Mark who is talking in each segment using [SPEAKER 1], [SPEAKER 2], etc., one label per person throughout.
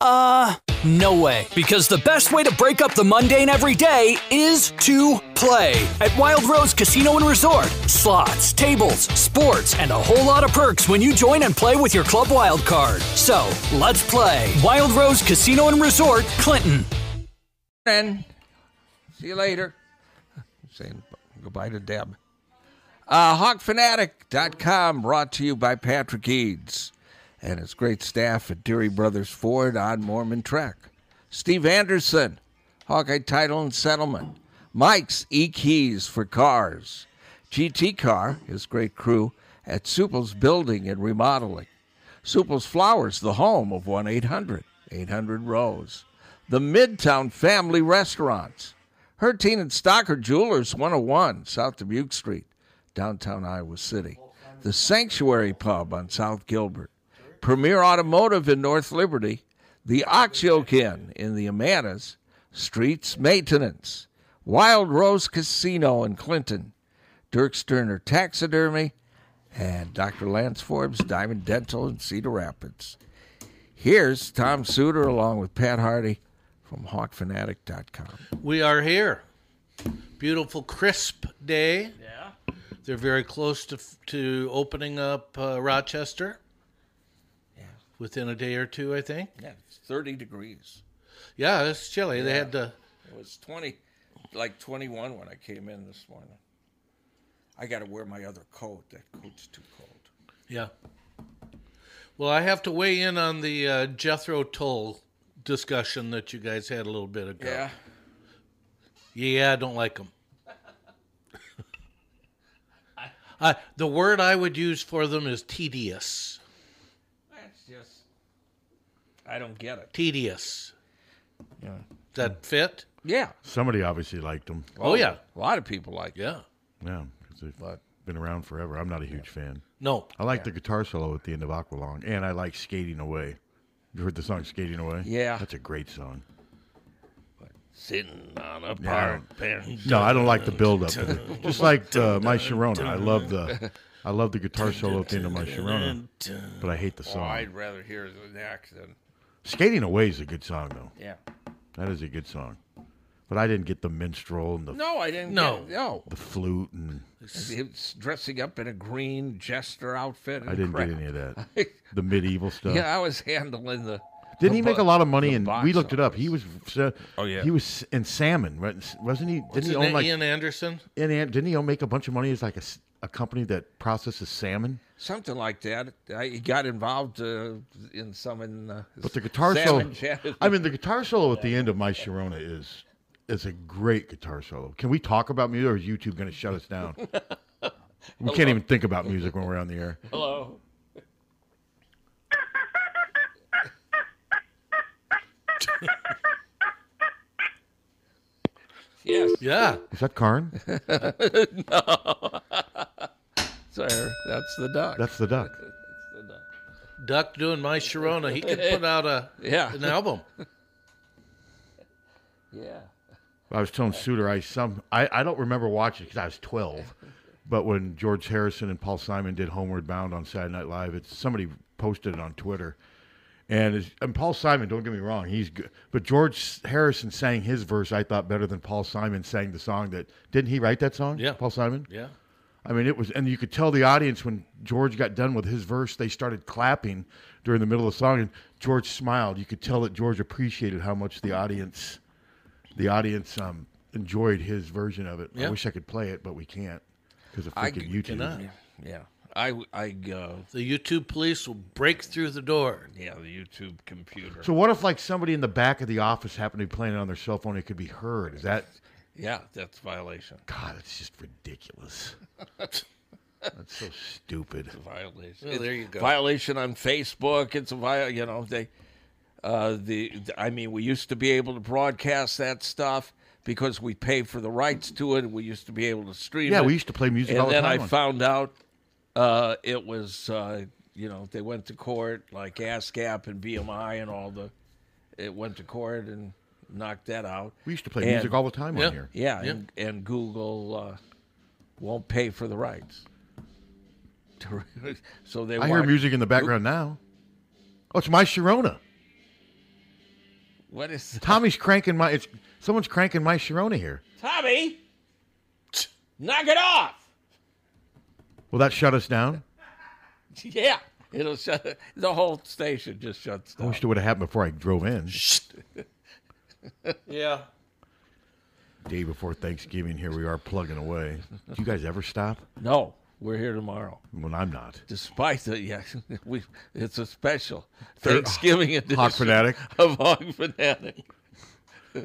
[SPEAKER 1] Uh, no way. Because the best way to break up the mundane every day is to play at Wild Rose Casino and Resort. Slots, tables, sports, and a whole lot of perks when you join and play with your club wild card. So let's play Wild Rose Casino and Resort, Clinton.
[SPEAKER 2] And see you later. Saying goodbye to Deb. Uh, HawkFanatic.com brought to you by Patrick Eads and his great staff at Deary Brothers Ford on Mormon Trek. Steve Anderson, Hawkeye Title and Settlement. Mike's E Keys for Cars. GT Car, his great crew, at Supple's Building and Remodeling. Supple's Flowers, the home of 1 800 800 Rose. The Midtown Family Restaurants. Hertine and Stocker Jewelers, 101 South Dubuque Street, downtown Iowa City. The Sanctuary Pub on South Gilbert. Premier Automotive in North Liberty, the Oxyokin in the Amanas, Streets Maintenance, Wild Rose Casino in Clinton, Dirk Sterner Taxidermy, and Dr. Lance Forbes Diamond Dental in Cedar Rapids. Here's Tom Suter along with Pat Hardy from HawkFanatic.com.
[SPEAKER 3] We are here. Beautiful, crisp day. Yeah. They're very close to, to opening up uh, Rochester within a day or two, I think.
[SPEAKER 2] Yeah, it's 30 degrees.
[SPEAKER 3] Yeah, it's chilly. They had to.
[SPEAKER 2] It was 20, like 21 when I came in this morning. I got to wear my other coat. That coat's too cold.
[SPEAKER 3] Yeah. Well, I have to weigh in on the uh, Jethro Tull discussion that you guys had a little bit ago.
[SPEAKER 2] Yeah.
[SPEAKER 3] Yeah, I don't like them. I, the word I would use for them is tedious.
[SPEAKER 2] That's just. I don't get it.
[SPEAKER 3] tedious.
[SPEAKER 2] Yeah.
[SPEAKER 3] Does that fit?
[SPEAKER 2] Yeah.
[SPEAKER 4] Somebody obviously liked them.
[SPEAKER 3] Oh, yeah,
[SPEAKER 2] A lot of people like it.
[SPEAKER 3] yeah.
[SPEAKER 4] Yeah, 'cause they've
[SPEAKER 2] But-
[SPEAKER 4] been around forever. I'm not a huge fan.
[SPEAKER 3] No,
[SPEAKER 4] I like the guitar solo at the end of Aqualung, and I like Skating Away. You heard the song Skating Away?
[SPEAKER 2] Yeah.
[SPEAKER 4] That's a great song.
[SPEAKER 2] Sitting on a
[SPEAKER 4] Yeah, I
[SPEAKER 2] park bench.
[SPEAKER 4] No, I don't like the build up. Just like uh, My Sharona. I love the I love the guitar solo at the end of My Sharona, but I hate the
[SPEAKER 2] Oh,
[SPEAKER 4] song.
[SPEAKER 2] I'd rather hear the next than.
[SPEAKER 4] Skating Away is a good song, though.
[SPEAKER 2] Yeah.
[SPEAKER 4] That is a good song. But I didn't get the minstrel and the,
[SPEAKER 2] No, I didn't.
[SPEAKER 3] No.
[SPEAKER 2] Get, no.
[SPEAKER 4] the flute, and
[SPEAKER 2] It's dressing up in a green jester outfit. And
[SPEAKER 4] I didn't
[SPEAKER 2] crap.
[SPEAKER 4] get any of that. The medieval stuff.
[SPEAKER 2] Yeah, I was handling the.
[SPEAKER 4] Didn't
[SPEAKER 2] the
[SPEAKER 4] he make
[SPEAKER 2] bu-
[SPEAKER 4] a lot of money?
[SPEAKER 2] the
[SPEAKER 4] And
[SPEAKER 2] box
[SPEAKER 4] we looked it up. He
[SPEAKER 2] office.
[SPEAKER 4] was. Uh,
[SPEAKER 2] Oh, yeah.
[SPEAKER 4] He was in salmon, right? wasn't he? Didn't
[SPEAKER 3] Isn't
[SPEAKER 4] he own
[SPEAKER 3] that
[SPEAKER 4] like?
[SPEAKER 3] Ian Anderson?
[SPEAKER 4] and- and didn't he own make a bunch of money as like a, s- a company that processes salmon?
[SPEAKER 2] something like that. I, he got involved uh, in some in. Uh,
[SPEAKER 4] But the guitar
[SPEAKER 2] salmon
[SPEAKER 4] solo.
[SPEAKER 2] chat.
[SPEAKER 4] I mean, the guitar solo at the end of My Sharona is is a great guitar solo. Can we talk about music, or is YouTube going to shut us down? we can't even think about music when we're on the air.
[SPEAKER 2] Hello. yes,
[SPEAKER 3] Yeah.
[SPEAKER 4] Is that Karn?
[SPEAKER 2] sir. That's the duck.
[SPEAKER 4] That's the duck.
[SPEAKER 3] Duck doing my Sharona. He could put out a
[SPEAKER 2] Yeah.
[SPEAKER 3] an album.
[SPEAKER 2] yeah.
[SPEAKER 4] I was telling Suter I some I, I don't remember watching because I was twelve, but when George Harrison and Paul Simon did Homeward Bound on Saturday Night Live, it's somebody posted it on Twitter, and it's, and Paul Simon, don't get me wrong, he's good, but George Harrison sang his verse I thought better than Paul Simon sang the song that didn't he write that song?
[SPEAKER 3] Yeah.
[SPEAKER 4] Paul Simon.
[SPEAKER 3] Yeah.
[SPEAKER 4] I mean, it was, and you could tell the audience when George got done with his verse, they started clapping during the middle of the song, and George smiled. You could tell that George appreciated how much the audience, the audience, um, enjoyed his version of it.
[SPEAKER 3] Yeah.
[SPEAKER 4] I wish I could play it, but we can't because of
[SPEAKER 2] I
[SPEAKER 4] freaking
[SPEAKER 2] c-
[SPEAKER 4] YouTube.
[SPEAKER 3] cannot.
[SPEAKER 2] Yeah. I, I, uh,
[SPEAKER 3] The YouTube police will break through the door.
[SPEAKER 2] yeah, the YouTube computer.
[SPEAKER 4] So what if like somebody in the back of the office happened to be playing it on their cell phone? It could be heard. Is that
[SPEAKER 2] yeah, that's violation.
[SPEAKER 4] God? That's just ridiculous. that's so stupid.
[SPEAKER 2] Violation.
[SPEAKER 3] Well, there you go.
[SPEAKER 2] Violation on Facebook. It's a viol. You know they. Uh, the I mean, we used to be able to broadcast that stuff because we pay for the rights to it. We used to be able to stream.
[SPEAKER 4] Yeah,
[SPEAKER 2] it.
[SPEAKER 4] we used to play music
[SPEAKER 2] and
[SPEAKER 4] all the
[SPEAKER 2] then
[SPEAKER 4] time
[SPEAKER 2] I
[SPEAKER 4] on-
[SPEAKER 2] found out uh, it was uh, you know they went to court like ASCAP and BMI and all the it went to court and knocked that out.
[SPEAKER 4] We used to play
[SPEAKER 2] And-
[SPEAKER 4] music all the time
[SPEAKER 3] Yeah.
[SPEAKER 4] on here.
[SPEAKER 2] Yeah,
[SPEAKER 3] Yeah.
[SPEAKER 2] And, and Google uh, won't pay for the rights. so they
[SPEAKER 4] I
[SPEAKER 2] want-
[SPEAKER 4] hear music in the background now. Oh, it's my Sharona.
[SPEAKER 2] What is
[SPEAKER 4] Tommy's cranking my. It's someone's cranking my Sharona here.
[SPEAKER 2] Tommy? Knock it off!
[SPEAKER 4] Will that shut us down?
[SPEAKER 2] Yeah, it'll shut the whole station just shuts
[SPEAKER 4] I
[SPEAKER 2] down.
[SPEAKER 4] wish it would have happened before I drove in.
[SPEAKER 3] Yeah.
[SPEAKER 4] Day before Thanksgiving, here we are plugging away. Do you guys ever stop?
[SPEAKER 2] No, we're here tomorrow.
[SPEAKER 4] When I'm not.
[SPEAKER 2] Despite the yeah, we it's a special Thanksgiving edition
[SPEAKER 4] Hawk Fanatic.
[SPEAKER 2] of Hog Fanatic.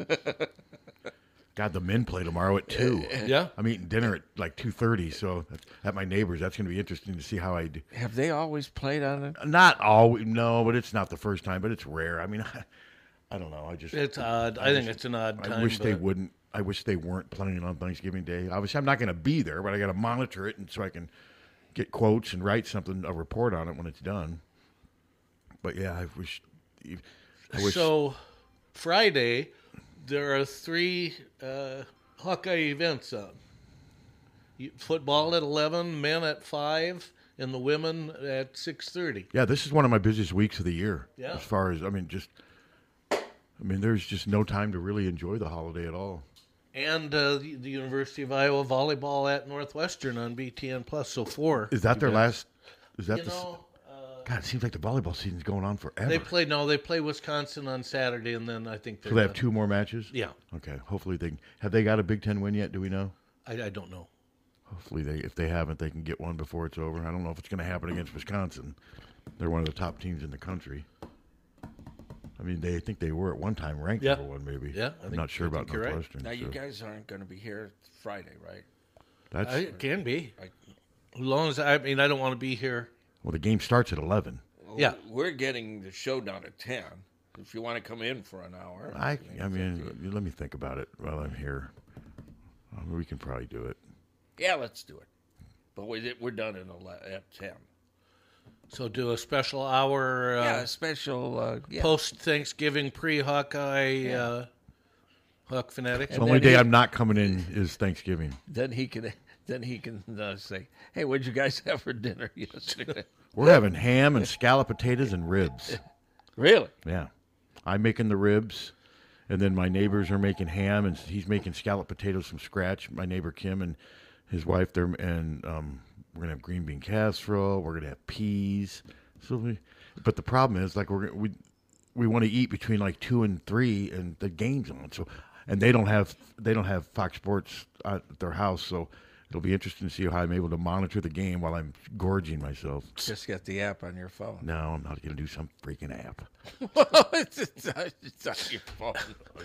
[SPEAKER 4] God, the men play tomorrow at two.
[SPEAKER 3] Yeah.
[SPEAKER 4] I'm eating dinner at like two thirty, so that's at my neighbor's. That's going to be interesting to see how I do.
[SPEAKER 2] Have they always played on it?
[SPEAKER 4] Not always, no, but it's not the first time. But it's rare. I mean, I, I don't know. I just
[SPEAKER 3] It's odd. I think it's an odd time.
[SPEAKER 4] I wish they
[SPEAKER 3] but-
[SPEAKER 4] wouldn't. I wish they weren't planning on Thanksgiving Day. Obviously, I'm not going to be there, but I got to monitor it, and so I can get quotes and write something, a report on it when it's done. But yeah, I wish. e, I wish.
[SPEAKER 3] So, Friday, there are three uh, Hawkeye events up. You- Football at eleven, men at five, and the women at six thirty.
[SPEAKER 4] yeah, this is one of my busiest weeks of the year.
[SPEAKER 3] Yeah.
[SPEAKER 4] As far as I mean, just. I mean, there's just no time to really enjoy the holiday at all.
[SPEAKER 3] And uh, the, the University of Iowa volleyball at Northwestern on BTN Plus. So four.
[SPEAKER 4] Is that their last? Is that
[SPEAKER 3] you
[SPEAKER 4] the? s-
[SPEAKER 3] know, uh,
[SPEAKER 4] God, it seems like the volleyball season's going on forever.
[SPEAKER 3] they play no, they play Wisconsin on Saturday, and then I think they're
[SPEAKER 4] so they have
[SPEAKER 3] done.
[SPEAKER 4] two more matches.
[SPEAKER 3] Yeah,
[SPEAKER 4] Okay. Hopefully they have they got a Big Ten win yet? Do we know?
[SPEAKER 3] I, I don't know.
[SPEAKER 4] Hopefully they if they haven't they can get one before it's over. I don't know if it's going to happen against Wisconsin. They're one of the top teams in the country. I mean, they I think they were at one time ranked
[SPEAKER 3] Yeah.
[SPEAKER 4] number one, maybe.
[SPEAKER 3] Yeah, I
[SPEAKER 4] I'm
[SPEAKER 3] think-
[SPEAKER 4] not sure
[SPEAKER 3] I
[SPEAKER 4] about
[SPEAKER 3] think you're right.
[SPEAKER 4] Northwestern.
[SPEAKER 2] Now you
[SPEAKER 4] so
[SPEAKER 2] guys aren't going to be here Friday, right?
[SPEAKER 4] that's
[SPEAKER 3] I, it can be.
[SPEAKER 2] I-
[SPEAKER 3] As long as I mean, I don't want to be here.
[SPEAKER 4] well. The game starts at eleven.
[SPEAKER 3] Yeah.
[SPEAKER 2] Oh, we're getting the show down at ten. If you want to come in for an hour,
[SPEAKER 4] I I mean, let me think about it while I'm here. I mean, we can probably do it.
[SPEAKER 2] yeah, let's do it. But we, we're done in ele at ten.
[SPEAKER 3] So do a special hour uh,
[SPEAKER 2] yeah, a special. Uh, yeah.
[SPEAKER 3] post Thanksgiving pre Hawkeye uh, Hawk fanatics.
[SPEAKER 4] The only day I'm not coming in is Thanksgiving.
[SPEAKER 2] Then he can. Then he can uh, say, "Hey, what'd you guys have for dinner yesterday?"
[SPEAKER 4] We're having ham and scallop potatoes and ribs.
[SPEAKER 2] really?
[SPEAKER 4] Yeah. I'm making the ribs, and then my neighbors are making ham, and he's making scalloped potatoes from scratch. My neighbor Kim and his wife, they're and um, we're gonna have green bean casserole. We're gonna have peas. So, we, but the problem is like we're gonna- we we want to eat between like two and three, and the game's on. So, and they don't have they don't have Fox Sports at their house, so. It'll be interesting to see how I'm able to monitor the game while I'm gorging myself.
[SPEAKER 2] Just get the app on your phone.
[SPEAKER 4] No, I'm not going to do some freaking app.
[SPEAKER 2] it's, it's on it's on your phone.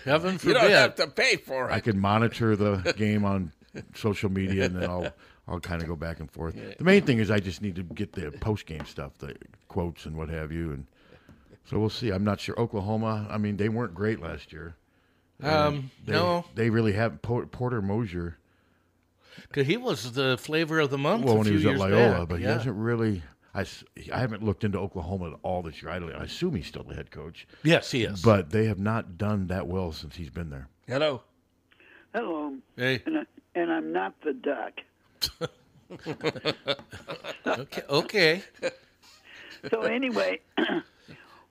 [SPEAKER 3] Heaven
[SPEAKER 2] You
[SPEAKER 3] forbid.
[SPEAKER 2] don't have to pay for
[SPEAKER 4] I
[SPEAKER 2] it.
[SPEAKER 4] can monitor the game on social media, and then I'll I'll kind of go back and forth. The main thing is I just need to get the post game stuff, the quotes and what have you, and so we'll see. I'm not sure Oklahoma. I mean, they weren't great last year. Uh,
[SPEAKER 3] um,
[SPEAKER 4] They,
[SPEAKER 3] no,
[SPEAKER 4] they really haven't. Po- Porter Mosier,
[SPEAKER 3] 'cause he was the flavor of the month.
[SPEAKER 4] well,
[SPEAKER 3] a
[SPEAKER 4] when he
[SPEAKER 3] few
[SPEAKER 4] was at
[SPEAKER 3] years
[SPEAKER 4] Loyola,
[SPEAKER 3] back,
[SPEAKER 4] but he
[SPEAKER 3] yeah.
[SPEAKER 4] hasn't really. I, s- I haven't looked into Oklahoma at all this year. I, don't- I assume he's still the head coach,
[SPEAKER 3] Yes, he is.
[SPEAKER 4] but they have not done that well since he's been there.
[SPEAKER 2] Hello.
[SPEAKER 5] Hello,
[SPEAKER 3] hey,
[SPEAKER 5] and, I, and I'm not the duck.
[SPEAKER 3] okay, okay.
[SPEAKER 5] So anyway,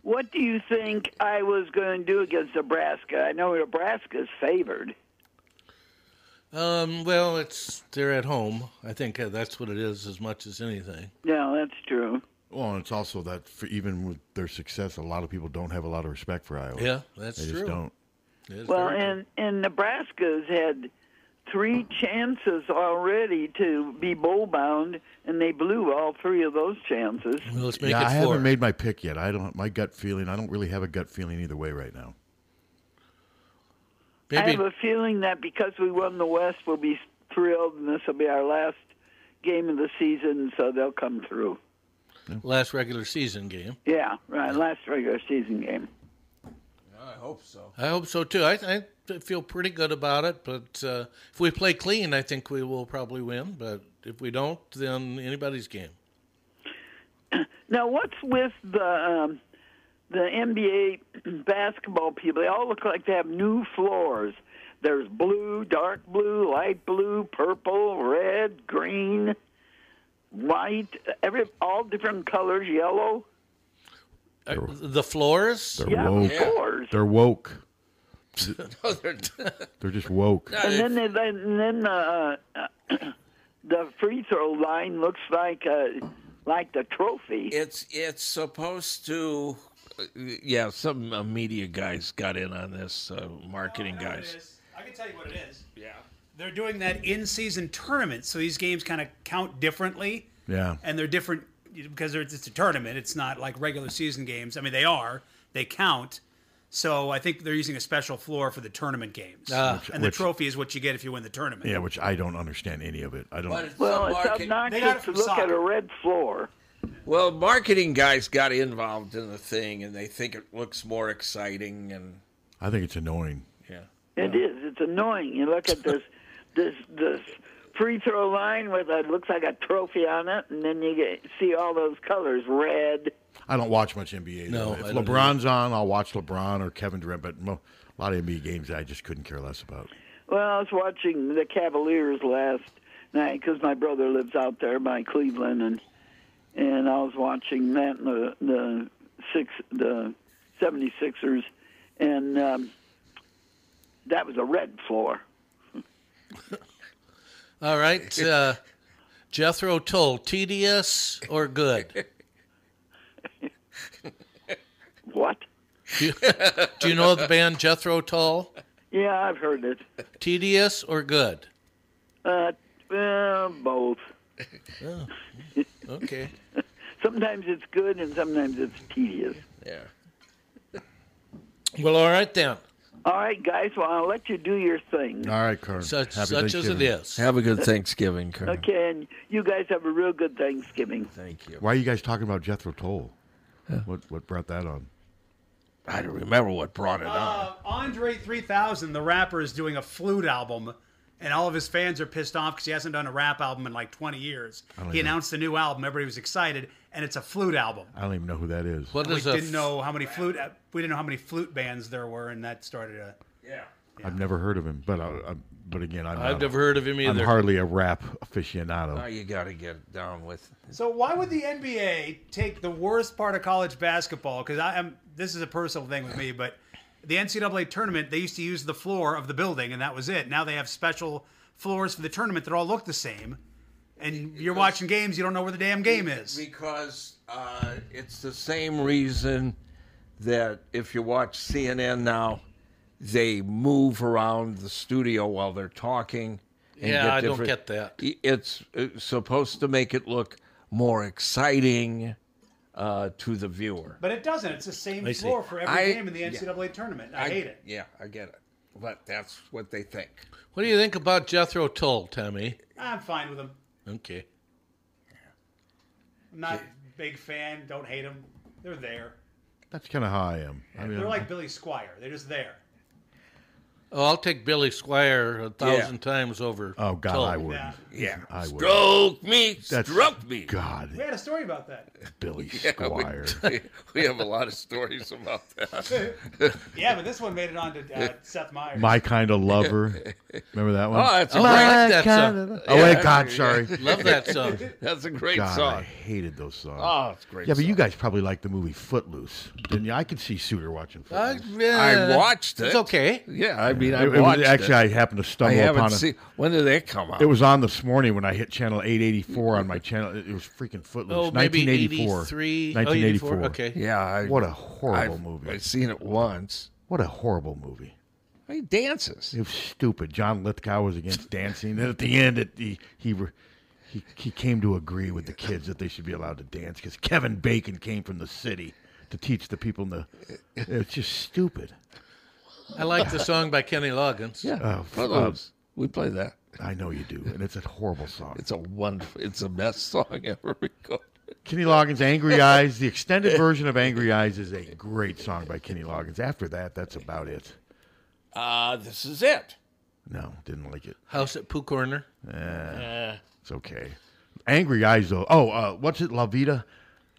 [SPEAKER 5] what do you think I was going to do against Nebraska? I know Nebraska's favored.
[SPEAKER 3] Um, well, it's they're at home. I think uh, that's what it is as much as anything.
[SPEAKER 5] Yeah, that's true.
[SPEAKER 4] Well, and it's also that for even with their success, a lot of people don't have a lot of respect for Iowa.
[SPEAKER 3] Yeah, that's
[SPEAKER 4] they
[SPEAKER 3] true.
[SPEAKER 4] just don't.
[SPEAKER 3] It's
[SPEAKER 5] Well,
[SPEAKER 3] very-
[SPEAKER 5] and and Nebraska's had three chances already to be bowl bound, and they blew all three of those chances.
[SPEAKER 3] Well, let's make
[SPEAKER 4] yeah,
[SPEAKER 3] it
[SPEAKER 4] I
[SPEAKER 3] four.
[SPEAKER 4] haven't made my pick yet. I don't. My gut feeling. I don't really have a gut feeling either way right now.
[SPEAKER 5] I
[SPEAKER 3] Maybe
[SPEAKER 5] have a feeling that because we won the West, we'll be thrilled, and this will be our last game of the season, so they'll come through.
[SPEAKER 3] last regular season game.
[SPEAKER 5] Yeah, right. Last regular season game.
[SPEAKER 2] I hope so.
[SPEAKER 3] I hope so too. I, I feel pretty good about it, but uh, if we play clean, I think we will probably win. But if we don't, then anybody's game.
[SPEAKER 5] Now, what's with the um, the NBA basketball people? They all look like they have new floors. There's blue, dark blue, light blue, purple, red, green, white, every all different colors, yellow.
[SPEAKER 3] Uh, the floors?
[SPEAKER 4] They're
[SPEAKER 5] Yeah,
[SPEAKER 4] woke.
[SPEAKER 5] floors.
[SPEAKER 4] They're woke.
[SPEAKER 2] No, they're-
[SPEAKER 4] They're just woke.
[SPEAKER 2] Uh,
[SPEAKER 5] And then they, then and then uh, the free throw line looks like uh, like the trophy.
[SPEAKER 2] it's it's supposed to. uh, Yeah, some uh, media guys got in on this. Uh, marketing
[SPEAKER 6] I know what it
[SPEAKER 2] guys.
[SPEAKER 6] is. I can tell you what it is.
[SPEAKER 2] Yeah.
[SPEAKER 6] They're doing that in-season tournament, so these games kind of count differently,
[SPEAKER 4] Yeah.
[SPEAKER 6] and they're different because they're, it's a tournament. It's not like regular season games. I mean, they are they count. So I think they're using a special floor for the tournament games, and the
[SPEAKER 4] which-
[SPEAKER 6] trophy is what you get if you win the tournament.
[SPEAKER 4] Yeah, which I don't understand any of it. I don't.
[SPEAKER 2] But it's
[SPEAKER 5] well,
[SPEAKER 2] a
[SPEAKER 5] it's
[SPEAKER 2] market-
[SPEAKER 6] They got it
[SPEAKER 5] obnoxious to
[SPEAKER 6] from
[SPEAKER 5] look at a
[SPEAKER 6] soccer.
[SPEAKER 5] red floor.
[SPEAKER 2] Well, marketing guys got involved in the thing, and they think it looks more exciting. And
[SPEAKER 4] I think it's annoying.
[SPEAKER 2] yeah,
[SPEAKER 5] It is. It's annoying. You look at this, this, this free throw line with a looks like a trophy on it, and then you get, see all those colors: red,
[SPEAKER 4] I don't watch much NBA.
[SPEAKER 3] No,
[SPEAKER 4] though. if
[SPEAKER 3] I don't
[SPEAKER 4] LeBron's on, I'll watch LeBron or Kevin Durant. But mo- a lot of NBA games, I just couldn't care less about.
[SPEAKER 5] Well, I was watching the Cavaliers last night because my brother lives out there by Cleveland, and and I was watching that and the the six the Seventy Sixers, and um, that was a red floor.
[SPEAKER 3] All right. Uh, Jethro Tull, tedious or good?
[SPEAKER 5] What?
[SPEAKER 3] Do you know the band Jethro Tull?
[SPEAKER 5] Yeah, I've heard it.
[SPEAKER 3] Tedious or good?
[SPEAKER 5] Uh, uh, both.
[SPEAKER 3] Okay.
[SPEAKER 5] Sometimes it's good and sometimes it's tedious.
[SPEAKER 2] yeah.
[SPEAKER 3] Well, all right then.
[SPEAKER 5] All right, guys. Well, I'll let you do your thing.
[SPEAKER 4] All right, Kern.
[SPEAKER 3] Such,
[SPEAKER 4] Happy
[SPEAKER 3] such as it
[SPEAKER 4] Thanksgiving.
[SPEAKER 3] is.
[SPEAKER 2] Have a good Thanksgiving, Colonel.
[SPEAKER 5] Okay, and you guys have a real good Thanksgiving.
[SPEAKER 2] Thank you.
[SPEAKER 4] Why are you guys talking about Jethro Tull? What what brought that on?
[SPEAKER 2] I don't remember what brought it on.
[SPEAKER 6] Uh, Andre 3000, the rapper, is doing a flute album, and all of his fans are pissed off because he hasn't done a rap album in like 20 years. He announced a new album, everybody was excited, and it's a flute album.
[SPEAKER 4] I don't even know who that is.
[SPEAKER 3] What
[SPEAKER 6] We
[SPEAKER 3] is a
[SPEAKER 6] didn't know how many flute uh, we didn't know how many flute bands there were, and that started a.
[SPEAKER 4] I've never heard of him. But I, I, but again, I'm
[SPEAKER 3] I've
[SPEAKER 4] not-
[SPEAKER 3] never heard of him
[SPEAKER 4] I'm
[SPEAKER 3] either.
[SPEAKER 4] hardly a rap aficionado.
[SPEAKER 2] Now you got to get down um, with.
[SPEAKER 6] So why would the NBA take the worst part of college basketball? Because I am this is a personal thing with me, but the NCAA tournament they used to use the floor of the building and that was it. Now they have special floors for the tournament that all look the same, and you're watching games you don't know where the damn game is.
[SPEAKER 2] Because uh, it's the same reason that if you watch CNN now, they move around the studio while they're talking. and
[SPEAKER 3] Yeah, I don't get
[SPEAKER 2] different-
[SPEAKER 3] that.
[SPEAKER 2] I- It's uh, supposed to make it look more exciting uh, to the viewer.
[SPEAKER 6] But it doesn't. It's the same
[SPEAKER 3] see.
[SPEAKER 6] floor for every
[SPEAKER 2] I-
[SPEAKER 6] game in the
[SPEAKER 2] yeah.
[SPEAKER 6] NCAA tournament. I, hate it.
[SPEAKER 2] Yeah, I get it. But that's what they think.
[SPEAKER 3] What do you think about Jethro Tull, Tommy?
[SPEAKER 6] I'm fine with them.
[SPEAKER 3] Okay.
[SPEAKER 6] I'm not a big fan. Don't hate them. They're there.
[SPEAKER 4] That's kind of how I am. I mean,
[SPEAKER 6] They're like Billy Squire. They're just there.
[SPEAKER 3] Oh, I'll take Billy Squire a thousand times over.
[SPEAKER 4] oh God,
[SPEAKER 3] Tull.
[SPEAKER 4] I wouldn't.
[SPEAKER 2] Yeah.
[SPEAKER 6] Yeah.
[SPEAKER 4] I would.
[SPEAKER 2] Stroke me.
[SPEAKER 4] That's-
[SPEAKER 2] stroke me.
[SPEAKER 6] We
[SPEAKER 4] God,
[SPEAKER 6] had a story about that.
[SPEAKER 4] Billy
[SPEAKER 2] Yeah, we-
[SPEAKER 4] Squire.
[SPEAKER 2] we have a lot of stories about that.
[SPEAKER 6] Yeah, but this one made it on to uh, Seth Meyers.
[SPEAKER 4] My kind of lover. Remember that one?
[SPEAKER 2] Oh, that's a
[SPEAKER 3] Oh,
[SPEAKER 2] great,
[SPEAKER 3] I like that
[SPEAKER 4] Kind
[SPEAKER 3] song.
[SPEAKER 4] of- oh wait, God, sorry.
[SPEAKER 3] Love that song.
[SPEAKER 2] that's a great
[SPEAKER 4] God, I
[SPEAKER 2] song.
[SPEAKER 4] hated those songs.
[SPEAKER 2] Oh, it's a great.
[SPEAKER 4] yeah, but you
[SPEAKER 2] song.
[SPEAKER 4] guys probably like the movie Footloose, didn't you? I could see Suter watching
[SPEAKER 3] I,
[SPEAKER 4] Footloose.
[SPEAKER 3] yeah,
[SPEAKER 2] I watched it.
[SPEAKER 3] It's okay.
[SPEAKER 2] Yeah, I mean, I
[SPEAKER 4] It- it was-
[SPEAKER 2] watched
[SPEAKER 4] actually,
[SPEAKER 2] it.
[SPEAKER 4] I happened to
[SPEAKER 2] I
[SPEAKER 4] stumble
[SPEAKER 2] haven't
[SPEAKER 4] upon it.
[SPEAKER 2] seen. When did that come out?
[SPEAKER 4] It was on this morning when I hit channel 884 on my channel. It it was freaking footloose.
[SPEAKER 3] Oh, maybe
[SPEAKER 4] 1984.
[SPEAKER 3] 83.
[SPEAKER 4] 1984.
[SPEAKER 3] 84. Okay.
[SPEAKER 2] yeah. I,
[SPEAKER 4] What a horrible
[SPEAKER 2] I've-
[SPEAKER 4] movie.
[SPEAKER 2] I've seen it once.
[SPEAKER 4] What a horrible movie.
[SPEAKER 2] He dances.
[SPEAKER 4] It was stupid. John Lithgow was against dancing. Then at the end, it, he, he re- he he came to agree with the kids that they should be allowed to dance because Kevin Bacon came from the city to teach the people in the. It's just stupid.
[SPEAKER 3] I like the song by Kenny Loggins.
[SPEAKER 2] Yeah.
[SPEAKER 4] Oh,
[SPEAKER 2] Footloose. we play that.
[SPEAKER 4] I know you do, and it's a horrible song.
[SPEAKER 2] It's a wonderful. It's the best song ever recorded.
[SPEAKER 4] Kenny Loggins' "Angry Eyes." The extended version of "Angry Eyes" is a great song by Kenny Loggins. After that, that's about it.
[SPEAKER 3] Ah, this is it.
[SPEAKER 4] No, didn't like it. Eh,
[SPEAKER 3] House at Pooh Corner.
[SPEAKER 4] It's okay. "Angry Eyes" though. Oh, uh, what's it? La Vida.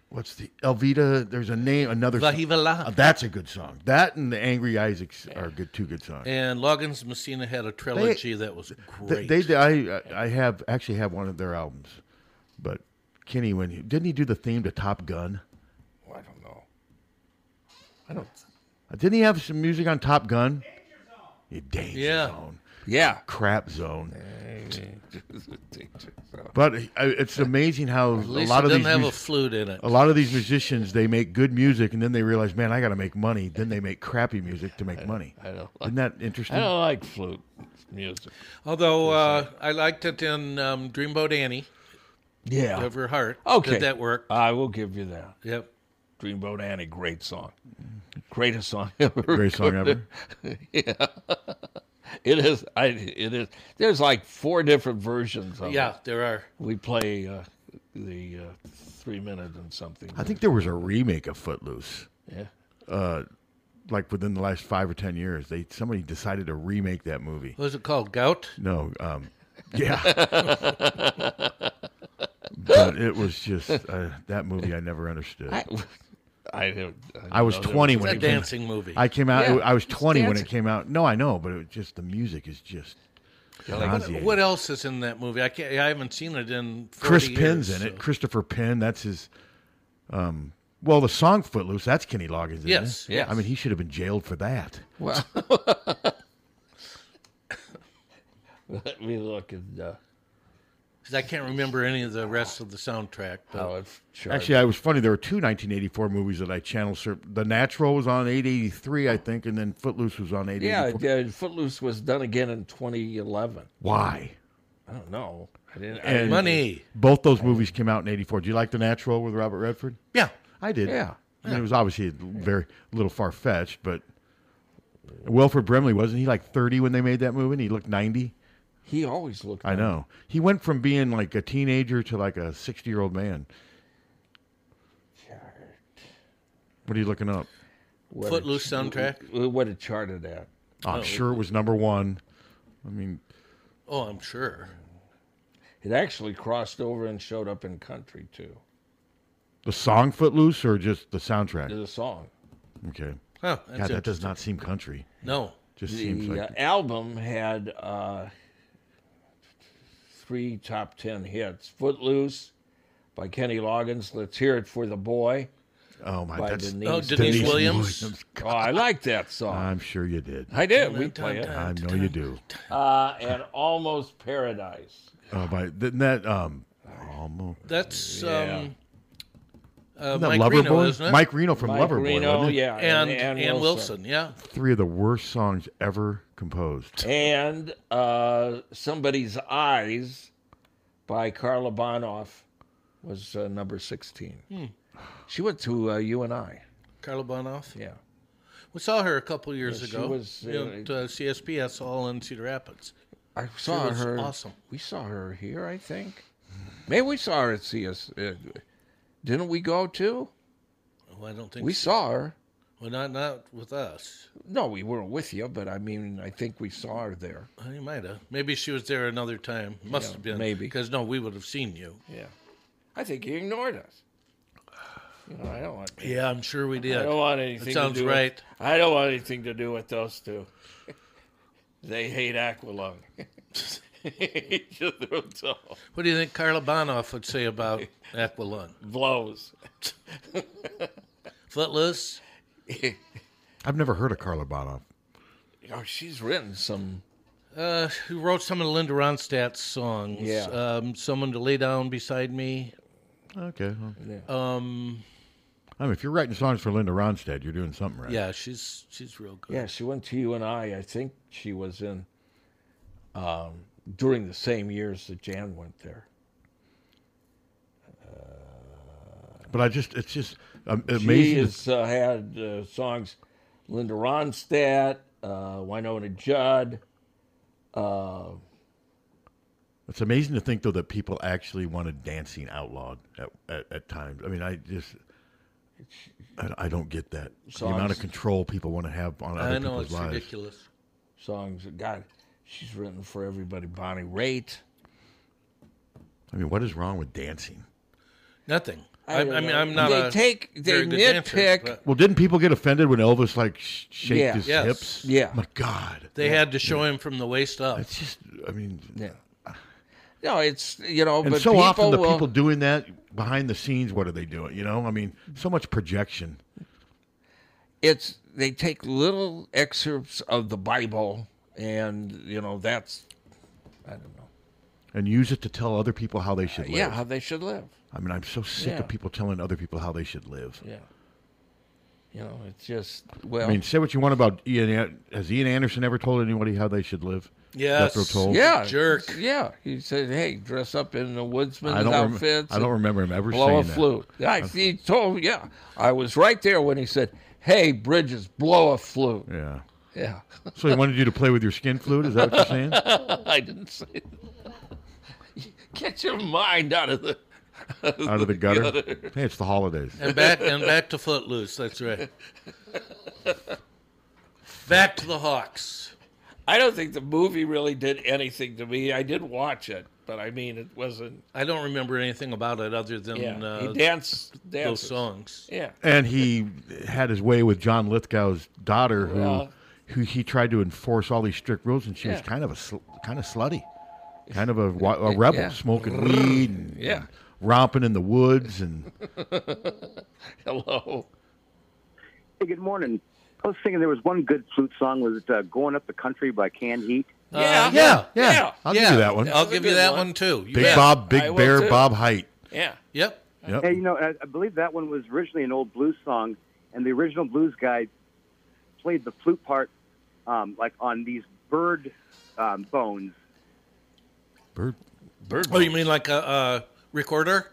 [SPEAKER 4] What's the Elvita? There's a name, another.
[SPEAKER 3] La
[SPEAKER 4] song.
[SPEAKER 3] Hiva La.
[SPEAKER 4] Uh, that's a good song. That and the Angry Isaacs are good two good songs.
[SPEAKER 3] And Loggins Messina had a trilogy that was
[SPEAKER 4] They,
[SPEAKER 3] great.
[SPEAKER 4] they did- I I have actually have one of their albums, but Kenny when he, didn't he do the theme to Top Gun?
[SPEAKER 2] Oh, I don't know. I don't.
[SPEAKER 4] Uh, Didn't he have some music on Top Gun? Yeah, Danger
[SPEAKER 3] Yeah.
[SPEAKER 4] Zone,
[SPEAKER 2] Yeah.
[SPEAKER 4] crap zone.
[SPEAKER 2] So,
[SPEAKER 4] But uh, it's amazing how a
[SPEAKER 3] At least
[SPEAKER 4] lot
[SPEAKER 3] it
[SPEAKER 4] of
[SPEAKER 3] doesn't
[SPEAKER 4] these
[SPEAKER 3] have a
[SPEAKER 4] mus-
[SPEAKER 3] flute in it.
[SPEAKER 4] a lot of these musicians they make good music and then they realize, man, I got to make money. Then they make crappy music to make money.
[SPEAKER 2] I don't like-
[SPEAKER 4] Isn't that interesting?
[SPEAKER 2] I don't like flute music.
[SPEAKER 3] Although uh, I liked it in um, Dreamboat Annie,
[SPEAKER 2] Yeah.
[SPEAKER 3] Over Heart.
[SPEAKER 2] Okay.
[SPEAKER 3] Did that work?
[SPEAKER 2] I will give you that.
[SPEAKER 3] Yep.
[SPEAKER 2] Dreamboat Annie, great song. Greatest song ever.
[SPEAKER 4] Great song ever.
[SPEAKER 2] It is. I. It is. There's like four different versions of it.
[SPEAKER 3] Yeah, there are.
[SPEAKER 2] We play uh, the uh, three minute and something.
[SPEAKER 4] I think there was a remake of Footloose. Uh,
[SPEAKER 2] Yeah.
[SPEAKER 4] like within the last five or ten years, they somebody decided to remake that movie.
[SPEAKER 3] What was it called? Gout?
[SPEAKER 4] No, um, yeah, but it was just uh, that movie I never understood.
[SPEAKER 2] I.
[SPEAKER 4] I,
[SPEAKER 2] I, don't- I
[SPEAKER 4] was
[SPEAKER 2] don't know.
[SPEAKER 4] twenty
[SPEAKER 3] It's
[SPEAKER 4] when
[SPEAKER 3] a
[SPEAKER 4] it came.
[SPEAKER 3] dancing movie.
[SPEAKER 4] I came out.
[SPEAKER 2] Yeah,
[SPEAKER 4] I was
[SPEAKER 2] it's
[SPEAKER 4] twenty when it
[SPEAKER 2] dancing.
[SPEAKER 4] came out. No, I know, but it was just the music is just
[SPEAKER 3] What,
[SPEAKER 4] nauseating.
[SPEAKER 3] what else is in that movie? I can't. I haven't seen it in. 40
[SPEAKER 4] Chris
[SPEAKER 3] years,
[SPEAKER 4] Penn's in it.
[SPEAKER 3] so-
[SPEAKER 4] Christopher Penn. That's his. Um, well, the song "Footloose" that's Kenny Loggins. isn't
[SPEAKER 3] Yes,
[SPEAKER 4] it?
[SPEAKER 3] yes.
[SPEAKER 4] I mean, he should have been jailed for that.
[SPEAKER 2] Well, let me look at uh,
[SPEAKER 3] 'Cause I can't remember any of the rest of the soundtrack. But
[SPEAKER 2] how it's charged.
[SPEAKER 4] Actually, I was funny. There were two 1984 movies that I channel surfed. The Natural was on 883, I think, and then Footloose was on
[SPEAKER 2] yeah,
[SPEAKER 4] 884.
[SPEAKER 2] yeah, Footloose was done again in 2011.
[SPEAKER 4] Why?
[SPEAKER 2] I don't know. I didn't. I
[SPEAKER 4] And-
[SPEAKER 2] didn't-
[SPEAKER 3] money.
[SPEAKER 4] Both those movies came out in 84. Do you like The Natural with Robert Redford?
[SPEAKER 3] Yeah.
[SPEAKER 4] I did.
[SPEAKER 2] Yeah.
[SPEAKER 4] I mean, it was obviously a very a little far fetched, but Wilford Brimley wasn't he like 30 when they made that movie? and He looked 90.
[SPEAKER 2] He always looked.
[SPEAKER 4] I know. He went from being like a teenager to like a 60 year old man. What are you looking up?
[SPEAKER 2] what it-
[SPEAKER 3] Footloose soundtrack.
[SPEAKER 2] What it charted at.
[SPEAKER 4] Oh, I'm sure it was number one. I mean,
[SPEAKER 3] Oh, I'm sure.
[SPEAKER 2] It actually crossed over and showed up in country too.
[SPEAKER 4] The song Footloose or just the soundtrack?
[SPEAKER 2] There's a song.
[SPEAKER 4] Okay.
[SPEAKER 3] Huh,
[SPEAKER 4] God,
[SPEAKER 3] that's
[SPEAKER 4] that
[SPEAKER 3] it.
[SPEAKER 4] does not seem country.
[SPEAKER 3] No.
[SPEAKER 4] Just seems
[SPEAKER 2] The
[SPEAKER 4] like
[SPEAKER 2] uh, album had uh, three top ten hits: "Footloose" by Kenny Loggins, "Let's Hear It for the Boy."
[SPEAKER 4] oh my
[SPEAKER 2] by
[SPEAKER 4] that's
[SPEAKER 2] Denise.
[SPEAKER 3] Oh, Denise
[SPEAKER 4] Denise
[SPEAKER 3] Williams.
[SPEAKER 2] Oh, I like that song.
[SPEAKER 4] I'm sure you did.
[SPEAKER 2] I did. We play it.
[SPEAKER 4] I know you do.
[SPEAKER 2] Uh, and "Almost Paradise."
[SPEAKER 4] Oh by th- that um almost
[SPEAKER 3] That's um, uh,
[SPEAKER 4] that
[SPEAKER 3] Mike
[SPEAKER 4] Loverboy?
[SPEAKER 3] Reno, isn't it?
[SPEAKER 4] Mike Reno from
[SPEAKER 2] Mike
[SPEAKER 4] Loverboy,
[SPEAKER 2] Reno,
[SPEAKER 4] wasn't it?
[SPEAKER 2] yeah,
[SPEAKER 3] and and, Wilson. Yeah.
[SPEAKER 4] Three of the worst songs ever composed.
[SPEAKER 2] and uh, "Somebody's Eyes" by Carla Bonoff was uh, number sixteen.
[SPEAKER 3] Hmm.
[SPEAKER 2] She went to uh, you and I.
[SPEAKER 3] Carla Bonoff.
[SPEAKER 2] Yeah,
[SPEAKER 3] We saw her a couple years
[SPEAKER 2] Yeah, she
[SPEAKER 3] ago.
[SPEAKER 2] was, uh,
[SPEAKER 3] at uh, CSPS all in Cedar Rapids.
[SPEAKER 2] I saw
[SPEAKER 3] was
[SPEAKER 2] her.
[SPEAKER 3] awesome.
[SPEAKER 2] We saw her here, I think. Maybe we saw her at CS. Uh, didn't we go too?
[SPEAKER 3] Oh, I don't think
[SPEAKER 2] We
[SPEAKER 3] so.
[SPEAKER 2] saw her.
[SPEAKER 3] Well, not not with us.
[SPEAKER 2] No, we weren't with you, but I mean, I think we saw her there.
[SPEAKER 3] Well, you might have. Maybe she was there another time. Must have been.
[SPEAKER 2] maybe.
[SPEAKER 3] Because no, we would have seen you.
[SPEAKER 2] Yeah, I think he ignored us. You know, I don't want.
[SPEAKER 3] Yeah, I'm sure we did.
[SPEAKER 2] I don't want anything.
[SPEAKER 3] That sounds
[SPEAKER 2] to do
[SPEAKER 3] right.
[SPEAKER 2] With, I don't want anything to do with those two. they hate Aqualung. Each of their own self.
[SPEAKER 3] What do you think Carla Bonoff would say about Aqualung?
[SPEAKER 2] blows.
[SPEAKER 3] Footless?
[SPEAKER 4] I've never heard of Carla Bonoff.
[SPEAKER 2] Oh, she's written some.
[SPEAKER 3] Uh, who wrote some of Linda Ronstadt's songs?
[SPEAKER 2] Yeah.
[SPEAKER 3] Um, Someone to Lay Down Beside Me. Um,
[SPEAKER 4] Okay. well. I mean, if you're writing songs for Linda Ronstadt, you're doing something right.
[SPEAKER 3] Yeah, she's she's real good.
[SPEAKER 2] Yeah, she went to you and I. I think she was in um, during the same years that Jan went there.
[SPEAKER 4] But I just, it's just um,
[SPEAKER 2] She
[SPEAKER 4] amazing. to-
[SPEAKER 2] has uh, had uh, songs Linda Ronstadt, uh, Winona Judd. uh,
[SPEAKER 4] It's amazing to think though that people actually wanted dancing outlawed at, at, at times. I mean, I just I, I don't get that the amount of
[SPEAKER 2] Songs.
[SPEAKER 4] control people want to have on other
[SPEAKER 3] I know
[SPEAKER 4] people's
[SPEAKER 3] it's
[SPEAKER 4] lives.
[SPEAKER 3] ridiculous.
[SPEAKER 2] Songs, God, she's written for everybody. Bonnie Raitt.
[SPEAKER 4] I mean, what is wrong with dancing?
[SPEAKER 3] Nothing. I, I,
[SPEAKER 2] don't
[SPEAKER 3] mean,
[SPEAKER 2] know.
[SPEAKER 3] I'm not.
[SPEAKER 2] They
[SPEAKER 3] a
[SPEAKER 2] take- they
[SPEAKER 3] very good dancer,
[SPEAKER 2] nitpick.
[SPEAKER 3] but
[SPEAKER 4] Well, didn't people get offended when Elvis like sh- shaked
[SPEAKER 2] Yeah.
[SPEAKER 4] his
[SPEAKER 3] Yes.
[SPEAKER 4] hips?
[SPEAKER 2] Yeah.
[SPEAKER 4] my God,
[SPEAKER 3] They had to show him from the waist up.
[SPEAKER 4] it's just I mean,
[SPEAKER 2] Yeah. No, it's, you know,
[SPEAKER 4] and
[SPEAKER 2] Oh, but
[SPEAKER 4] so
[SPEAKER 2] people
[SPEAKER 4] often the
[SPEAKER 2] will,
[SPEAKER 4] people doing that behind the scenes, what are they doing? You know, I mean, so much projection.
[SPEAKER 2] it's, they take little excerpts of the Bible and, you know, that's, I don't know.
[SPEAKER 4] And use it to tell other people how they should live.
[SPEAKER 2] Yeah, how they should live.
[SPEAKER 4] I mean, I'm so sick
[SPEAKER 2] Yeah.
[SPEAKER 4] of people telling other people how they should live.
[SPEAKER 2] Yeah. You know, it's just, well.
[SPEAKER 4] I mean, say what you want about Ian. An- Has Ian Anderson ever told anybody how they should live?
[SPEAKER 3] Yes.
[SPEAKER 4] Jethro Tull?
[SPEAKER 2] yeah,
[SPEAKER 3] jerk.
[SPEAKER 2] Yeah, he said, "Hey, dress up in the woodsman's
[SPEAKER 4] I don't. rem-
[SPEAKER 2] outfits.
[SPEAKER 4] I don't remember him ever
[SPEAKER 2] blow a
[SPEAKER 4] saying that.
[SPEAKER 2] flute." I, he told, "Yeah, I was right there when he said." Hey, Bridges, blow a flute.
[SPEAKER 4] Yeah.
[SPEAKER 2] Yeah,
[SPEAKER 4] So he wanted you to play with your skin flute. Is that what you're saying?
[SPEAKER 2] I didn't say that. Get your mind out of the.
[SPEAKER 4] Out of the gutter. Hey, it's the holidays.
[SPEAKER 3] and back and back to Footloose. That's right. Back to the Hawks.
[SPEAKER 2] I don't think the movie really did anything to me. I did watch it, but I mean, it wasn't.
[SPEAKER 3] I don't remember anything about it other than
[SPEAKER 2] Yeah,
[SPEAKER 3] uh,
[SPEAKER 2] he danced,
[SPEAKER 3] those
[SPEAKER 2] dances.
[SPEAKER 3] songs.
[SPEAKER 2] Yeah,
[SPEAKER 4] And he had his way with John Lithgow's daughter, who,
[SPEAKER 2] Yeah.
[SPEAKER 4] who he tried to enforce all these strict rules, and she was
[SPEAKER 2] Yeah.
[SPEAKER 4] kind of a sl- kind of slutty, kind of a, wa- a rebel,
[SPEAKER 2] Yeah.
[SPEAKER 4] smoking weed, and,
[SPEAKER 2] Yeah.
[SPEAKER 4] romping in the woods, and
[SPEAKER 2] hello.
[SPEAKER 7] Hey, good morning. I was thinking there was one good flute song was uh, "Going Up the Country" by Canned Heat.
[SPEAKER 2] Yeah,
[SPEAKER 4] yeah, yeah.
[SPEAKER 2] Yeah.
[SPEAKER 4] I'll
[SPEAKER 3] Uh, yeah,
[SPEAKER 4] give you that one.
[SPEAKER 3] I'll
[SPEAKER 2] a
[SPEAKER 3] give you
[SPEAKER 2] good
[SPEAKER 3] that
[SPEAKER 2] one.
[SPEAKER 3] one, too. You
[SPEAKER 4] Big
[SPEAKER 3] bet.
[SPEAKER 4] Bob,
[SPEAKER 2] I
[SPEAKER 4] Big
[SPEAKER 2] will
[SPEAKER 4] Bear,
[SPEAKER 2] too.
[SPEAKER 4] Bob Height.
[SPEAKER 2] yeah.
[SPEAKER 3] Yep.
[SPEAKER 4] Yep.
[SPEAKER 7] Hey, you know, I, I believe that one was originally an old blues song, and the original blues guy played the flute part um, like on these bird um, bones.
[SPEAKER 4] Bird.
[SPEAKER 2] Bird.
[SPEAKER 3] Oh, you mean like a, a recorder?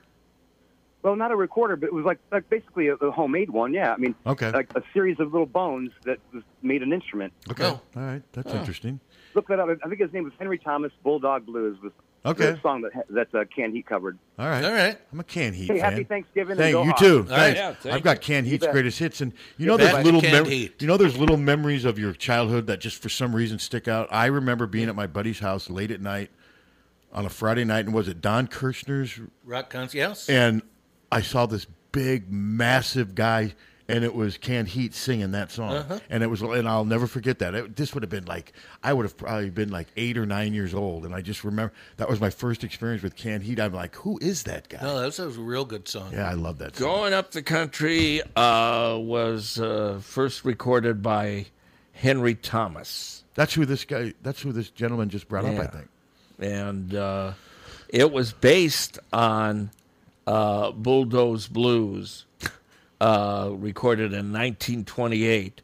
[SPEAKER 7] Well, not a recorder, but it was like, like basically a, a homemade one. Yeah, I mean,
[SPEAKER 4] Okay.
[SPEAKER 7] like a series of little bones that was made an instrument.
[SPEAKER 4] Okay.
[SPEAKER 3] No.
[SPEAKER 4] All right. That's interesting.
[SPEAKER 7] Look that up. I think his name was Henry Thomas. Bulldog Blues was
[SPEAKER 4] Okay.
[SPEAKER 7] the song that that uh, Canned Heat covered.
[SPEAKER 4] All right.
[SPEAKER 3] All right.
[SPEAKER 4] I'm a can heat
[SPEAKER 7] Hey,
[SPEAKER 4] fan.
[SPEAKER 7] happy Thanksgiving and
[SPEAKER 4] Thank
[SPEAKER 7] go
[SPEAKER 4] you
[SPEAKER 7] Hawks.
[SPEAKER 4] too.
[SPEAKER 3] right.
[SPEAKER 4] Thanks.
[SPEAKER 2] Yeah, thank
[SPEAKER 4] I've got Can Heat's
[SPEAKER 7] bet.
[SPEAKER 4] greatest hits, and you know
[SPEAKER 3] bet.
[SPEAKER 4] there's little
[SPEAKER 3] Canned
[SPEAKER 4] mem-
[SPEAKER 3] Heat.
[SPEAKER 4] you know there's little memories of your childhood that just for some reason stick out. I remember being at my buddy's house late at night on a Friday night, and was it Don Kirshner's?
[SPEAKER 3] Rock cons. Yes.
[SPEAKER 4] And I saw this big, massive guy, and it was Can Heat singing that song, and it was, and I'll never forget that. It, this would have been like I would have probably been like eight or nine years old, and I just remember that was my first experience with Can Heat. I'm like, who is that guy?
[SPEAKER 3] no, that was a real good song.
[SPEAKER 4] Yeah, I love that. Song.
[SPEAKER 2] Going Up the Country uh, was uh, first recorded by Henry Thomas.
[SPEAKER 4] That's who this guy. That's who this gentleman just brought
[SPEAKER 2] Yeah.
[SPEAKER 4] up. I think.
[SPEAKER 2] And uh, it was based on uh, Bulldoze Blues, uh, recorded in 1928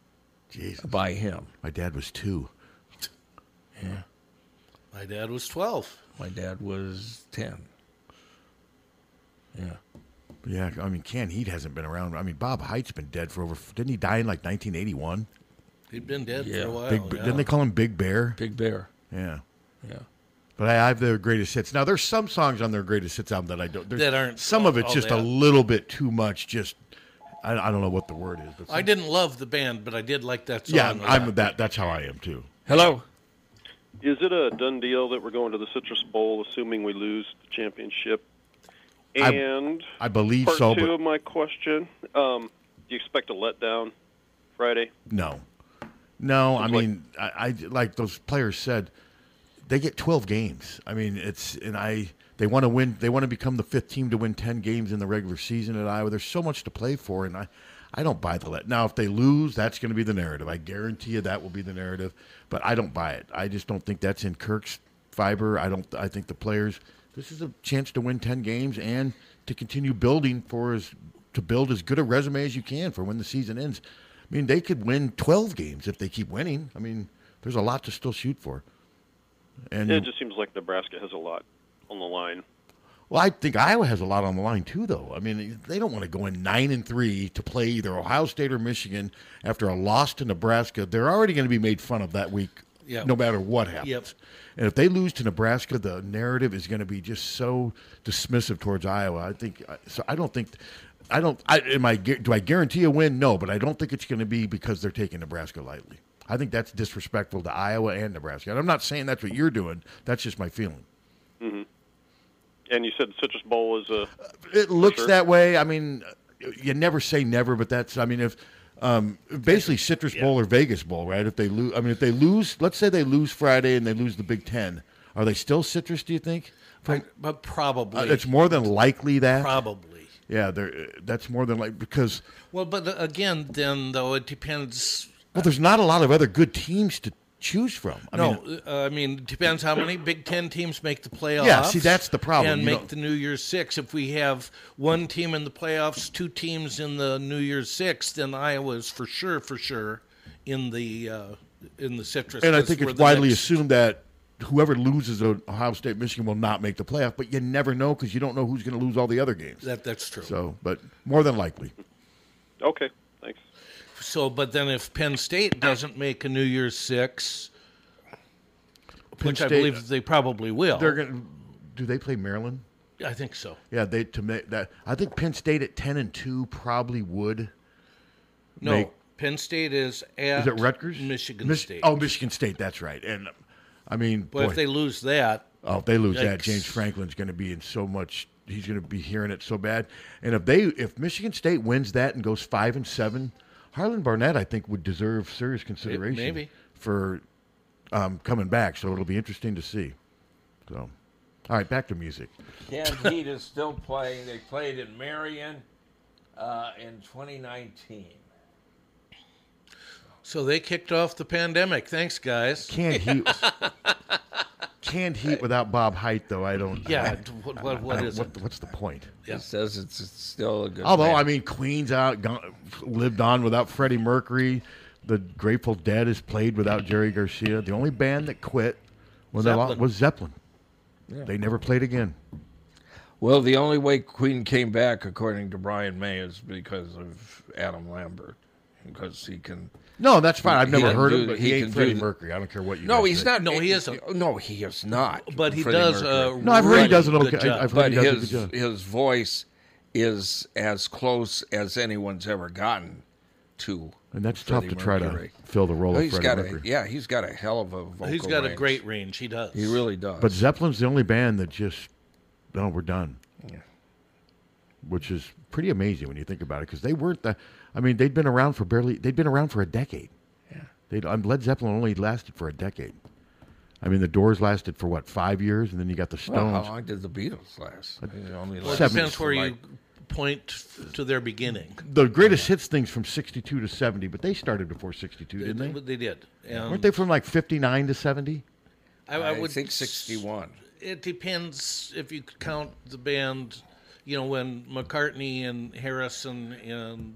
[SPEAKER 4] Jesus,
[SPEAKER 2] by him.
[SPEAKER 4] my dad was two.
[SPEAKER 3] My dad was 12.
[SPEAKER 2] My dad was 10. Yeah.
[SPEAKER 4] Yeah, I mean, Can Heat hasn't been around. I mean, Bob Height's been dead for over. Didn't he die in like 1981?
[SPEAKER 3] He'd been dead
[SPEAKER 2] Yeah.
[SPEAKER 3] for a while.
[SPEAKER 4] Big,
[SPEAKER 3] yeah.
[SPEAKER 4] Didn't they call him Big Bear?
[SPEAKER 2] Big Bear.
[SPEAKER 4] Yeah.
[SPEAKER 2] Yeah.
[SPEAKER 4] But I, I have their greatest hits. Now, there's some songs on their greatest hits album that I don't. there's-
[SPEAKER 3] That aren't
[SPEAKER 4] Some
[SPEAKER 3] all-
[SPEAKER 4] of it's
[SPEAKER 3] all
[SPEAKER 4] just a
[SPEAKER 3] that.
[SPEAKER 4] little bit too much. Just, I, I don't know what the word is. But
[SPEAKER 3] I
[SPEAKER 4] some-
[SPEAKER 3] didn't love the band, but I did like that song.
[SPEAKER 4] Yeah,
[SPEAKER 3] a lot.
[SPEAKER 4] I'm that. That's how I am too.
[SPEAKER 2] Hello.
[SPEAKER 8] Is it a done deal that we're going to the Citrus Bowl, assuming we lose the championship?
[SPEAKER 4] I-
[SPEAKER 8] And
[SPEAKER 4] I believe
[SPEAKER 8] part
[SPEAKER 4] so,
[SPEAKER 8] two
[SPEAKER 4] but
[SPEAKER 8] of my question: um, Do you expect a letdown Friday?
[SPEAKER 4] No, no. I
[SPEAKER 8] Like-
[SPEAKER 4] mean, I, I like those players said, they get twelve games. I mean, it's and I They want to win. They want to become the fifth team to win ten games in the regular season at Iowa. There's so much to play for, and I, I don't buy the let. Now, if they lose, that's going to be the narrative. I guarantee you that will be the narrative. But I don't buy it. I just don't think that's in Kirk's fiber. I don't. I think the players. This is a chance to win ten games and to continue building for as to build as good a resume as you can for when the season ends. I mean, they could win twelve games if they keep winning. I mean, there's a lot to still shoot for. And
[SPEAKER 8] it just seems like Nebraska has a lot on the line.
[SPEAKER 4] Well, I think Iowa has a lot on the line too, though. I mean, they don't want to go in nine and three to play either Ohio State or Michigan after a loss to Nebraska. They're already going to be made fun of that week,
[SPEAKER 3] Yep.
[SPEAKER 4] no matter what happens.
[SPEAKER 3] Yep.
[SPEAKER 4] And if they lose to Nebraska, the narrative is going to be just so dismissive towards Iowa. I think uh, so. I don't think. I don't. I, am I? gu- Do I guarantee a win? No, but I don't think it's going to be because they're taking Nebraska lightly. I think that's disrespectful to Iowa and Nebraska. And I'm not saying that's what you're doing. That's just my feeling.
[SPEAKER 8] hmm And you said Citrus Bowl is a.
[SPEAKER 4] it looks
[SPEAKER 8] Sure.
[SPEAKER 4] that way. I mean, you never say never, but that's I mean, if um, basically Citrus Bowl or Vegas Bowl, right? If they lose, I mean, if they lose, let's say they lose Friday and they lose the Big Ten, are they still Citrus? Do you think?
[SPEAKER 3] But, but probably.
[SPEAKER 4] Uh, it's more than likely that
[SPEAKER 3] Probably.
[SPEAKER 4] Yeah, they're, that's more than like because
[SPEAKER 3] Well, but the- again, then though it depends.
[SPEAKER 4] well, there's not a lot of other good teams to choose from. I
[SPEAKER 3] no,
[SPEAKER 4] mean,
[SPEAKER 3] uh, I mean it depends how many Big Ten teams make the playoffs.
[SPEAKER 4] Yeah, see, that's the problem.
[SPEAKER 3] And
[SPEAKER 4] You
[SPEAKER 3] make
[SPEAKER 4] don't-
[SPEAKER 3] the New Year's Six. If we have one team in the playoffs, two teams in the New Year's Six, then Iowa's for sure, for sure, in the uh, in the citrus.
[SPEAKER 4] and I
[SPEAKER 3] 'cause
[SPEAKER 4] think
[SPEAKER 3] we're
[SPEAKER 4] it's
[SPEAKER 3] the
[SPEAKER 4] widely
[SPEAKER 3] next-
[SPEAKER 4] assumed that whoever loses to Ohio State, Michigan will not make the playoff, but you never know because you don't know who's going to lose all the other games.
[SPEAKER 3] that that's true.
[SPEAKER 4] So, but more than likely.
[SPEAKER 8] Okay, thanks.
[SPEAKER 3] So, but then if Penn State doesn't make a New Year's Six, which I
[SPEAKER 4] State-
[SPEAKER 3] believe they probably will,
[SPEAKER 4] They're going to do they play Maryland?
[SPEAKER 3] I think so.
[SPEAKER 4] Yeah, they to make that. I think Penn State at ten and two probably would.
[SPEAKER 3] No,
[SPEAKER 4] Make-
[SPEAKER 3] Penn State is at
[SPEAKER 4] Is it Rutgers?
[SPEAKER 3] Michigan
[SPEAKER 4] Mich-
[SPEAKER 3] State.
[SPEAKER 4] Oh, Michigan State. That's right. And I mean,
[SPEAKER 3] but
[SPEAKER 4] boy,
[SPEAKER 3] if they lose that,
[SPEAKER 4] oh, if they lose that,
[SPEAKER 3] Yikes.
[SPEAKER 4] James Franklin's going to be in so much. He's going to be hearing it so bad. And if they, if Michigan State wins that and goes five and seven, Harlan Barnett, I think, would deserve serious consideration
[SPEAKER 3] maybe.
[SPEAKER 4] for um, coming back. So it'll be interesting to see. So, all right, back to music.
[SPEAKER 2] Candide is still playing. They played in Marion uh, in 2019.
[SPEAKER 3] so they kicked off the pandemic. Thanks, guys.
[SPEAKER 4] Canned heat. canned heat without Bob Height, though. I don't.
[SPEAKER 3] Yeah,
[SPEAKER 4] I-
[SPEAKER 3] d- what- what-
[SPEAKER 4] I don't-
[SPEAKER 3] what is
[SPEAKER 4] what-
[SPEAKER 3] it?
[SPEAKER 4] What's the point?
[SPEAKER 3] Yeah.
[SPEAKER 2] It says it's, it's still a good.
[SPEAKER 4] Although
[SPEAKER 2] band.
[SPEAKER 4] I mean, Queen's out, gone, lived on without Freddie Mercury. The Grateful Dead is played without Jerry Garcia. The only band that quit when they lost
[SPEAKER 3] Zeppelin.
[SPEAKER 4] was Zeppelin. They never played again.
[SPEAKER 2] well, the only way Queen came back, according to Brian May, is because of Adam Lambert, because he can.
[SPEAKER 4] No, that's fine. I've
[SPEAKER 2] He
[SPEAKER 4] never
[SPEAKER 2] can
[SPEAKER 4] heard
[SPEAKER 2] do
[SPEAKER 4] it,
[SPEAKER 2] the-
[SPEAKER 4] but
[SPEAKER 2] he
[SPEAKER 4] he,
[SPEAKER 2] can
[SPEAKER 4] ain't
[SPEAKER 2] do
[SPEAKER 4] Freddie
[SPEAKER 2] the-
[SPEAKER 4] Mercury. I don't care what you.
[SPEAKER 2] No,
[SPEAKER 4] guys
[SPEAKER 2] he's
[SPEAKER 4] say.
[SPEAKER 2] not.
[SPEAKER 3] No, he isn't.
[SPEAKER 2] No, he is not.
[SPEAKER 3] But he
[SPEAKER 2] Freddie
[SPEAKER 3] does.
[SPEAKER 2] Mercury.
[SPEAKER 3] Uh,
[SPEAKER 4] No, I've heard he
[SPEAKER 3] really
[SPEAKER 4] does an
[SPEAKER 3] good
[SPEAKER 4] okay.
[SPEAKER 3] job.
[SPEAKER 4] I, I've heard
[SPEAKER 2] but
[SPEAKER 4] he does a good
[SPEAKER 2] his
[SPEAKER 4] job.
[SPEAKER 2] his voice is as close as anyone's ever gotten to.
[SPEAKER 4] And that's tough to
[SPEAKER 2] Freddie
[SPEAKER 4] try to
[SPEAKER 2] Mercury. Oh,
[SPEAKER 4] fill the role of
[SPEAKER 2] He's
[SPEAKER 4] Freddie
[SPEAKER 2] got a
[SPEAKER 4] Mercury.
[SPEAKER 2] yeah. He's got a hell of a vocal.
[SPEAKER 3] He's got a
[SPEAKER 2] range.
[SPEAKER 3] great range. He does.
[SPEAKER 2] He really does.
[SPEAKER 4] But Zeppelin's the only band that just, no, we're done. Which is pretty amazing when you think about it, because they weren't the. I mean, they'd been around for barely. They'd been around for a decade. Yeah. They um, Led Zeppelin only lasted for a decade. I mean, the Doors lasted for what five years, and then you got the
[SPEAKER 2] Well, how
[SPEAKER 4] Stones.
[SPEAKER 2] long did the Beatles last? They only
[SPEAKER 3] Well, it
[SPEAKER 4] Seven-
[SPEAKER 3] depends where
[SPEAKER 2] like-
[SPEAKER 3] you point to their beginning.
[SPEAKER 4] the greatest hits things from '62 to '70, but they started before '62, didn't they?
[SPEAKER 3] They did. Um, And
[SPEAKER 4] weren't they from like '59 to '70?
[SPEAKER 3] I, I
[SPEAKER 2] I
[SPEAKER 3] would
[SPEAKER 2] think sixty-one.
[SPEAKER 3] It depends if you could count the band, you know, when McCartney and Harrison and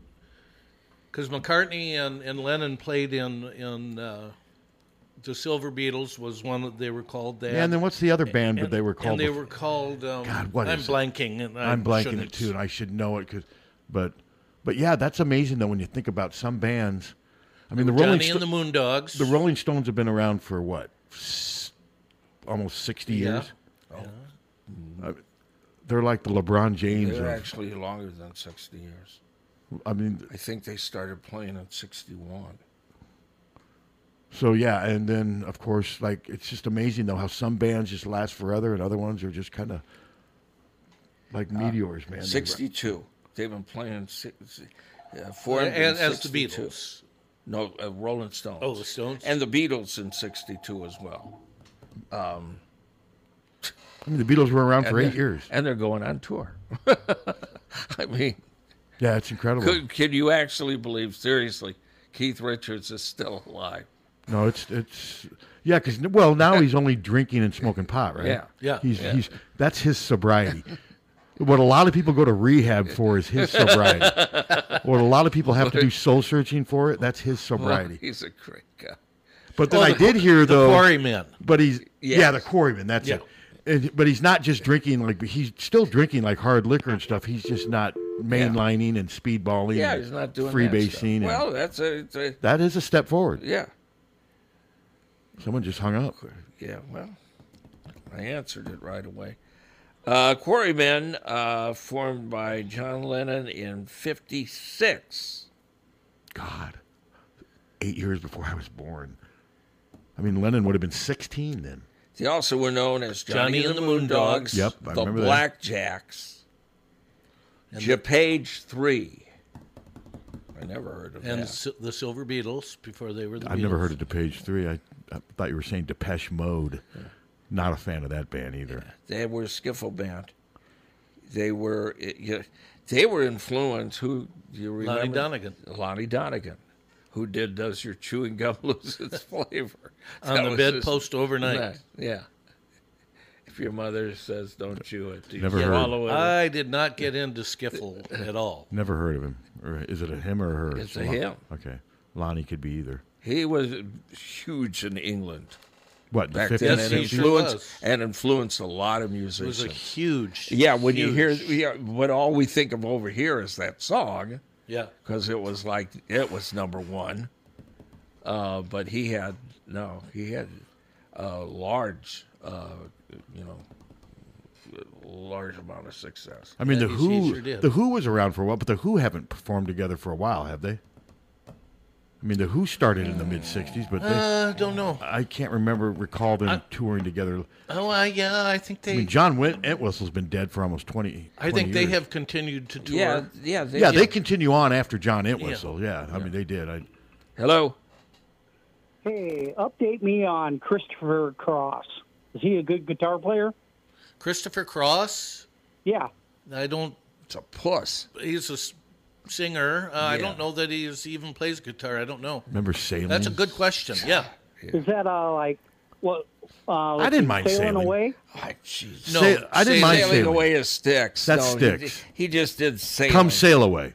[SPEAKER 3] because McCartney and, and Lennon played in in uh, the Silver Beatles was one that they were called that.
[SPEAKER 4] Yeah. And then what's the other band? that
[SPEAKER 3] And-
[SPEAKER 4] they were called.
[SPEAKER 3] And they
[SPEAKER 4] before-
[SPEAKER 3] were called. Um,
[SPEAKER 4] God, what
[SPEAKER 3] I'm
[SPEAKER 4] is it?
[SPEAKER 3] blanking. And I
[SPEAKER 4] I'm blanking
[SPEAKER 3] shouldn't.
[SPEAKER 4] it too, and I should know it because, but, but yeah, that's amazing though when you think about some bands. I mean, the Rolling
[SPEAKER 3] Johnny
[SPEAKER 4] Sto-
[SPEAKER 3] and the Moondogs.
[SPEAKER 4] the Rolling Stones have been around for what, S- almost sixty
[SPEAKER 3] Yeah.
[SPEAKER 4] years. I- they're like the LeBron James.
[SPEAKER 2] They're
[SPEAKER 4] of-
[SPEAKER 2] actually longer than sixty years.
[SPEAKER 4] I mean,
[SPEAKER 2] I think they started playing in sixty-one.
[SPEAKER 4] so yeah, and then of course, like it's just amazing though how some bands just last forever and other ones are just kind of like
[SPEAKER 2] Uh,
[SPEAKER 4] meteors, man. They're-
[SPEAKER 2] Sixty-two. They've been playing six, uh, four
[SPEAKER 3] as, as the Beatles.
[SPEAKER 2] No, uh, Rolling Stones.
[SPEAKER 3] Oh, the Stones.
[SPEAKER 2] Um, and the Beatles in '62 as well.
[SPEAKER 4] I mean, the Beatles were around for
[SPEAKER 2] And
[SPEAKER 4] eight
[SPEAKER 2] they're-
[SPEAKER 4] years.
[SPEAKER 2] and they're going on tour. I mean,
[SPEAKER 4] Yeah, it's incredible.
[SPEAKER 2] could, can you actually believe seriously Keith Richards is still alive?
[SPEAKER 4] No, it's it's yeah, because well now he's only drinking and smoking pot, right?
[SPEAKER 2] Yeah. Yeah.
[SPEAKER 4] He's
[SPEAKER 2] Yeah.
[SPEAKER 4] he's that's his sobriety. what a lot of people go to rehab for is his sobriety. what a lot of people have to do soul searching for it. That's his sobriety.
[SPEAKER 2] He's a great guy.
[SPEAKER 4] But
[SPEAKER 2] Oh,
[SPEAKER 4] then
[SPEAKER 3] Well,
[SPEAKER 4] I
[SPEAKER 3] the-
[SPEAKER 4] did hear
[SPEAKER 3] the
[SPEAKER 4] though
[SPEAKER 3] quarrymen.
[SPEAKER 4] But he's yeah,
[SPEAKER 3] Yes.
[SPEAKER 4] the quarryman. That's
[SPEAKER 3] Yeah.
[SPEAKER 4] it. And- but he's not just drinking like he's still drinking like hard liquor and stuff. He's just not mainlining and speedballing.
[SPEAKER 2] Yeah,
[SPEAKER 4] and
[SPEAKER 2] he's not doing that stuff.
[SPEAKER 4] freebasing. and-
[SPEAKER 2] Well, that's a, it's a
[SPEAKER 4] that is a step forward.
[SPEAKER 2] yeah,
[SPEAKER 4] Someone just hung up.
[SPEAKER 2] yeah. Well, I answered it right away. Uh, Quarrymen, uh, formed by John Lennon in '56.
[SPEAKER 4] God, eight years before I was born. I mean, Lennon would have been 16 then.
[SPEAKER 2] They also were known as Johnny,
[SPEAKER 3] Johnny
[SPEAKER 2] and the
[SPEAKER 3] the Moondogs.
[SPEAKER 2] Moondogs,
[SPEAKER 4] Yep, I
[SPEAKER 2] the
[SPEAKER 4] remember that.
[SPEAKER 2] Blackjacks, Japage Three. I never heard of
[SPEAKER 3] and
[SPEAKER 2] that.
[SPEAKER 3] si- the Silver Beetles before they were the.
[SPEAKER 4] I've never
[SPEAKER 3] Beatles.
[SPEAKER 4] heard of DePage 3. I, I thought you were saying Depeche Mode. Not a fan of that band either.
[SPEAKER 2] They were skiffle band. They were it, you, they were influenced. Who do you remember?
[SPEAKER 3] Lonnie Donegan.
[SPEAKER 2] Lonnie Donegan, who did "Does Your Chewing Gum Lose Its Flavor?"
[SPEAKER 3] On
[SPEAKER 2] That
[SPEAKER 3] the
[SPEAKER 2] was
[SPEAKER 3] bedpost overnight.
[SPEAKER 2] Nice, Yeah. If your mother says don't chew it, do you
[SPEAKER 4] Never heard.
[SPEAKER 2] swallow it?
[SPEAKER 3] I did not get into skiffle at all.
[SPEAKER 4] Never heard of him. Or is it a him or her?
[SPEAKER 2] It's a
[SPEAKER 4] Lon-
[SPEAKER 2] him.
[SPEAKER 4] Okay. Lonnie could be either.
[SPEAKER 2] He was huge in England.
[SPEAKER 4] What, the
[SPEAKER 2] back
[SPEAKER 4] 50s?
[SPEAKER 2] then
[SPEAKER 3] Yes,
[SPEAKER 2] and
[SPEAKER 3] he sure
[SPEAKER 2] influenced
[SPEAKER 3] was.
[SPEAKER 2] and influenced a lot of
[SPEAKER 3] It was
[SPEAKER 2] musicians.
[SPEAKER 3] a huge.
[SPEAKER 2] yeah, when you
[SPEAKER 3] huge-
[SPEAKER 2] hear yeah, what all we think of over here is that song
[SPEAKER 3] yeah,
[SPEAKER 2] because it was like it was number one. Uh, but he had no, he had a large, uh, you know, large amount of success.
[SPEAKER 4] I mean,
[SPEAKER 3] Yeah,
[SPEAKER 4] the
[SPEAKER 3] he- he
[SPEAKER 4] Who
[SPEAKER 3] sure did.
[SPEAKER 4] the Who was around for a while, but the Who haven't performed together for a while, have they? I mean, the Who started in the mid 60s, but they,
[SPEAKER 3] uh, don't know.
[SPEAKER 4] I can't remember, recall them touring together.
[SPEAKER 3] Oh, I, yeah, I think they.
[SPEAKER 4] I mean, John Went- Entwistle's been dead for almost 20
[SPEAKER 3] I
[SPEAKER 4] 20
[SPEAKER 3] think they
[SPEAKER 4] years.
[SPEAKER 3] have continued to tour.
[SPEAKER 2] Yeah, yeah, they,
[SPEAKER 4] Yeah,
[SPEAKER 2] yeah.
[SPEAKER 4] they continue on after John Entwistle. Yeah, I mean they did. I,
[SPEAKER 2] Hello,
[SPEAKER 9] Hey, update me on Christopher Cross. Is he a good guitar player?
[SPEAKER 3] Christopher Cross.
[SPEAKER 9] Yeah.
[SPEAKER 3] I don't.
[SPEAKER 2] it's a puss.
[SPEAKER 3] He's a s- singer. Uh, I
[SPEAKER 2] Yeah.
[SPEAKER 3] don't know that he's even plays guitar. I don't know.
[SPEAKER 4] remember Sailing.
[SPEAKER 3] That's a good question. Yeah.
[SPEAKER 9] Is that uh like what? Uh,
[SPEAKER 4] I didn't mind
[SPEAKER 9] sailing,
[SPEAKER 4] sailing.
[SPEAKER 9] away.
[SPEAKER 2] Oh, jeez.
[SPEAKER 3] No,
[SPEAKER 4] Say- I didn't
[SPEAKER 3] say
[SPEAKER 4] mind
[SPEAKER 3] that-
[SPEAKER 2] sailing,
[SPEAKER 4] sailing.
[SPEAKER 2] away is sticks.
[SPEAKER 4] That's
[SPEAKER 2] no,
[SPEAKER 4] Styx.
[SPEAKER 2] He, he just did sailing.
[SPEAKER 4] Come sail away.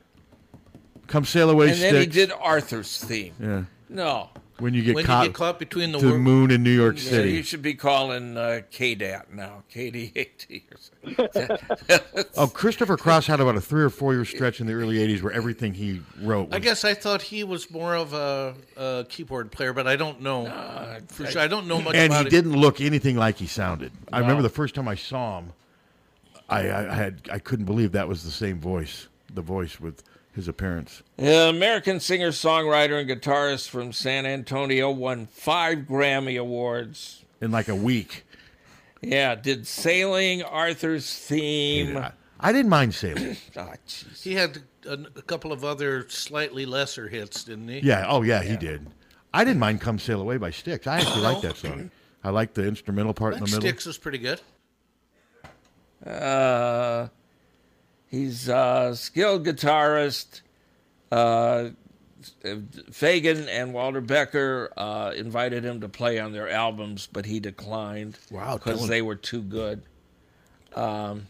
[SPEAKER 4] Come sail away.
[SPEAKER 2] and then he
[SPEAKER 4] Styx.
[SPEAKER 2] did Arthur's theme.
[SPEAKER 4] Yeah.
[SPEAKER 2] No,
[SPEAKER 4] When you get
[SPEAKER 3] When
[SPEAKER 4] caught
[SPEAKER 3] you get caught between the
[SPEAKER 4] to the
[SPEAKER 3] wor-
[SPEAKER 4] moon in New York
[SPEAKER 2] So you
[SPEAKER 4] City.
[SPEAKER 2] should be calling uh, KDAT now, KDAT. or something.
[SPEAKER 4] Oh, Christopher Cross had about a three or four year stretch in the early '80s where everything he wrote. Was,
[SPEAKER 3] I guess I thought he was more of a, a keyboard player, but I don't know for sure. I don't know much
[SPEAKER 4] and
[SPEAKER 3] about
[SPEAKER 4] he
[SPEAKER 3] it.
[SPEAKER 4] didn't look anything like he sounded. I remember the first time I saw him, I, I had I couldn't believe that was the same voice. The voice with his appearance.
[SPEAKER 2] The American singer, songwriter, and guitarist from San Antonio won five Grammy Awards.
[SPEAKER 4] In like a week,
[SPEAKER 2] Yeah, did Sailing, Arthur's Theme.
[SPEAKER 4] I, I didn't mind sailing.
[SPEAKER 2] Ah, jeez.
[SPEAKER 3] He had a, a couple of other slightly lesser hits, didn't he?
[SPEAKER 4] Yeah. Oh, yeah, he did. I didn't mind "Come Sail Away" by Styx. I actually like that song. I like the instrumental part in
[SPEAKER 3] That
[SPEAKER 4] the middle.
[SPEAKER 3] Sticks is pretty good.
[SPEAKER 2] Uh, he's a skilled guitarist. Uh, Fagan and Walter Becker uh, invited him to play on their albums, but he declined.
[SPEAKER 4] Wow,
[SPEAKER 2] because
[SPEAKER 4] Dylan.
[SPEAKER 2] they were too good. Um,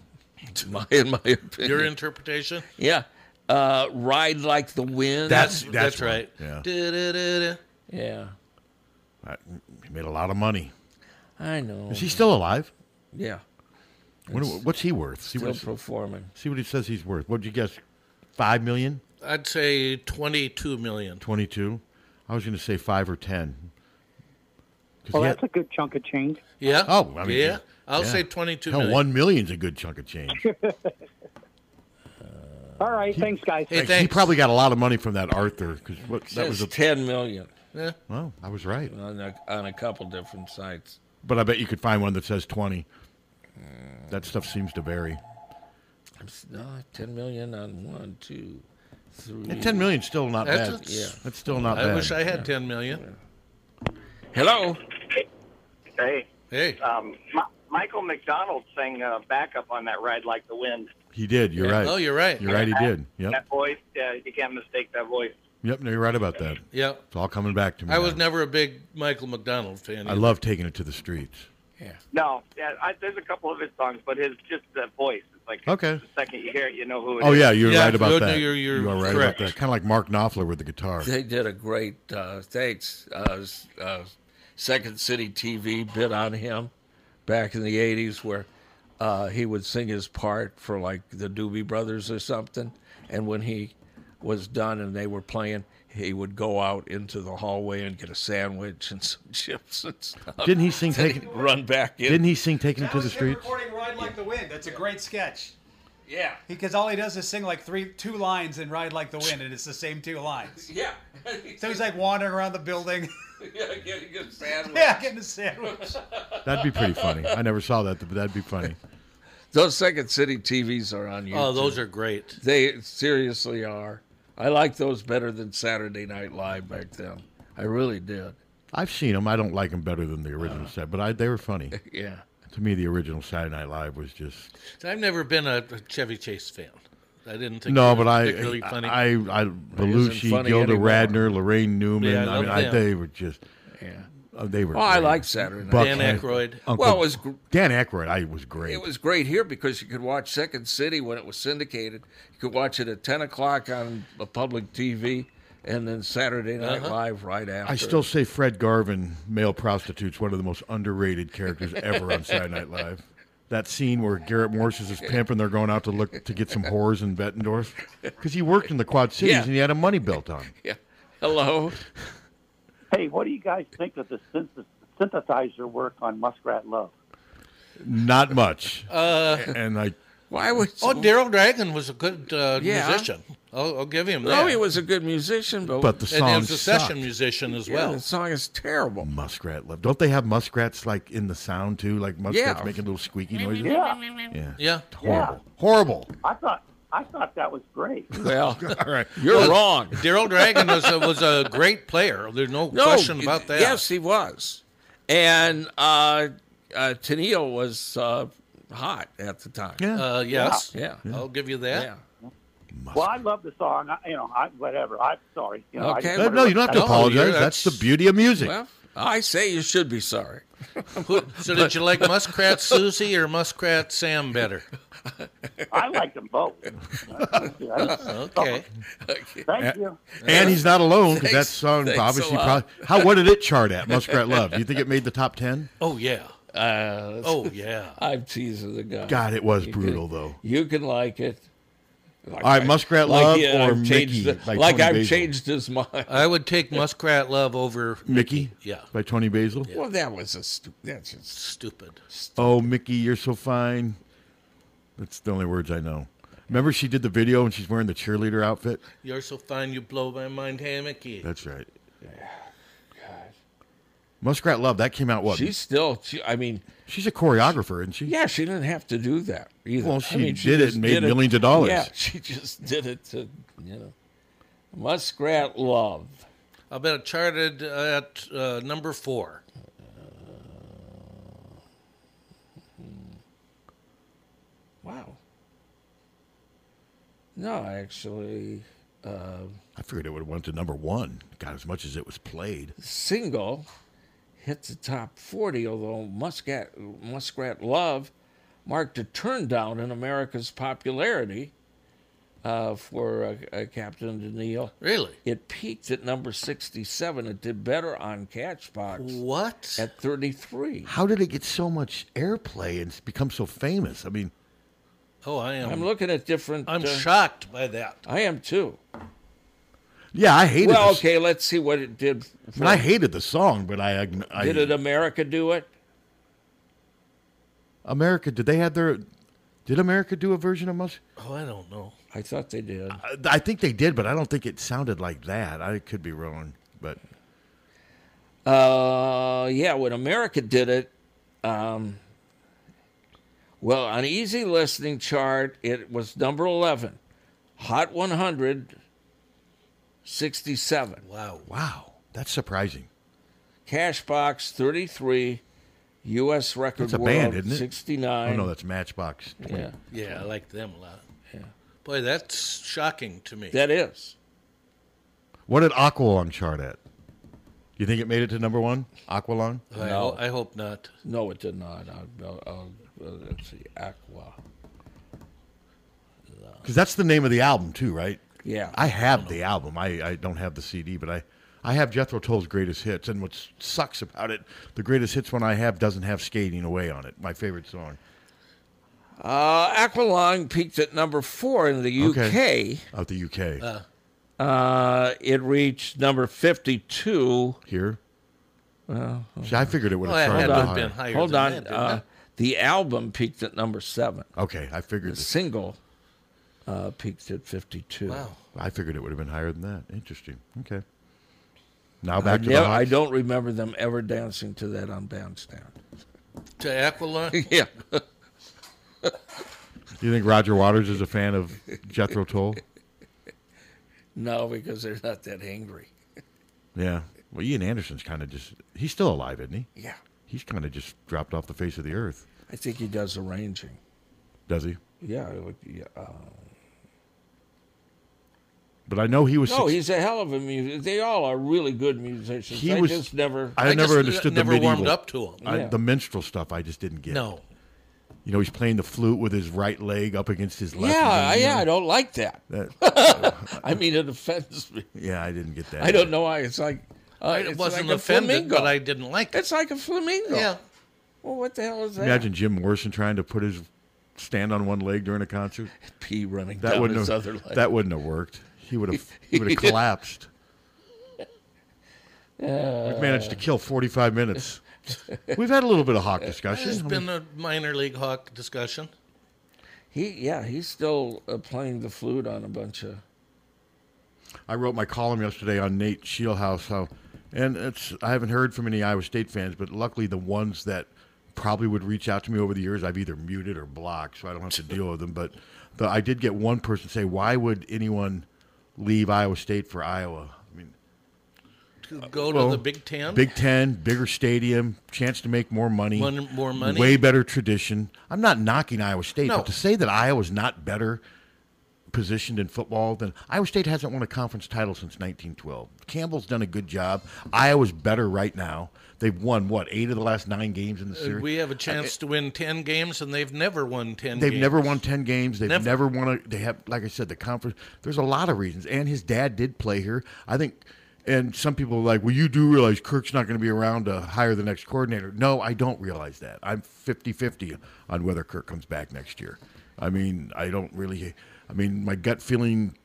[SPEAKER 2] to my in my opinion,
[SPEAKER 3] Your interpretation?
[SPEAKER 2] yeah. Uh, Ride like the wind.
[SPEAKER 4] That's- that's one.
[SPEAKER 3] right.
[SPEAKER 4] Yeah.
[SPEAKER 3] Du-du-du-du.
[SPEAKER 2] yeah.
[SPEAKER 4] I- he made a lot of money.
[SPEAKER 2] I know.
[SPEAKER 4] Is he still alive?
[SPEAKER 2] yeah,
[SPEAKER 4] What, what's he worth? See
[SPEAKER 2] still
[SPEAKER 4] what,
[SPEAKER 2] performing.
[SPEAKER 4] see what he says he's worth. What'd you guess? Five million?
[SPEAKER 3] I'd say 22 million.
[SPEAKER 4] Twenty-two? I was going to say five or ten. 'Cause
[SPEAKER 9] Well,
[SPEAKER 4] he
[SPEAKER 9] that's a
[SPEAKER 4] had-
[SPEAKER 9] good chunk of change.
[SPEAKER 3] Yeah.
[SPEAKER 4] Oh, I mean,
[SPEAKER 3] yeah. I'll
[SPEAKER 4] yeah.
[SPEAKER 3] say 22
[SPEAKER 4] hell,
[SPEAKER 3] million.
[SPEAKER 4] one million's a good chunk of change.
[SPEAKER 9] All right, thanks, guys.
[SPEAKER 3] Hey,
[SPEAKER 4] he
[SPEAKER 3] thanks.
[SPEAKER 4] probably got a lot of money from that Arthur because what that was.
[SPEAKER 2] Says
[SPEAKER 4] A,
[SPEAKER 2] ten million
[SPEAKER 3] Yeah.
[SPEAKER 4] well, I was right,
[SPEAKER 2] on a, on a couple different sites.
[SPEAKER 4] but I bet you could find one that says twenty. That stuff seems to vary.
[SPEAKER 2] No, uh, ten million on one, two, three.
[SPEAKER 4] And ten million's still not
[SPEAKER 3] That's
[SPEAKER 4] bad.
[SPEAKER 3] a- Yeah.
[SPEAKER 4] That's still not
[SPEAKER 3] I
[SPEAKER 4] bad.
[SPEAKER 3] wish I had 10 million.
[SPEAKER 2] Hello.
[SPEAKER 9] Hey,
[SPEAKER 3] Hey.
[SPEAKER 9] um, my,
[SPEAKER 10] Michael McDonald sang uh, backup on that ride like the wind.
[SPEAKER 4] He did. You're right.
[SPEAKER 3] Oh, you're right.
[SPEAKER 4] You're right. He did. Yep.
[SPEAKER 10] That voice, yeah, you can't mistake that voice.
[SPEAKER 4] Yep. No, you're right about that.
[SPEAKER 3] Yep.
[SPEAKER 4] It's all coming back to me.
[SPEAKER 3] I was never a big Michael McDonald fan.
[SPEAKER 4] I love taking it to the streets.
[SPEAKER 10] No, yeah, I, there's a couple of his songs, but his just that voice. It's like
[SPEAKER 4] Okay.
[SPEAKER 10] the second you hear it, you know who it is.
[SPEAKER 4] Oh yeah, you're
[SPEAKER 3] Yeah,
[SPEAKER 4] right about
[SPEAKER 3] good,
[SPEAKER 4] that.
[SPEAKER 3] you're- you're
[SPEAKER 4] You are right
[SPEAKER 3] correct.
[SPEAKER 4] about that. Kind of like Mark Knopfler with the guitar.
[SPEAKER 2] They did a great uh, thanks uh, s- uh, Second City TV bit on him back in the '80s, where uh, he would sing his part for like the Doobie Brothers or something, and when he was done and they were playing, he would go out into the hallway and get a sandwich and some chips and stuff.
[SPEAKER 4] Didn't he sing
[SPEAKER 2] Then
[SPEAKER 4] Taken-
[SPEAKER 2] he'd Run back in.
[SPEAKER 4] Didn't he sing "Taking It
[SPEAKER 6] That
[SPEAKER 4] to
[SPEAKER 6] was
[SPEAKER 4] the
[SPEAKER 6] him
[SPEAKER 4] Streets"?
[SPEAKER 6] Recording "Ride Like the Wind." That's a great sketch.
[SPEAKER 2] Yeah.
[SPEAKER 6] Because all he does is sing like three, two lines in "Ride Like the Wind," and it's the same two lines.
[SPEAKER 2] Yeah.
[SPEAKER 6] So he's like wandering around the building,
[SPEAKER 2] yeah, get a good sandwich.
[SPEAKER 6] yeah, getting a sandwich.
[SPEAKER 4] That'd be pretty funny. I never saw that, but that'd be funny.
[SPEAKER 2] Those Second City TVs are on YouTube.
[SPEAKER 3] Oh, those are great.
[SPEAKER 2] They seriously are. I like those better than Saturday Night Live back then. I really did. Uh-huh.
[SPEAKER 4] I've seen them. I don't like them better than the original set, but I, they were funny.
[SPEAKER 2] Yeah.
[SPEAKER 4] To me, the original Saturday Night Live was just
[SPEAKER 3] I've never been a Chevy Chase fan. I didn't think
[SPEAKER 4] no,
[SPEAKER 3] they were
[SPEAKER 4] but I,
[SPEAKER 3] particularly funny.
[SPEAKER 4] I, I, I Belushi,
[SPEAKER 2] funny
[SPEAKER 4] Gilda
[SPEAKER 2] anymore.
[SPEAKER 4] Radner, Lorraine Newman.
[SPEAKER 3] Yeah, I
[SPEAKER 4] I, mean,
[SPEAKER 3] love
[SPEAKER 4] I,
[SPEAKER 3] them.
[SPEAKER 4] they were just,
[SPEAKER 2] Yeah.
[SPEAKER 4] uh, they were.
[SPEAKER 2] Well, I
[SPEAKER 4] great.
[SPEAKER 2] like Saturday Night.
[SPEAKER 4] Buck
[SPEAKER 3] Dan
[SPEAKER 4] Hank-
[SPEAKER 3] Aykroyd.
[SPEAKER 4] Uncle-
[SPEAKER 2] Well, it was gr-
[SPEAKER 4] Dan Aykroyd. I was great.
[SPEAKER 2] it was great here because you could watch Second City when it was syndicated. You could watch it at ten o'clock on a public TV, and then Saturday Night
[SPEAKER 3] Uh-huh.
[SPEAKER 2] Live right after.
[SPEAKER 4] I still say Fred Garvin, male prostitute's one of the most underrated characters ever on Saturday Night Live. That scene where Garrett Morris is his pimp and they're going out to look to get some whores in Bettendorf because he worked in the Quad Cities
[SPEAKER 2] Yeah.
[SPEAKER 4] and he had a money belt on.
[SPEAKER 2] Yeah. Hello.
[SPEAKER 10] Hey, what do you guys think of the synth- synthesizer work on Muskrat Love?
[SPEAKER 4] Not much.
[SPEAKER 2] Uh.
[SPEAKER 4] and I,
[SPEAKER 2] Why would?
[SPEAKER 3] oh, Daryl Dragon was a good uh,
[SPEAKER 2] Yeah.
[SPEAKER 3] musician. I'll, I'll give him that.
[SPEAKER 2] No, he was a good musician, but
[SPEAKER 4] but the
[SPEAKER 3] and he
[SPEAKER 4] song
[SPEAKER 3] was a session
[SPEAKER 4] sucked.
[SPEAKER 3] musician as
[SPEAKER 2] yeah,
[SPEAKER 3] well.
[SPEAKER 2] the song is terrible.
[SPEAKER 4] Muskrat love. Don't they have muskrats like in the sound too? Like muskrats
[SPEAKER 2] Yeah.
[SPEAKER 4] making little squeaky noises.
[SPEAKER 10] Yeah.
[SPEAKER 4] Yeah.
[SPEAKER 3] Yeah.
[SPEAKER 4] Horrible. Horrible.
[SPEAKER 10] I thought I thought that was great.
[SPEAKER 2] Well,
[SPEAKER 4] All right.
[SPEAKER 2] you're wrong.
[SPEAKER 3] Daryl Dragon was a, was a great player. There's no, question about that.
[SPEAKER 2] Yes, he was. And uh, uh, Tennille was uh, hot at the time.
[SPEAKER 4] Yeah.
[SPEAKER 3] Uh, yes.
[SPEAKER 2] Yeah.
[SPEAKER 3] I'll give you
[SPEAKER 2] Yeah.
[SPEAKER 3] that.
[SPEAKER 10] Well, I love the song. I, you know, I, whatever. I'm sorry. You know, I
[SPEAKER 2] Okay.
[SPEAKER 10] just
[SPEAKER 4] No,
[SPEAKER 10] wonder
[SPEAKER 4] no, you
[SPEAKER 10] what-
[SPEAKER 4] don't have to
[SPEAKER 3] No,
[SPEAKER 4] apologize.
[SPEAKER 3] you're-
[SPEAKER 4] That's, the
[SPEAKER 3] that's-
[SPEAKER 4] beauty of music.
[SPEAKER 2] Well, I say you should be sorry.
[SPEAKER 3] Who- so did you like Muskrat Susie or Muskrat Sam better?
[SPEAKER 10] I like them both.
[SPEAKER 3] Okay.
[SPEAKER 10] Thank you.
[SPEAKER 4] and he's not alone because that
[SPEAKER 2] Thanks-
[SPEAKER 4] song
[SPEAKER 2] thanks
[SPEAKER 4] obviously
[SPEAKER 2] a lot.
[SPEAKER 4] probably. How what did it chart at? Muskrat Love. Do you think it made the top ten?
[SPEAKER 3] Oh yeah.
[SPEAKER 2] Uh,
[SPEAKER 3] Oh yeah.
[SPEAKER 2] I'm teasing the guy.
[SPEAKER 4] God, it was brutal though.
[SPEAKER 2] You can like it. Like,
[SPEAKER 4] All right, Muskrat Love
[SPEAKER 2] yeah,
[SPEAKER 4] or
[SPEAKER 2] I've changed
[SPEAKER 4] Mickey
[SPEAKER 2] the-
[SPEAKER 4] by
[SPEAKER 2] like
[SPEAKER 4] Tony
[SPEAKER 2] I've
[SPEAKER 4] Basil?
[SPEAKER 2] changed his mind.
[SPEAKER 3] I would take Muskrat Love over
[SPEAKER 4] Mickey.
[SPEAKER 3] Yeah.
[SPEAKER 4] By Tony Basil.
[SPEAKER 2] well, that was a stu- that's just
[SPEAKER 3] Stupid.
[SPEAKER 4] Oh, Mickey, you're so fine. That's the only words I know. Remember, she did the video and she's wearing the cheerleader outfit.
[SPEAKER 3] You're so fine, you blow my mind, hey Mickey.
[SPEAKER 4] That's right. Muskrat Love. That came out what?
[SPEAKER 2] she's still. She, I mean,
[SPEAKER 4] She's a choreographer, isn't she?
[SPEAKER 2] Yeah, she didn't have to do that either.
[SPEAKER 4] Well,
[SPEAKER 2] I
[SPEAKER 4] she
[SPEAKER 2] mean,
[SPEAKER 4] did it
[SPEAKER 2] just
[SPEAKER 4] and made millions of dollars.
[SPEAKER 2] Yeah, she just did it to you know, muskrat love.
[SPEAKER 3] I bet it charted at uh, number four.
[SPEAKER 2] Hmm. Wow. No, actually, um,
[SPEAKER 4] I figured it would have went to number one. God, as much as it was played.
[SPEAKER 2] single hit the top forty. Although muskrat muskrat love marked a turn down in America's popularity uh, for uh, uh, Captain Daniil.
[SPEAKER 3] Really?
[SPEAKER 2] It peaked at number sixty-seven. It did better on Catchbox
[SPEAKER 3] What?
[SPEAKER 2] at thirty-three.
[SPEAKER 4] How did it get so much airplay and become so famous? I mean,
[SPEAKER 3] Oh, I am.
[SPEAKER 2] I'm looking at different.
[SPEAKER 3] I'm
[SPEAKER 2] uh,
[SPEAKER 3] shocked by that.
[SPEAKER 2] I am too.
[SPEAKER 4] yeah, I hated.
[SPEAKER 2] Well,
[SPEAKER 4] this.
[SPEAKER 2] okay, let's see what it did.
[SPEAKER 4] I,
[SPEAKER 2] For,
[SPEAKER 4] mean, I hated the song, but I, I
[SPEAKER 2] did it America do it?
[SPEAKER 4] America. Did they have their? Did America do a version of Musk?
[SPEAKER 3] Oh, I don't know.
[SPEAKER 2] I thought they did.
[SPEAKER 4] I- Uh, I think they did, but I don't think it sounded like that. I could be wrong, but
[SPEAKER 2] Uh, yeah, when America did it, um, well, on easy listening chart, it was number 11, Hot 100, 67.
[SPEAKER 3] Wow.
[SPEAKER 4] wow, that's surprising.
[SPEAKER 2] Cashbox 33, U.S. record
[SPEAKER 4] That's a
[SPEAKER 2] world,
[SPEAKER 4] band, isn't it?
[SPEAKER 2] 69.
[SPEAKER 4] Oh, no, that's Matchbox.
[SPEAKER 2] Yeah.
[SPEAKER 3] Yeah, I like them a lot. Yeah. Boy, that's shocking to me.
[SPEAKER 2] That is.
[SPEAKER 4] What did Aqualung chart at? You think it made it to number one? Aqualung?
[SPEAKER 3] I, ho- I hope not.
[SPEAKER 2] No, it did not. I'll, I'll, I'll, uh, let's see, Aqua.
[SPEAKER 4] Because that's the name of the album too, right?
[SPEAKER 2] Yeah.
[SPEAKER 4] I have the album. I, I don't have the CD, but I, I have Jethro Tull's greatest hits. And what sucks about it, the greatest hits one I have doesn't have "Skating Away" on it. My favorite song.
[SPEAKER 2] Uh, Aqualung peaked at number four in the UK.
[SPEAKER 4] Okay. Out the UK.
[SPEAKER 2] Uh, it reached number 52.
[SPEAKER 4] Here? See, I figured it would have
[SPEAKER 2] Well, it
[SPEAKER 4] started
[SPEAKER 2] had to
[SPEAKER 4] higher.
[SPEAKER 2] have been higher Hold than on, that, didn't uh, it? the album peaked at number seven.
[SPEAKER 4] Okay, I figured
[SPEAKER 2] The single uh, peaked at 52.
[SPEAKER 4] Wow. I figured it would have been higher than that. Interesting. Okay. Now
[SPEAKER 2] I,
[SPEAKER 4] back to
[SPEAKER 2] nev-
[SPEAKER 4] the
[SPEAKER 2] I
[SPEAKER 4] Hawks.
[SPEAKER 2] don't remember them ever dancing to that on Bandstand.
[SPEAKER 3] To Aqualung?
[SPEAKER 2] yeah.
[SPEAKER 4] Do you think Roger Waters is a fan of Jethro Tull?
[SPEAKER 2] No, because they're not that angry.
[SPEAKER 4] Yeah. Well, Ian Anderson's kind of just—he's still alive, isn't he?
[SPEAKER 2] Yeah.
[SPEAKER 4] He's kind of just dropped off the face of the earth,
[SPEAKER 2] I think he does arranging.
[SPEAKER 4] does he?
[SPEAKER 2] Yeah. I would- yeah, uh,
[SPEAKER 4] But I know he was.
[SPEAKER 2] no,
[SPEAKER 4] suc-
[SPEAKER 2] he's a hell of a musician. They all are really good musicians.
[SPEAKER 4] he
[SPEAKER 2] I
[SPEAKER 4] was
[SPEAKER 2] just never.
[SPEAKER 4] I, never understood the medieval. I-
[SPEAKER 2] Yeah.
[SPEAKER 4] The minstrel stuff I just didn't get.
[SPEAKER 2] No.
[SPEAKER 4] You know, he's playing the flute with his right leg up against his left.
[SPEAKER 2] yeah, I-
[SPEAKER 4] knee.
[SPEAKER 2] yeah, I don't like that.
[SPEAKER 4] That-
[SPEAKER 2] I mean, it offends me.
[SPEAKER 4] Yeah, I didn't get that.
[SPEAKER 2] I don't know why. It's like uh,
[SPEAKER 3] I
[SPEAKER 2] it's
[SPEAKER 3] wasn't
[SPEAKER 2] like a
[SPEAKER 3] offended,
[SPEAKER 2] flamingo.
[SPEAKER 3] but I didn't like it.
[SPEAKER 2] It's like a flamingo.
[SPEAKER 3] Yeah.
[SPEAKER 2] Well, what the hell is that?
[SPEAKER 4] Imagine Jim Morrison trying to put his stand on one leg during a concert.
[SPEAKER 2] Pee running
[SPEAKER 4] that
[SPEAKER 2] down
[SPEAKER 4] wouldn't
[SPEAKER 2] his
[SPEAKER 4] have,
[SPEAKER 2] other leg.
[SPEAKER 4] That wouldn't have worked. He would have. He would have collapsed.
[SPEAKER 2] Uh,
[SPEAKER 4] We've managed to kill forty-five minutes. We've had a little bit of hawk discussion.
[SPEAKER 3] There's
[SPEAKER 4] I mean,
[SPEAKER 3] been a minor league hawk discussion.
[SPEAKER 2] He, yeah, he's still uh, playing the flute on a bunch of.
[SPEAKER 4] I wrote my column yesterday on Nate Shieldhouse how, and it's I haven't heard from any Iowa State fans, but luckily the ones that probably would reach out to me over the years I've either muted or blocked, so I don't have to deal with them. But the, I did get one person say, "Why would anyone leave Iowa State for Iowa?" I mean,
[SPEAKER 3] To go to
[SPEAKER 4] well,
[SPEAKER 3] the Big Ten.
[SPEAKER 4] Oh. Big Ten, bigger stadium, chance to make more money,
[SPEAKER 3] Mon- more money.
[SPEAKER 4] way better tradition. I'm not knocking Iowa State,
[SPEAKER 3] No.
[SPEAKER 4] but to say that Iowa's not better positioned in football than Iowa State hasn't won a conference title since 1912. Campbell's done a good job. Iowa's better right now. They've won what eight of the last nine games in the
[SPEAKER 3] Uh,
[SPEAKER 4] series.
[SPEAKER 3] we have a chance to win 10 games, and they've never won 10
[SPEAKER 4] They've
[SPEAKER 3] games.
[SPEAKER 4] never won ten games. They've
[SPEAKER 3] Never.
[SPEAKER 4] never. won a. They have, like I said, the conference. There's a lot of reasons, and his dad did play here. I think, and some people are like, well, you do realize Kirk's not going to be around to hire the next coordinator. No, I don't realize that. I'm 50-50 on whether Kirk comes back next year. I mean, I don't really. I mean, my gut feeling.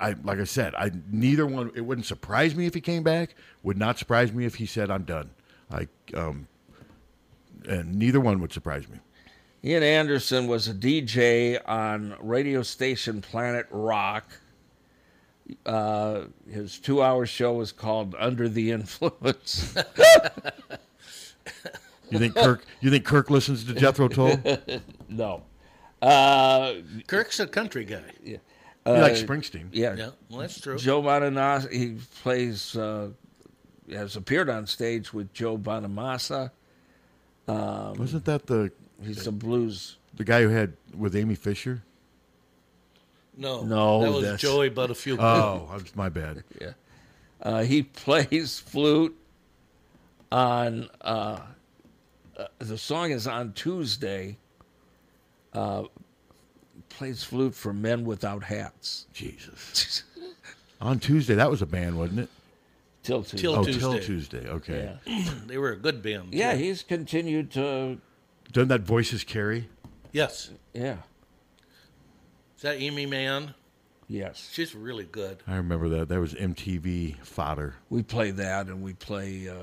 [SPEAKER 4] I like I said, I neither one. It wouldn't surprise me if he came back. Would not surprise me if he said, "I'm done." I um, and neither one would surprise me.
[SPEAKER 2] Ian Anderson was a DJ on radio station Planet Rock. Uh, his two-hour show was called "Under the Influence."
[SPEAKER 4] You think Kirk? You think Kirk listens to Jethro Tull?
[SPEAKER 2] no. Uh,
[SPEAKER 3] Kirk's a country guy.
[SPEAKER 2] Yeah. Uh,
[SPEAKER 4] He likes Springsteen.
[SPEAKER 2] Yeah.
[SPEAKER 3] Yeah, well, that's true.
[SPEAKER 2] Joe Bonamassa, he plays, uh, has appeared on stage with Joe Bonamassa. Um,
[SPEAKER 4] Wasn't that the?
[SPEAKER 2] He's a blues.
[SPEAKER 4] The guy who had with Amy Fisher.
[SPEAKER 3] No.
[SPEAKER 2] No,
[SPEAKER 3] That was
[SPEAKER 2] that's-
[SPEAKER 3] Joey Buttafuoco.
[SPEAKER 4] Oh, that's my bad.
[SPEAKER 2] Yeah. Uh, he plays flute on uh, uh, the song is on Tuesday. Uh, plays flute for men without hats.
[SPEAKER 4] Jesus. On Tuesday, that was a band, wasn't it?
[SPEAKER 2] Till Tuesday.
[SPEAKER 3] Till
[SPEAKER 4] oh,
[SPEAKER 3] Tuesday.
[SPEAKER 4] Till Tuesday. Okay.
[SPEAKER 2] Yeah.
[SPEAKER 3] they were a good band.
[SPEAKER 2] Yeah,
[SPEAKER 3] too.
[SPEAKER 2] he's continued to.
[SPEAKER 4] Doesn't that voices carry?
[SPEAKER 3] Yes.
[SPEAKER 2] Yeah.
[SPEAKER 3] Is that Amy Mann?
[SPEAKER 2] Yes.
[SPEAKER 3] She's really good.
[SPEAKER 4] I remember that. That was MTV fodder.
[SPEAKER 2] We play that, and we play uh,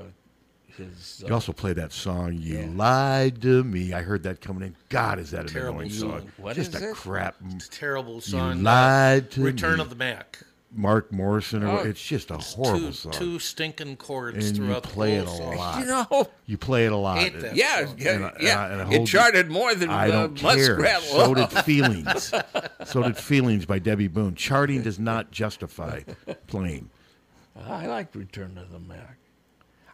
[SPEAKER 2] his. uh,
[SPEAKER 4] You also played that song. You lied to me. I heard that coming in. God, is that an
[SPEAKER 3] Terrible
[SPEAKER 4] annoying
[SPEAKER 3] song.
[SPEAKER 4] song?
[SPEAKER 3] What
[SPEAKER 4] Just
[SPEAKER 3] is
[SPEAKER 4] a
[SPEAKER 3] it?
[SPEAKER 4] crap.
[SPEAKER 3] It's a terrible song. uh,
[SPEAKER 4] You lied to
[SPEAKER 3] Return
[SPEAKER 4] me.
[SPEAKER 3] of the Mac.
[SPEAKER 4] Mark Morrison, or
[SPEAKER 3] Oh,
[SPEAKER 4] it's just a
[SPEAKER 3] It's
[SPEAKER 4] horrible
[SPEAKER 3] two,
[SPEAKER 4] song.
[SPEAKER 3] Two stinking chords
[SPEAKER 4] and you
[SPEAKER 3] throughout
[SPEAKER 4] play
[SPEAKER 3] the
[SPEAKER 4] it
[SPEAKER 3] whole
[SPEAKER 4] a
[SPEAKER 3] song.
[SPEAKER 4] lot.
[SPEAKER 2] You know,
[SPEAKER 4] You play it a lot.
[SPEAKER 3] Hate that
[SPEAKER 2] Yeah,
[SPEAKER 3] song.
[SPEAKER 2] yeah,
[SPEAKER 4] And I- and
[SPEAKER 2] yeah.
[SPEAKER 4] I- and I
[SPEAKER 2] it
[SPEAKER 4] hold-
[SPEAKER 2] charted more than
[SPEAKER 4] I
[SPEAKER 2] uh,
[SPEAKER 4] don't care.
[SPEAKER 2] Muskrat
[SPEAKER 4] So
[SPEAKER 2] Love.
[SPEAKER 4] did feelings. so did feelings by Debbie Boone. Charting does not justify playing.
[SPEAKER 2] I like Return to the Mac.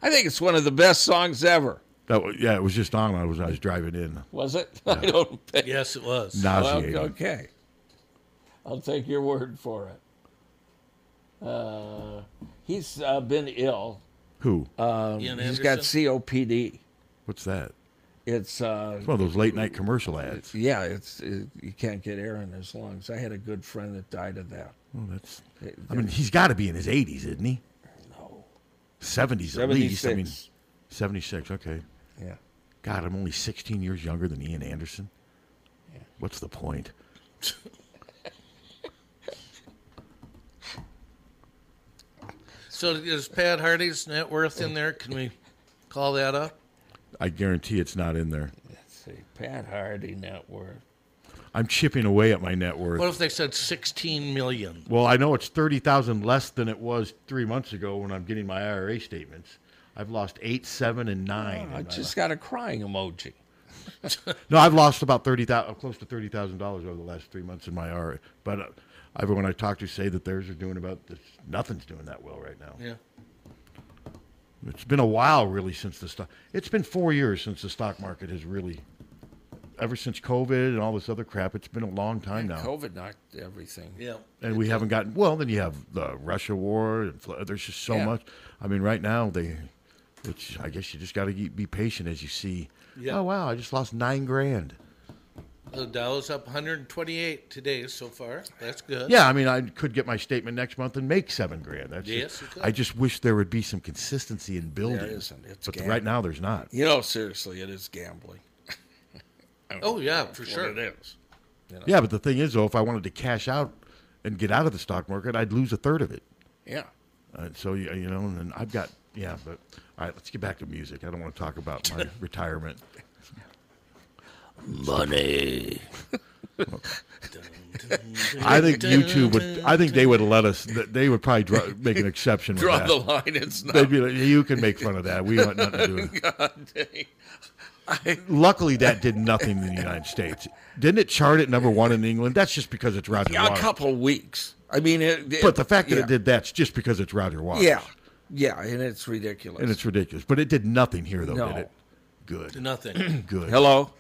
[SPEAKER 2] I think it's one of the best songs ever.
[SPEAKER 4] That was, yeah, it was just on. I was I was driving in.
[SPEAKER 2] Was it? I don't.
[SPEAKER 3] Yes, it was.
[SPEAKER 4] Nauseating.
[SPEAKER 2] Well, okay. I'll take your word for it. Uh, he's uh, been ill.
[SPEAKER 4] Who?
[SPEAKER 2] Um,
[SPEAKER 4] Ian
[SPEAKER 2] he's got COPD.
[SPEAKER 4] What's that?
[SPEAKER 2] It's, uh,
[SPEAKER 4] It's one of those late night commercial ads.
[SPEAKER 2] Yeah, it's it, you can't get air in his lungs. I had a good friend that died of that.
[SPEAKER 4] Oh, that's.
[SPEAKER 2] It-
[SPEAKER 4] I mean, he's got to be in his 80s, isn't he?
[SPEAKER 2] No.
[SPEAKER 4] 70s at least. I mean,
[SPEAKER 2] 76.
[SPEAKER 4] 76. Okay.
[SPEAKER 2] Yeah.
[SPEAKER 4] God, I'm only 16 years younger than Ian Anderson. What's the point?
[SPEAKER 3] So is Pat Hardy's net worth in there? Can we call that up?
[SPEAKER 4] I guarantee it's not in there.
[SPEAKER 2] Let's see, Pat Hardy net worth.
[SPEAKER 4] I'm chipping away at my net worth.
[SPEAKER 3] What if they said sixteen million?
[SPEAKER 4] Well, I know it's thirty thousand less than it was three months ago when I'm getting my IRA statements. I've lost eight, seven, and nine.
[SPEAKER 2] Oh, I
[SPEAKER 4] in my
[SPEAKER 2] just
[SPEAKER 4] life.
[SPEAKER 2] got a crying emoji.
[SPEAKER 4] no. I've lost about thirty thousand, close to thirty thousand dollars over the last three months in my IRA. But uh, everyone I talk to say that theirs are doing about this. nothing's doing that well right now.
[SPEAKER 3] Yeah.
[SPEAKER 4] It's been a while, really, since the stock. It's been four years since the stock market has really, ever since COVID and all this other crap. It's been a long time now.
[SPEAKER 2] COVID knocked everything.
[SPEAKER 3] Yeah.
[SPEAKER 4] and we haven't gotten well then you have the russia war and fl- there's just so
[SPEAKER 2] Yeah.
[SPEAKER 4] much i mean right now they it's i guess you just got to be patient as you see
[SPEAKER 3] Yeah.
[SPEAKER 4] oh wow i just lost nine grand
[SPEAKER 3] The Dow's up 128 today so far. That's good.
[SPEAKER 4] yeah i mean i could get my statement next month and make seven grand that's
[SPEAKER 3] Yes,
[SPEAKER 4] just-
[SPEAKER 3] you could.
[SPEAKER 4] i just wish there would be some consistency in building
[SPEAKER 2] isn't. It's
[SPEAKER 4] but
[SPEAKER 2] gam-
[SPEAKER 4] right now there's not
[SPEAKER 2] You know, seriously, it is gambling. I mean,
[SPEAKER 3] Oh, yeah,
[SPEAKER 2] that's
[SPEAKER 3] for
[SPEAKER 2] what
[SPEAKER 3] sure.
[SPEAKER 2] It is. You know?
[SPEAKER 4] yeah but the thing is though if i wanted to cash out and get out of the stock market i'd lose a third of it
[SPEAKER 2] Yeah.
[SPEAKER 4] Uh, so you, you know, and then I've got yeah. But all right, let's get back to music. I don't want to talk about my retirement.
[SPEAKER 2] Money.
[SPEAKER 4] I think YouTube would. I think they would let us. th- They would probably draw, make an exception.
[SPEAKER 2] Draw
[SPEAKER 4] with that.
[SPEAKER 2] the line, it's not-
[SPEAKER 4] They'd be like, you can make fun of that. We want nothing to do. With it.
[SPEAKER 2] God dang. I,
[SPEAKER 4] Luckily, that did nothing in the United States. Didn't it chart at number one in England? That's just because it's Roger
[SPEAKER 2] yeah, a
[SPEAKER 4] Waters.
[SPEAKER 2] couple weeks. I mean, it, it-
[SPEAKER 4] but the fact that
[SPEAKER 2] yeah.
[SPEAKER 4] it did that's just because it's Roger Waters.
[SPEAKER 2] Yeah. Yeah, and it's ridiculous.
[SPEAKER 4] and it's ridiculous. But it did nothing here, though,
[SPEAKER 2] No.
[SPEAKER 4] did it? Good.
[SPEAKER 3] Nothing.
[SPEAKER 4] Good.
[SPEAKER 2] Hello.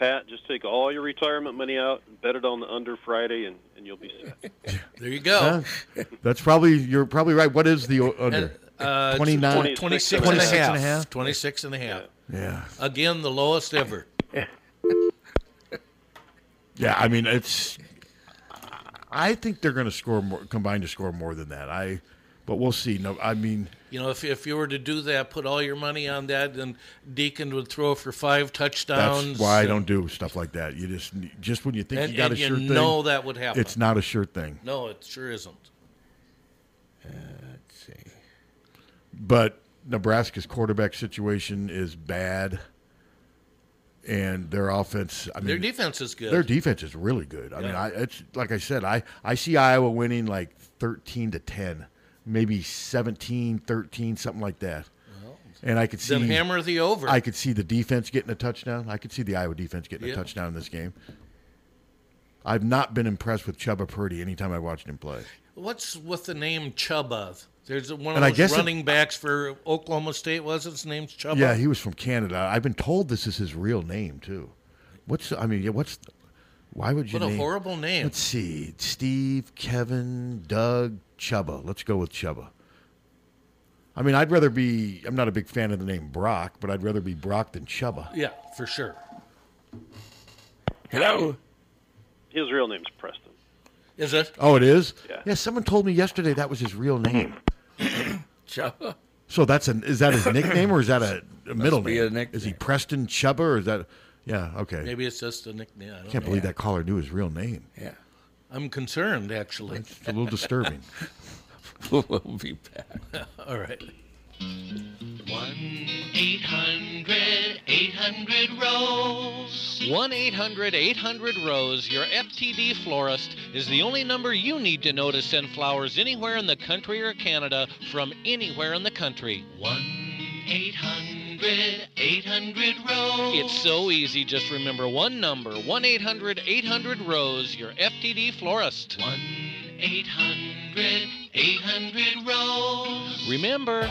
[SPEAKER 8] Pat, just take all your retirement money out and bet it on the under Friday, and, and you'll be set.
[SPEAKER 3] There you go.
[SPEAKER 4] Huh? that's probably you're probably right. What is the o- under?
[SPEAKER 3] Uh,
[SPEAKER 4] 29
[SPEAKER 3] 26 and a
[SPEAKER 4] 26
[SPEAKER 3] half.
[SPEAKER 4] and a half?
[SPEAKER 3] 26 and a half.
[SPEAKER 4] Yeah.
[SPEAKER 3] Again, the lowest ever.
[SPEAKER 4] Yeah, I mean it's. I think they're going to score more, combine to score more than that. I, but we'll see. No, I mean,
[SPEAKER 3] You know, if, if you were to do that, put all your money on that, and Deacon would throw for five touchdowns.
[SPEAKER 4] that's why I don't do stuff like that. You just just when you think
[SPEAKER 3] And-
[SPEAKER 4] you got
[SPEAKER 3] and
[SPEAKER 4] a
[SPEAKER 3] you
[SPEAKER 4] sure thing,
[SPEAKER 3] know that would happen.
[SPEAKER 4] It's not a sure thing,
[SPEAKER 3] No, it sure isn't.
[SPEAKER 2] Uh, Let's see.
[SPEAKER 4] but Nebraska's quarterback situation is bad, and their offense. I mean,
[SPEAKER 3] Their defense is good.
[SPEAKER 4] Their defense is really good. I mean,
[SPEAKER 3] Yeah.
[SPEAKER 4] I it's like I said, I I see Iowa winning like 13 to 10, maybe 17, 13, something like that. and I could see
[SPEAKER 3] Then hammer the over.
[SPEAKER 4] I could see the defense getting a touchdown. I could see the Iowa defense getting
[SPEAKER 3] Yeah.
[SPEAKER 4] a touchdown in this game. I've not been impressed with Chuba Purdy anytime I watched him play.
[SPEAKER 3] What's with the name Chuba? There's one of
[SPEAKER 4] And I
[SPEAKER 3] those
[SPEAKER 4] guess it-
[SPEAKER 3] running backs for Oklahoma State, was it? His name's Chuba?
[SPEAKER 4] Yeah, he was from Canada. I've been told this is his real name too. What's I mean? yeah, What's why would you?
[SPEAKER 3] What a
[SPEAKER 4] name-
[SPEAKER 3] horrible name.
[SPEAKER 4] Let's see: Steve, Kevin, Doug, Chuba. Let's go with Chuba. I mean, I'd rather be. I'm not a big fan of the name Brock, but I'd rather be Brock than Chuba.
[SPEAKER 3] Yeah, for sure.
[SPEAKER 2] Hello.
[SPEAKER 8] His real name's Preston.
[SPEAKER 3] Is it?
[SPEAKER 4] Oh, it is.
[SPEAKER 8] Yeah.
[SPEAKER 4] someone told me yesterday that was his real name.
[SPEAKER 2] Chuba.
[SPEAKER 4] So that's an is that his nickname or is that a, a middle
[SPEAKER 2] be
[SPEAKER 4] name?
[SPEAKER 2] a nickname.
[SPEAKER 4] Is he Preston Chuba or is that? Yeah. Okay.
[SPEAKER 3] Maybe it's just a nickname. I don't
[SPEAKER 4] Can't
[SPEAKER 3] know.
[SPEAKER 4] believe that caller knew his real name.
[SPEAKER 2] Yeah.
[SPEAKER 3] I'm concerned, actually.
[SPEAKER 4] It's a little disturbing.
[SPEAKER 2] we'll be back.
[SPEAKER 3] All right.
[SPEAKER 11] 800 800 Rose. 1 800 800 Rose, your FTD florist, is the only number you need to know to send flowers anywhere in the country or Canada from anywhere in the country. 1 800 800 Rose. It's so easy. Just remember one number 1 800 800 Rose, your FTD florist. 1 800 800 Rose. Remember,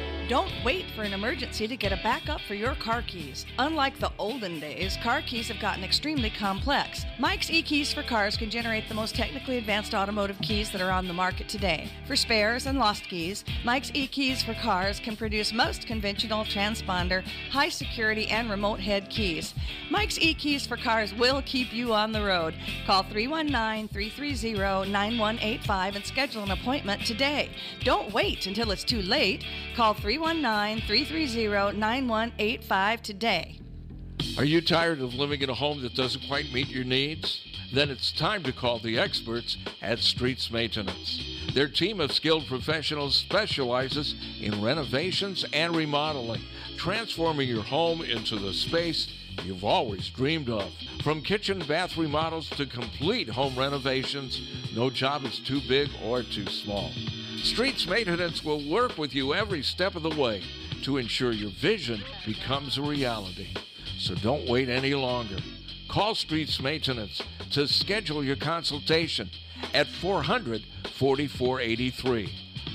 [SPEAKER 12] Don't wait for an emergency to get a backup for your car keys. Unlike the olden days, car keys have gotten extremely complex. Mike's eKeys for Cars can generate the most technically advanced automotive keys that are on the market today. For spares and lost keys, Mike's eKeys for Cars can produce most conventional transponder, high security, and remote head keys. Mike's eKeys for Cars will keep you on the road. Call 319 330 9185 and schedule an appointment today. Don't wait until it's too late. Call 319 319 330 9185 today.
[SPEAKER 2] Are you tired of living in a home that doesn't quite meet your needs? Then it's time to call the experts at Streets Maintenance. Their team of skilled professionals specializes in renovations and remodeling, transforming your home into the space you've always dreamed of. From kitchen and bath remodels to complete home renovations, no job is too big or too small. Streets Maintenance will work with you every step of the way to ensure your vision becomes a reality. So don't wait any longer. Call Streets Maintenance to schedule your consultation at 400 4483.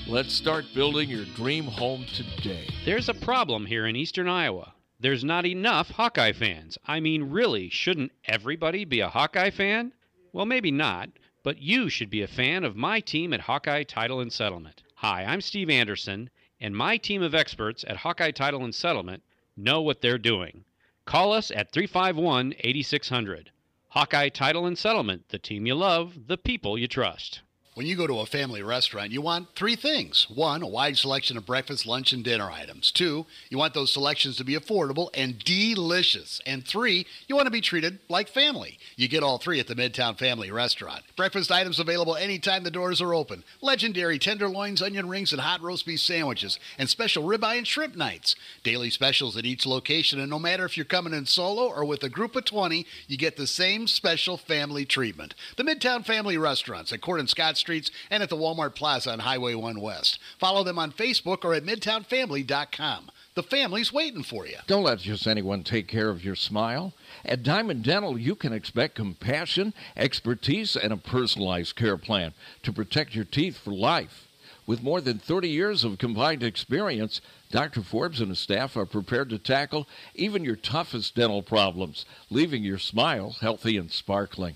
[SPEAKER 2] Let's start building your dream home today.
[SPEAKER 13] There's a problem here in eastern Iowa. There's not enough Hawkeye fans. I mean, really, shouldn't everybody be a Hawkeye fan? Well, maybe not but you should be a fan of my team at Hawkeye Title and Settlement. Hi, I'm Steve Anderson, and my team of experts at Hawkeye Title and Settlement know what they're doing. Call us at 351 8600. Hawkeye Title and Settlement, the team you love, the people you trust.
[SPEAKER 14] When you go to a family restaurant, you want three things. One, a wide selection of breakfast, lunch, and dinner items. Two, you want those selections to be affordable and delicious. And three, you want to be treated like family. You get all three at the Midtown Family Restaurant. Breakfast items available anytime the doors are open. Legendary tenderloins, onion rings, and hot roast beef sandwiches, and special ribeye and shrimp nights. Daily specials at each location, and no matter if you're coming in solo or with a group of 20, you get the same special family treatment. The Midtown Family Restaurants at Court and Scott Street streets and at the Walmart Plaza on Highway 1 West. Follow them on Facebook or at MidtownFamily.com. The family's waiting for you.
[SPEAKER 2] Don't let just anyone take care of your smile. At Diamond Dental, you can expect compassion, expertise, and a personalized care plan to protect your teeth for life. With more than 30 years of combined experience, Dr. Forbes and his staff are prepared to tackle even your toughest dental problems, leaving your smile healthy and sparkling.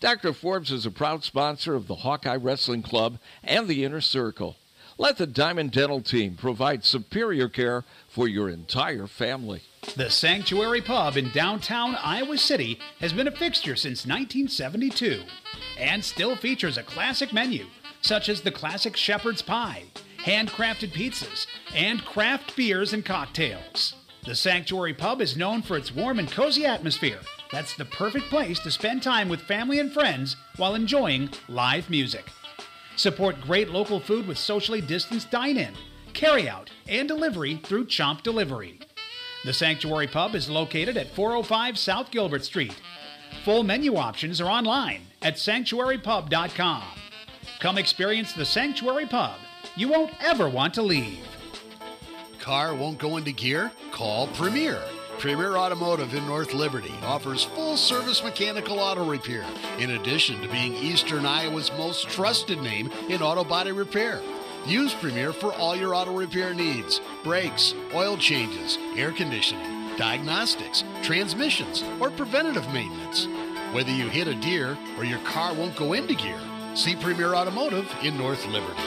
[SPEAKER 2] Dr. Forbes is a proud sponsor of the Hawkeye Wrestling Club and the Inner Circle. Let the Diamond Dental team provide superior care for your entire family.
[SPEAKER 15] The Sanctuary Pub in downtown Iowa City has been a fixture since 1972 and still features a classic menu such as the classic shepherd's pie, handcrafted pizzas, and craft beers and cocktails. The Sanctuary Pub is known for its warm and cozy atmosphere. That's the perfect place to spend time with family and friends while enjoying live music. Support great local food with socially distanced dine in, carry out, and delivery through Chomp Delivery. The Sanctuary Pub is located at 405 South Gilbert Street. Full menu options are online at sanctuarypub.com. Come experience the Sanctuary Pub. You won't ever want to leave
[SPEAKER 14] car won't go into gear? Call Premier. Premier Automotive in North Liberty offers full service mechanical auto repair, in addition to being Eastern Iowa's most trusted name in auto body repair. Use Premier for all your auto repair needs brakes, oil changes, air conditioning, diagnostics, transmissions, or preventative maintenance. Whether you hit a deer or your car won't go into gear, see Premier Automotive in North Liberty.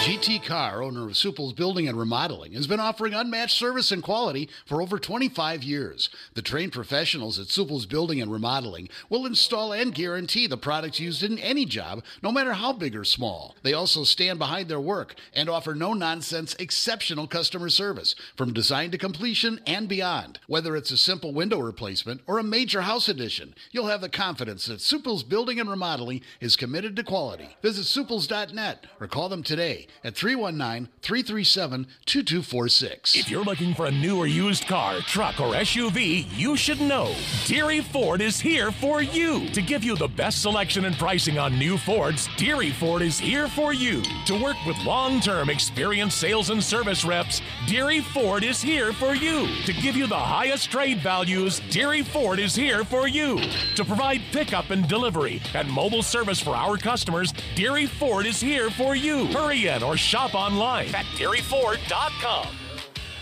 [SPEAKER 14] GT Carr, owner of Supple's Building and Remodeling, has been offering unmatched service and quality for over 25 years. The trained professionals at Supple's Building and Remodeling will install and guarantee the products used in any job, no matter how big or small. They also stand behind their work and offer no nonsense, exceptional customer service from design to completion and beyond. Whether it's a simple window replacement or a major house addition, you'll have the confidence that Supple's Building and Remodeling is committed to quality. Visit supples.net or call them today at 319 337 2246.
[SPEAKER 16] If you're looking for a new or used car, truck, or SUV, you should know Deary Ford is here for you. To give you the best selection and pricing on new Fords, Deary Ford is here for you. To work with long term experienced sales and service reps, Deary Ford is here for you. To give you the highest trade values, Deary Ford is here for you. To provide pickup and delivery and mobile service for our customers, Deary Ford is here for you. Hurry in or shop online at DearyFord.com.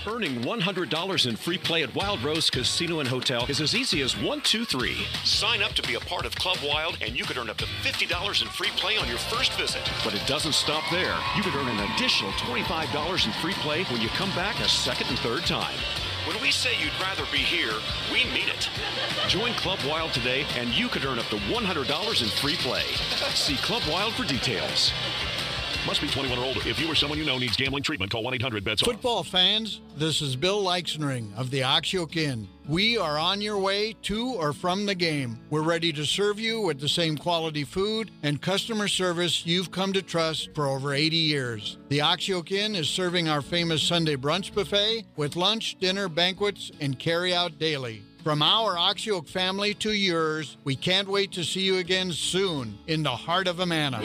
[SPEAKER 17] Earning $100 in free play at Wild Rose Casino and Hotel is as easy as one, two, three.
[SPEAKER 18] Sign up to be a part of Club Wild, and you could earn up to $50 in free play on your first visit.
[SPEAKER 17] But it doesn't stop there. You could earn an additional $25 in free play when you come back a second and third time.
[SPEAKER 18] When we say you'd rather be here, we mean it.
[SPEAKER 17] Join Club Wild today, and you could earn up to $100 in free play. See Club Wild for details.
[SPEAKER 18] Must be 21 or older. If you or someone you know needs gambling treatment, call 1 800
[SPEAKER 17] E
[SPEAKER 18] bets off.
[SPEAKER 19] Football fans, this is Bill Leixenring of the Oxyoke Inn. We are on your way to or from the game. We're ready to serve you with the same quality food and customer service you've come to trust for over 80 years. The Oxyoke Inn is serving our famous Sunday brunch buffet with lunch, dinner, banquets, and carry out daily. From our Oxyoke family to yours, we can't wait to see you again soon in the heart of Amana.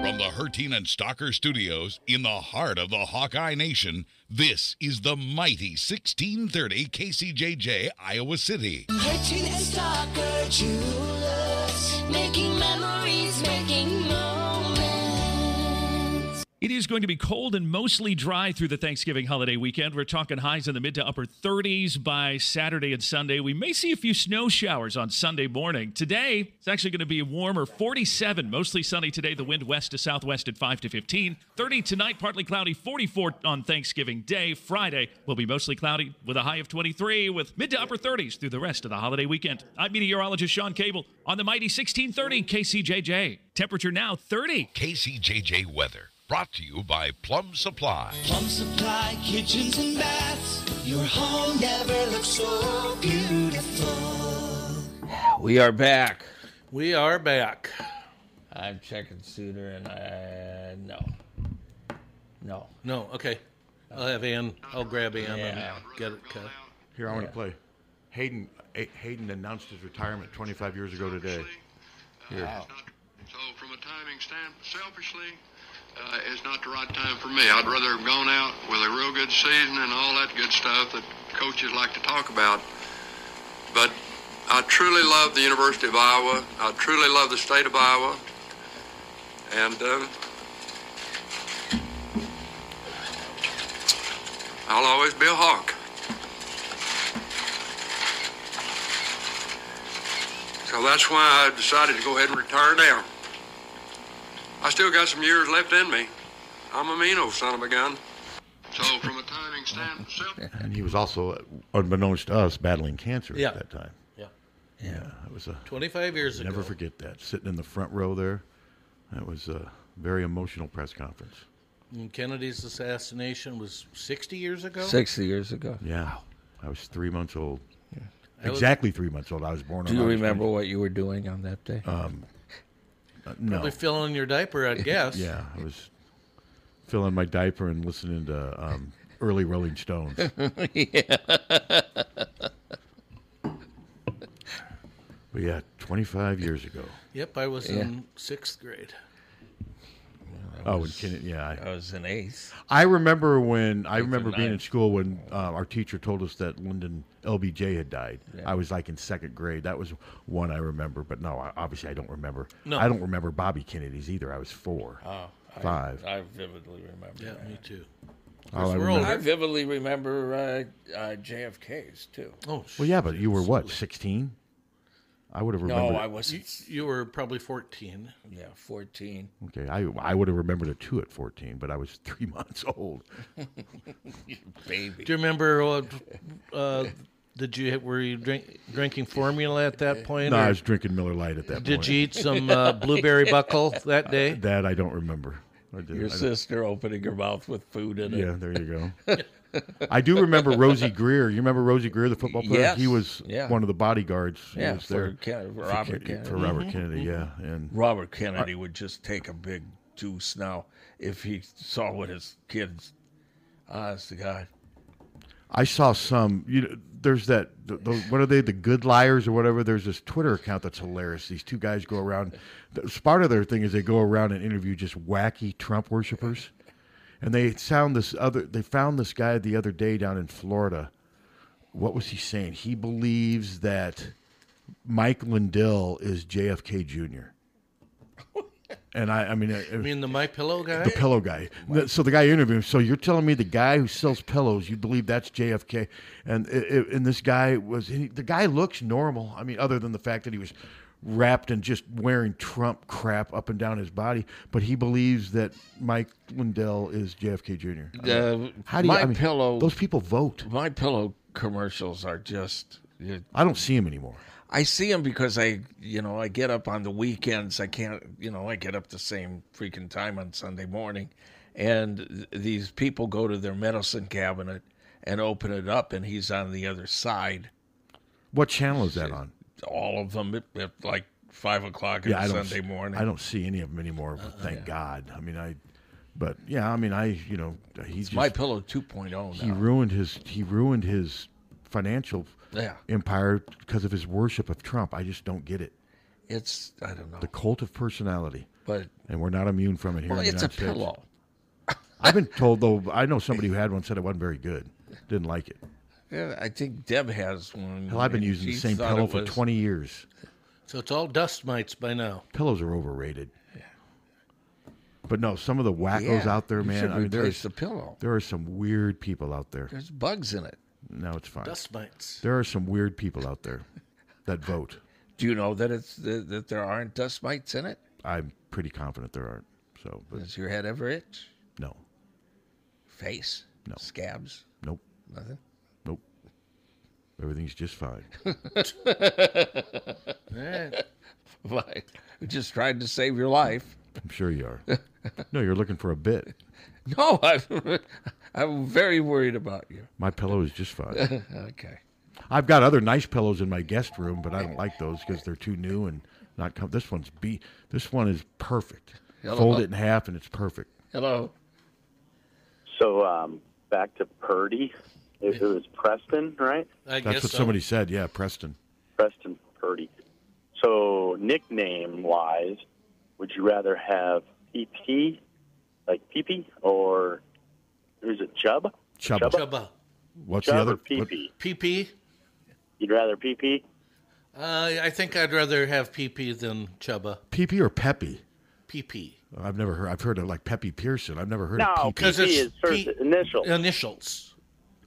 [SPEAKER 20] From the Hertin and Stalker Studios in the heart of the Hawkeye Nation, this is the mighty 1630 KCJJ Iowa City.
[SPEAKER 21] Hitching and Stalker Jewelers, making memories, making moments.
[SPEAKER 22] It is going to be cold and mostly dry through the Thanksgiving holiday weekend. We're talking highs in the mid to upper 30s by Saturday and Sunday. We may see a few snow showers on Sunday morning. Today, it's actually going to be a warmer 47, mostly sunny today. The wind west to southwest at 5 to 15. 30 tonight, partly cloudy, 44 on Thanksgiving Day. Friday will be mostly cloudy with a high of 23 with mid to upper 30s through the rest of the holiday weekend. I'm meteorologist Sean Cable on the mighty 1630 KCJJ. Temperature now 30.
[SPEAKER 20] KCJJ Weather, brought to you by Plum Supply.
[SPEAKER 21] Plum Supply kitchens and baths. Your home never looks so beautiful.
[SPEAKER 2] We are back.
[SPEAKER 3] We are back.
[SPEAKER 2] I'm checking Suter and I no. No.
[SPEAKER 3] No, okay. I'll have Ann. I'll grab Ann
[SPEAKER 2] Yeah.
[SPEAKER 3] and get it cut.
[SPEAKER 4] Here, I want to play. Hayden A- Hayden announced his retirement 25 years ago today. Here.
[SPEAKER 23] So from a timing standpoint, selfishly, uh, it's not the right time for me. I'd rather have gone out with a real good season and all that good stuff that coaches like to talk about. But I truly love the University of Iowa. I truly love the state of Iowa. And uh, I'll always be a hawk. So that's why I decided to go ahead and retire now. I still got some years left in me. I'm a mean old son of a gun. So from a timing standpoint,
[SPEAKER 4] And he was also, uh, unbeknownst to us, battling cancer
[SPEAKER 3] Yeah.
[SPEAKER 4] at that time.
[SPEAKER 3] Yeah.
[SPEAKER 4] Yeah, that was a
[SPEAKER 3] 25 years
[SPEAKER 4] never
[SPEAKER 3] ago.
[SPEAKER 4] forget that. Sitting in the front row there, that was a very emotional press conference.
[SPEAKER 3] And Kennedy's assassination was 60 years ago?
[SPEAKER 2] 60 years ago.
[SPEAKER 4] Yeah, I was three months old.
[SPEAKER 3] I was-
[SPEAKER 4] Exactly three months old. I was born.
[SPEAKER 2] Do
[SPEAKER 4] on
[SPEAKER 2] you
[SPEAKER 4] August
[SPEAKER 2] remember what you were doing on that day?
[SPEAKER 4] Um, uh, no.
[SPEAKER 3] Probably filling your diaper, I guess.
[SPEAKER 4] Yeah, I was filling my diaper and listening to um, early Rolling Stones.
[SPEAKER 2] yeah.
[SPEAKER 4] But yeah, 25 years ago.
[SPEAKER 3] Yep, I was
[SPEAKER 4] Yeah.
[SPEAKER 3] in sixth grade.
[SPEAKER 4] oh, and Kennedy, yeah. I,
[SPEAKER 2] was an ace.
[SPEAKER 4] I remember when I
[SPEAKER 2] Eighth or
[SPEAKER 4] remember being in
[SPEAKER 2] ninth.
[SPEAKER 4] school when uh, our teacher told us that Lyndon LBJ had died.
[SPEAKER 2] Yeah.
[SPEAKER 4] I was like in second grade. That was one I remember, but no, I, obviously I don't remember.
[SPEAKER 3] No.
[SPEAKER 4] I don't remember Bobby Kennedy's either. I was four,
[SPEAKER 2] Oh, I-
[SPEAKER 4] five.
[SPEAKER 2] I, vividly remember.
[SPEAKER 3] Yeah,
[SPEAKER 2] that.
[SPEAKER 3] me too.
[SPEAKER 4] All I
[SPEAKER 2] I
[SPEAKER 4] remember-
[SPEAKER 2] vividly remember uh, uh, JFK's too.
[SPEAKER 3] Oh,
[SPEAKER 4] well, yeah, but you were what, 16? I would have remembered.
[SPEAKER 3] No,
[SPEAKER 4] it.
[SPEAKER 3] I wasn't. You, you were probably 14.
[SPEAKER 2] Yeah, 14.
[SPEAKER 4] Okay, I I would have remembered it too at 14, but I was three months old.
[SPEAKER 2] Baby.
[SPEAKER 3] Do you remember what? Uh, did you were you drink, drinking formula at that point?
[SPEAKER 4] No,
[SPEAKER 3] or
[SPEAKER 4] I was drinking Miller Lite at that
[SPEAKER 3] Did
[SPEAKER 4] point.
[SPEAKER 3] you eat some uh, blueberry buckle that day?
[SPEAKER 4] that I don't remember. I did-
[SPEAKER 2] Your
[SPEAKER 4] I don't-
[SPEAKER 2] sister opening her mouth with food in it.
[SPEAKER 4] Yeah, there you go. I do remember Rosie Greer. You remember Rosie Greer, the football player?
[SPEAKER 2] Yes,
[SPEAKER 4] He was
[SPEAKER 2] yeah.
[SPEAKER 4] one of the bodyguards. He
[SPEAKER 2] Yeah,
[SPEAKER 4] was
[SPEAKER 2] for
[SPEAKER 4] there
[SPEAKER 2] Ken-
[SPEAKER 4] for
[SPEAKER 2] Robert
[SPEAKER 4] Ken-
[SPEAKER 2] Kennedy.
[SPEAKER 4] For Robert
[SPEAKER 2] Mhm,
[SPEAKER 4] Kennedy,
[SPEAKER 2] mhm.
[SPEAKER 4] yeah. And
[SPEAKER 2] Robert Kennedy would just take a big deuce now if he saw what his kids. ah, Honest to God.
[SPEAKER 4] I saw some. You know, there's that. th those, what are they? The Good Liars or whatever. There's this Twitter account that's hilarious. These two guys go around. The, part of their thing is they go around and interview just wacky Trump worshippers, and they sound this other. They found this guy the other day down in Florida. What was he saying? He believes that Mike Lindell is JFK Jr. And I, I mean, it-
[SPEAKER 3] You mean the My Pillow guy?
[SPEAKER 4] the pillow guy. So the guy interviewed him. So you're telling me the guy who sells pillows, you believe that's JFK? And it, it- and this guy was he, the guy looks normal. I mean, other than the fact that he was wrapped and just wearing Trump crap up and down his body, but he believes that Mike Lindell is JFK Jr. I mean,
[SPEAKER 2] Uh,
[SPEAKER 4] how do you?
[SPEAKER 2] my
[SPEAKER 4] I mean,
[SPEAKER 2] pillow.
[SPEAKER 4] Those people vote.
[SPEAKER 2] My pillow commercials are just.
[SPEAKER 4] I don't see him anymore.
[SPEAKER 2] I see them because I, you know, I get up on the weekends. I can't, you know, I get up the same freaking time on Sunday morning, and th- these people go to their medicine cabinet and open it up, and he's on the other side.
[SPEAKER 4] What channel is that on?
[SPEAKER 2] All of them at, at like five o'clock on
[SPEAKER 4] yeah, I don't,
[SPEAKER 2] Sunday morning. Uh-huh.
[SPEAKER 4] I don't see any of them anymore. thank God. I mean, I. But yeah, I mean, I you know he just
[SPEAKER 2] My Pillow 2.0
[SPEAKER 4] he
[SPEAKER 2] now.
[SPEAKER 4] ruined his he ruined his financial
[SPEAKER 2] Yeah.
[SPEAKER 4] empire because of his worship of Trump. I just don't get it.
[SPEAKER 2] It's I don't know.
[SPEAKER 4] The cult of personality.
[SPEAKER 2] But-
[SPEAKER 4] and we're not immune from it here.
[SPEAKER 2] Well,
[SPEAKER 4] in the
[SPEAKER 2] it's a
[SPEAKER 4] United States.
[SPEAKER 2] pillow.
[SPEAKER 4] I've been told though. I know somebody who had one said it wasn't very good. Didn't like it.
[SPEAKER 2] Yeah, I think Deb has one.
[SPEAKER 4] Hell, I've been
[SPEAKER 2] and
[SPEAKER 4] using the
[SPEAKER 2] she
[SPEAKER 4] same
[SPEAKER 2] thought
[SPEAKER 4] pillow
[SPEAKER 2] it
[SPEAKER 4] for
[SPEAKER 2] was-
[SPEAKER 4] twenty years.
[SPEAKER 3] So it's all dust mites by now.
[SPEAKER 4] Pillows are overrated. But no, some of the wackos
[SPEAKER 2] Yeah,
[SPEAKER 4] out there,
[SPEAKER 2] you
[SPEAKER 4] man.
[SPEAKER 2] should
[SPEAKER 4] I mean, there
[SPEAKER 2] replace
[SPEAKER 4] is
[SPEAKER 2] the pillow.
[SPEAKER 4] There are some weird people out there.
[SPEAKER 2] There's bugs in it.
[SPEAKER 4] No, it's fine.
[SPEAKER 3] Dust mites.
[SPEAKER 4] There are some weird people out there that vote.
[SPEAKER 2] Do you know that it's that, that there aren't dust mites in it?
[SPEAKER 4] I'm pretty confident there aren't. So, but
[SPEAKER 2] Does your head ever itch?
[SPEAKER 4] no,
[SPEAKER 2] Face? No. Scabs?
[SPEAKER 4] nope,
[SPEAKER 2] Nothing.
[SPEAKER 4] nope. Everything's just fine.
[SPEAKER 2] Like, we Eh. just tried to save your life.
[SPEAKER 4] I'm sure you are. No, you're looking for a bit.
[SPEAKER 2] No, I'm, I'm very worried about you.
[SPEAKER 4] My pillow is just fine.
[SPEAKER 2] okay.
[SPEAKER 4] I've got other nice pillows in my guest room, but I don't like those because they're too new and not com- This one's be. This one is perfect.
[SPEAKER 2] Hello.
[SPEAKER 4] Fold it in half and it's perfect.
[SPEAKER 2] Hello.
[SPEAKER 24] So um, back to Purdy. It, it was Preston, right?
[SPEAKER 4] That's what somebody said. Yeah, Preston.
[SPEAKER 24] Preston Purdy. So nickname wise, would you rather have PP, like PP, or who's it, Chubb?
[SPEAKER 4] Chubba.
[SPEAKER 3] Chubba.
[SPEAKER 4] What's
[SPEAKER 24] Chubb
[SPEAKER 4] the other?
[SPEAKER 24] or PP?
[SPEAKER 3] PP.
[SPEAKER 24] You'd rather PP?
[SPEAKER 3] Uh, I think I'd rather have PP than Chubba.
[SPEAKER 4] PP or Peppy?
[SPEAKER 3] PP.
[SPEAKER 4] I've never heard. I've heard of like Peppy Pearson. I've never heard of
[SPEAKER 24] No,
[SPEAKER 4] PP.
[SPEAKER 24] PP is first initial.
[SPEAKER 3] Initials.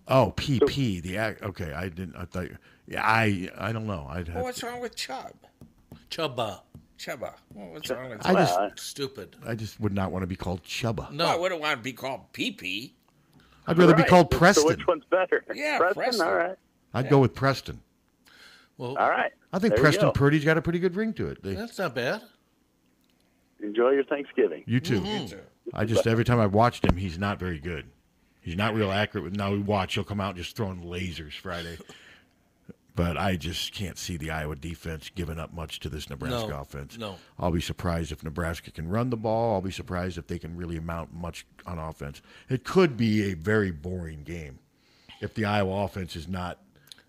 [SPEAKER 4] Oh, PP. The act. Okay, I didn't. I thought. Yeah, I. I don't know. I'd have.
[SPEAKER 2] what's wrong with Chubb?
[SPEAKER 3] Chubba.
[SPEAKER 2] Chubba. Well, what's wrong with
[SPEAKER 4] I just-
[SPEAKER 2] Chubb?
[SPEAKER 3] Stupid.
[SPEAKER 4] I just would not want to be called Chubba.
[SPEAKER 2] No, I wouldn't want to be called pee pee.
[SPEAKER 4] I'd rather be
[SPEAKER 24] Right.
[SPEAKER 4] called
[SPEAKER 24] So
[SPEAKER 4] Preston.
[SPEAKER 24] which one's better?
[SPEAKER 2] Yeah,
[SPEAKER 24] Preston.
[SPEAKER 2] Preston.
[SPEAKER 24] All right.
[SPEAKER 4] I'd go with Preston.
[SPEAKER 3] Well,
[SPEAKER 24] All right.
[SPEAKER 4] I think
[SPEAKER 24] There you
[SPEAKER 4] Preston
[SPEAKER 24] go.
[SPEAKER 4] Purdy's got a pretty good ring to it. They-
[SPEAKER 3] That's not bad. Mm-hmm.
[SPEAKER 24] Enjoy your Thanksgiving.
[SPEAKER 4] you too. I just every time I've watched him, he's not very good. He's not real accurate. With now we watch, he'll come out just throwing lasers Friday. But I just can't see the Iowa defense giving up much to this Nebraska
[SPEAKER 3] No,
[SPEAKER 4] offense.
[SPEAKER 3] no.
[SPEAKER 4] I'll be surprised if Nebraska can run the ball. I'll be surprised if they can really amount much on offense. It could be a very boring game if the Iowa offense is not